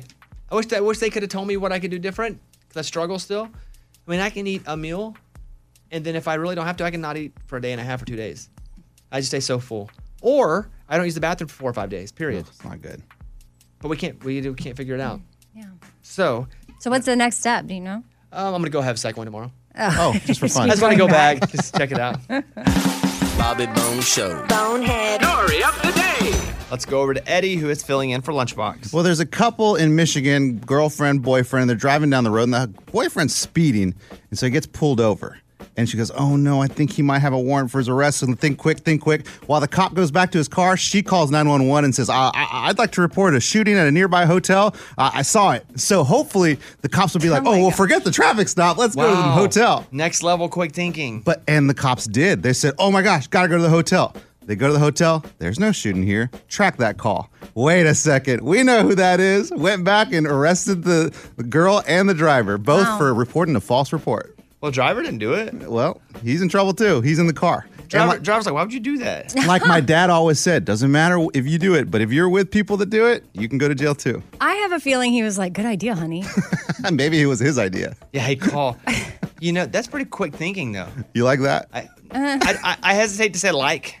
[SPEAKER 1] I wish that, I wish they could have told me what I could do different because I struggle still. I mean, I can eat a meal, and then if I really don't have to, I can not eat for a day and a half or two days. I just stay so full, or I don't use the bathroom for four or five days. Period. It's
[SPEAKER 2] not good.
[SPEAKER 1] But we can't we, we can't figure it out.
[SPEAKER 3] Yeah.
[SPEAKER 1] So
[SPEAKER 3] So what's the next step? Do you know?
[SPEAKER 1] um, I'm gonna go have a second one tomorrow.
[SPEAKER 3] Oh. Oh, just for fun.
[SPEAKER 1] I just want to go
[SPEAKER 3] Going back.
[SPEAKER 1] back, just check it out.
[SPEAKER 13] Bobby Bone Show.
[SPEAKER 8] Bonehead. Story of the day.
[SPEAKER 1] *laughs* Let's go over to Eddie, who is filling in for Lunchbox.
[SPEAKER 2] Well, there's a couple in Michigan, girlfriend, boyfriend. They're driving down the road, and the boyfriend's speeding, and so he gets pulled over. And she goes, "Oh no, I think he might have a warrant for his arrest." And think quick, think quick. While the cop goes back to his car, she calls 911 and says, I- I- "I'd like to report a shooting at a nearby hotel. Uh, I saw it." So hopefully, the cops will be like, "Oh, well, forget the traffic stop. Let's go to the
[SPEAKER 1] Wow.
[SPEAKER 2] hotel."
[SPEAKER 1] Next level, quick thinking.
[SPEAKER 2] But and the cops did. They said, "Oh my gosh, gotta go to the hotel." They go to the hotel. There's no shooting here. Track that call. Wait a second. We know who that is. Went back and arrested the, the girl and the driver, both
[SPEAKER 1] Wow.
[SPEAKER 2] for reporting a false report.
[SPEAKER 1] Well, driver didn't do it.
[SPEAKER 2] Well, he's in trouble too. He's in the car. And
[SPEAKER 1] Driver,
[SPEAKER 2] like-
[SPEAKER 1] driver's like, why would you do that? *laughs*
[SPEAKER 2] like my dad always said, doesn't matter if you do it, but if you're with people that do it, you can go to jail too. *laughs*
[SPEAKER 3] I have a feeling he was like, "Good idea, honey."
[SPEAKER 2] Maybe it was his idea.
[SPEAKER 1] Yeah, hey, call. you know, that's pretty quick thinking,
[SPEAKER 3] *laughs*
[SPEAKER 1] though.
[SPEAKER 2] You like that?
[SPEAKER 1] I, I, I, I hesitate to say like,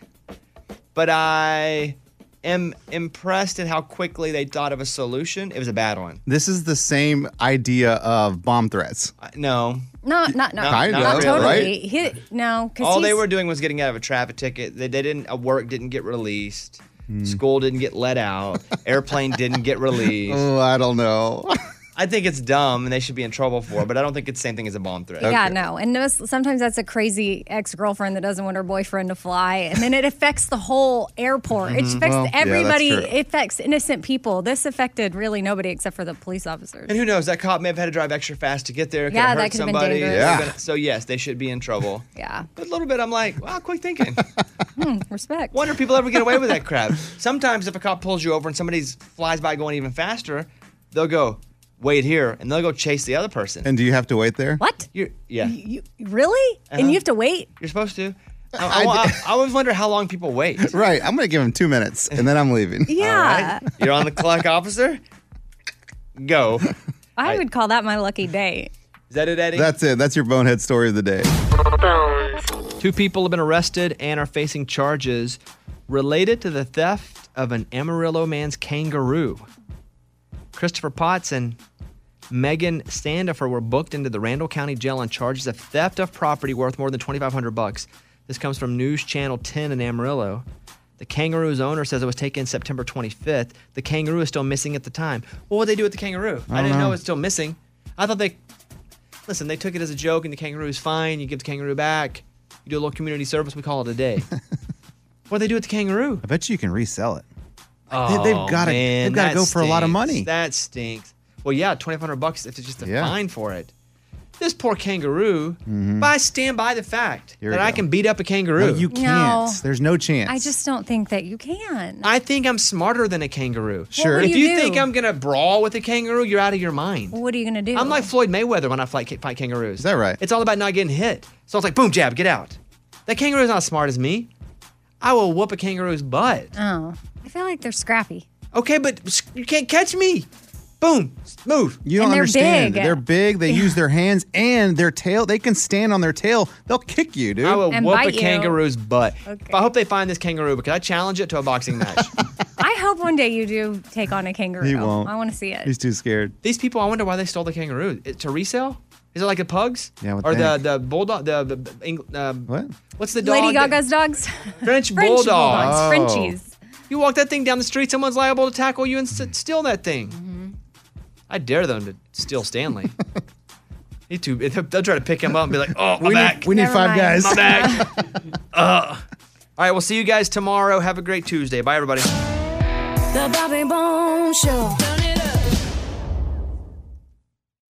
[SPEAKER 1] but I am impressed at how quickly they thought of a solution. It was a bad one.
[SPEAKER 2] This is the same idea of bomb threats.
[SPEAKER 1] No.
[SPEAKER 3] *laughs* No, not not,
[SPEAKER 2] Kind
[SPEAKER 3] not
[SPEAKER 2] of,
[SPEAKER 3] totally.
[SPEAKER 2] right?
[SPEAKER 3] He, no, because
[SPEAKER 1] All they were doing was getting out of a traffic ticket. They, they didn't. A work didn't get released. School didn't get let out.
[SPEAKER 3] *laughs*
[SPEAKER 1] Airplane didn't get released.
[SPEAKER 2] Oh, I don't know. *laughs*
[SPEAKER 1] I think it's dumb and they should be in trouble for it, but I don't think it's the same thing as a bomb threat.
[SPEAKER 3] Yeah, no. And those- sometimes that's a crazy ex girlfriend that doesn't want her boyfriend to fly. And then it affects the whole airport. It
[SPEAKER 1] Mhm.
[SPEAKER 3] affects
[SPEAKER 1] Well, yeah, that's
[SPEAKER 3] everybody,
[SPEAKER 1] true.
[SPEAKER 3] it affects innocent people. This affected really nobody except for the police officers.
[SPEAKER 1] And who knows? That cop may have had to drive extra fast to get there. Could
[SPEAKER 3] Yeah,
[SPEAKER 1] have
[SPEAKER 3] that
[SPEAKER 1] hurt
[SPEAKER 3] could've been
[SPEAKER 1] somebody.
[SPEAKER 3] dangerous.
[SPEAKER 1] Could've
[SPEAKER 3] Yeah.
[SPEAKER 1] been- So yes, they should be in trouble.
[SPEAKER 3] Yeah.
[SPEAKER 1] But a little bit, I'm like, wow, quick thinking.
[SPEAKER 3] Hmm, respect.
[SPEAKER 1] Wonder if people ever get away with that crap. Sometimes if a cop pulls you over and somebody flies by going even faster, they'll go wait here and they'll go chase the other person.
[SPEAKER 2] And do you have to wait there?
[SPEAKER 3] What?
[SPEAKER 1] You're, yeah,
[SPEAKER 3] Really?
[SPEAKER 1] Uh-huh.
[SPEAKER 3] And you have to wait?
[SPEAKER 1] you're supposed to. I, I- I always wonder how long people wait.
[SPEAKER 2] Right. I'm going to give him two minutes and then I'm leaving.
[SPEAKER 3] Yeah.
[SPEAKER 1] You're on the clock, officer. Go. Is
[SPEAKER 3] I would call that my lucky day.
[SPEAKER 1] that it, Eddie?
[SPEAKER 2] That's it. That's your bonehead story of the day.
[SPEAKER 1] Two people have been arrested and are facing charges related to the theft of an Amarillo man's kangaroo. Christopher Potts and Megan Standifer were booked into the Randall County Jail on charges of theft of property worth more than 2500 bucks. This comes from News Channel 10 in Amarillo. The kangaroo's owner says it was taken September 25th. The kangaroo is still missing at the time. Well, what would they do with the kangaroo? I,
[SPEAKER 17] I don't
[SPEAKER 1] didn't know.
[SPEAKER 17] know.
[SPEAKER 1] it's still missing. I thought they listen. They took it as a joke, and the kangaroo is fine. You give the kangaroo back. You do a little community service. We call it a day.
[SPEAKER 2] *laughs*
[SPEAKER 1] what do they do with the kangaroo?
[SPEAKER 2] I bet you can resell it.
[SPEAKER 1] Oh,
[SPEAKER 2] They- they've gotta-
[SPEAKER 1] man,
[SPEAKER 2] they've gotta
[SPEAKER 1] that
[SPEAKER 2] go for a lot of
[SPEAKER 1] stinks.
[SPEAKER 2] money.
[SPEAKER 1] That stinks. Well, yeah, twenty five hundred bucks if it's just a
[SPEAKER 2] Yeah. Mm-hmm.
[SPEAKER 1] fine for it. This poor kangaroo. But I stand by the fact
[SPEAKER 2] Here
[SPEAKER 1] that
[SPEAKER 2] we
[SPEAKER 1] I
[SPEAKER 2] go.
[SPEAKER 1] can beat up a kangaroo.
[SPEAKER 2] No, you
[SPEAKER 3] No. can't.
[SPEAKER 2] There's no chance.
[SPEAKER 3] I just don't think that you can.
[SPEAKER 1] I think I'm smarter than a kangaroo.
[SPEAKER 3] Sure. would
[SPEAKER 1] If
[SPEAKER 3] you
[SPEAKER 1] you,
[SPEAKER 3] do?
[SPEAKER 1] think I'm gonna brawl with a kangaroo, you're out of your mind.
[SPEAKER 3] What are you gonna do?
[SPEAKER 1] I'm like Floyd Mayweather when I fight, fight kangaroos. Is
[SPEAKER 2] that right?
[SPEAKER 1] It's all about not getting hit. So it's like boom, jab, get out. That kangaroo's not as smart as me. I will whoop a kangaroo's butt.
[SPEAKER 3] oh, I feel like they're scrappy.
[SPEAKER 1] Okay, but you can't catch me. Boom, move.
[SPEAKER 2] You don't
[SPEAKER 3] And they're
[SPEAKER 2] understand.
[SPEAKER 3] big.
[SPEAKER 2] They're big. They use their hands and their tail. They can stand on their tail. They'll kick you, dude.
[SPEAKER 1] I will
[SPEAKER 3] And
[SPEAKER 1] whoop a
[SPEAKER 3] bite you.
[SPEAKER 1] kangaroo's butt.
[SPEAKER 3] Okay.
[SPEAKER 1] I hope they find this kangaroo because I challenge it to a boxing match.
[SPEAKER 3] I hope one day you do take on a kangaroo.
[SPEAKER 1] He won't.
[SPEAKER 3] I want to see it.
[SPEAKER 2] He's too scared.
[SPEAKER 1] These people, I wonder why they stole the kangaroo. It, to resell? Is it like the pugs?
[SPEAKER 2] Yeah, I would
[SPEAKER 1] Or the
[SPEAKER 2] think.
[SPEAKER 1] the bulldog? The, the, Eng- um,
[SPEAKER 2] what?
[SPEAKER 1] What's the dog?
[SPEAKER 3] Lady
[SPEAKER 1] that-
[SPEAKER 3] Gaga's dogs. *laughs*
[SPEAKER 1] French,
[SPEAKER 3] bulldogs.
[SPEAKER 1] bulldogs.
[SPEAKER 3] Frenchies.
[SPEAKER 1] You walk that thing down the street, someone's liable to tackle you and
[SPEAKER 2] Mm-hmm.
[SPEAKER 1] s- steal that thing. I dare them to steal
[SPEAKER 2] *laughs*
[SPEAKER 1] Stanley. He too, they'll try to pick him up and be like, oh, I'm
[SPEAKER 2] We need-
[SPEAKER 1] back.
[SPEAKER 2] we need Never five mind. guys.
[SPEAKER 1] I'm
[SPEAKER 2] *laughs*
[SPEAKER 1] back. Ugh. All right, we'll see you guys tomorrow. Have a great Tuesday. Bye, everybody.
[SPEAKER 18] The Bobby Bone Show. Turn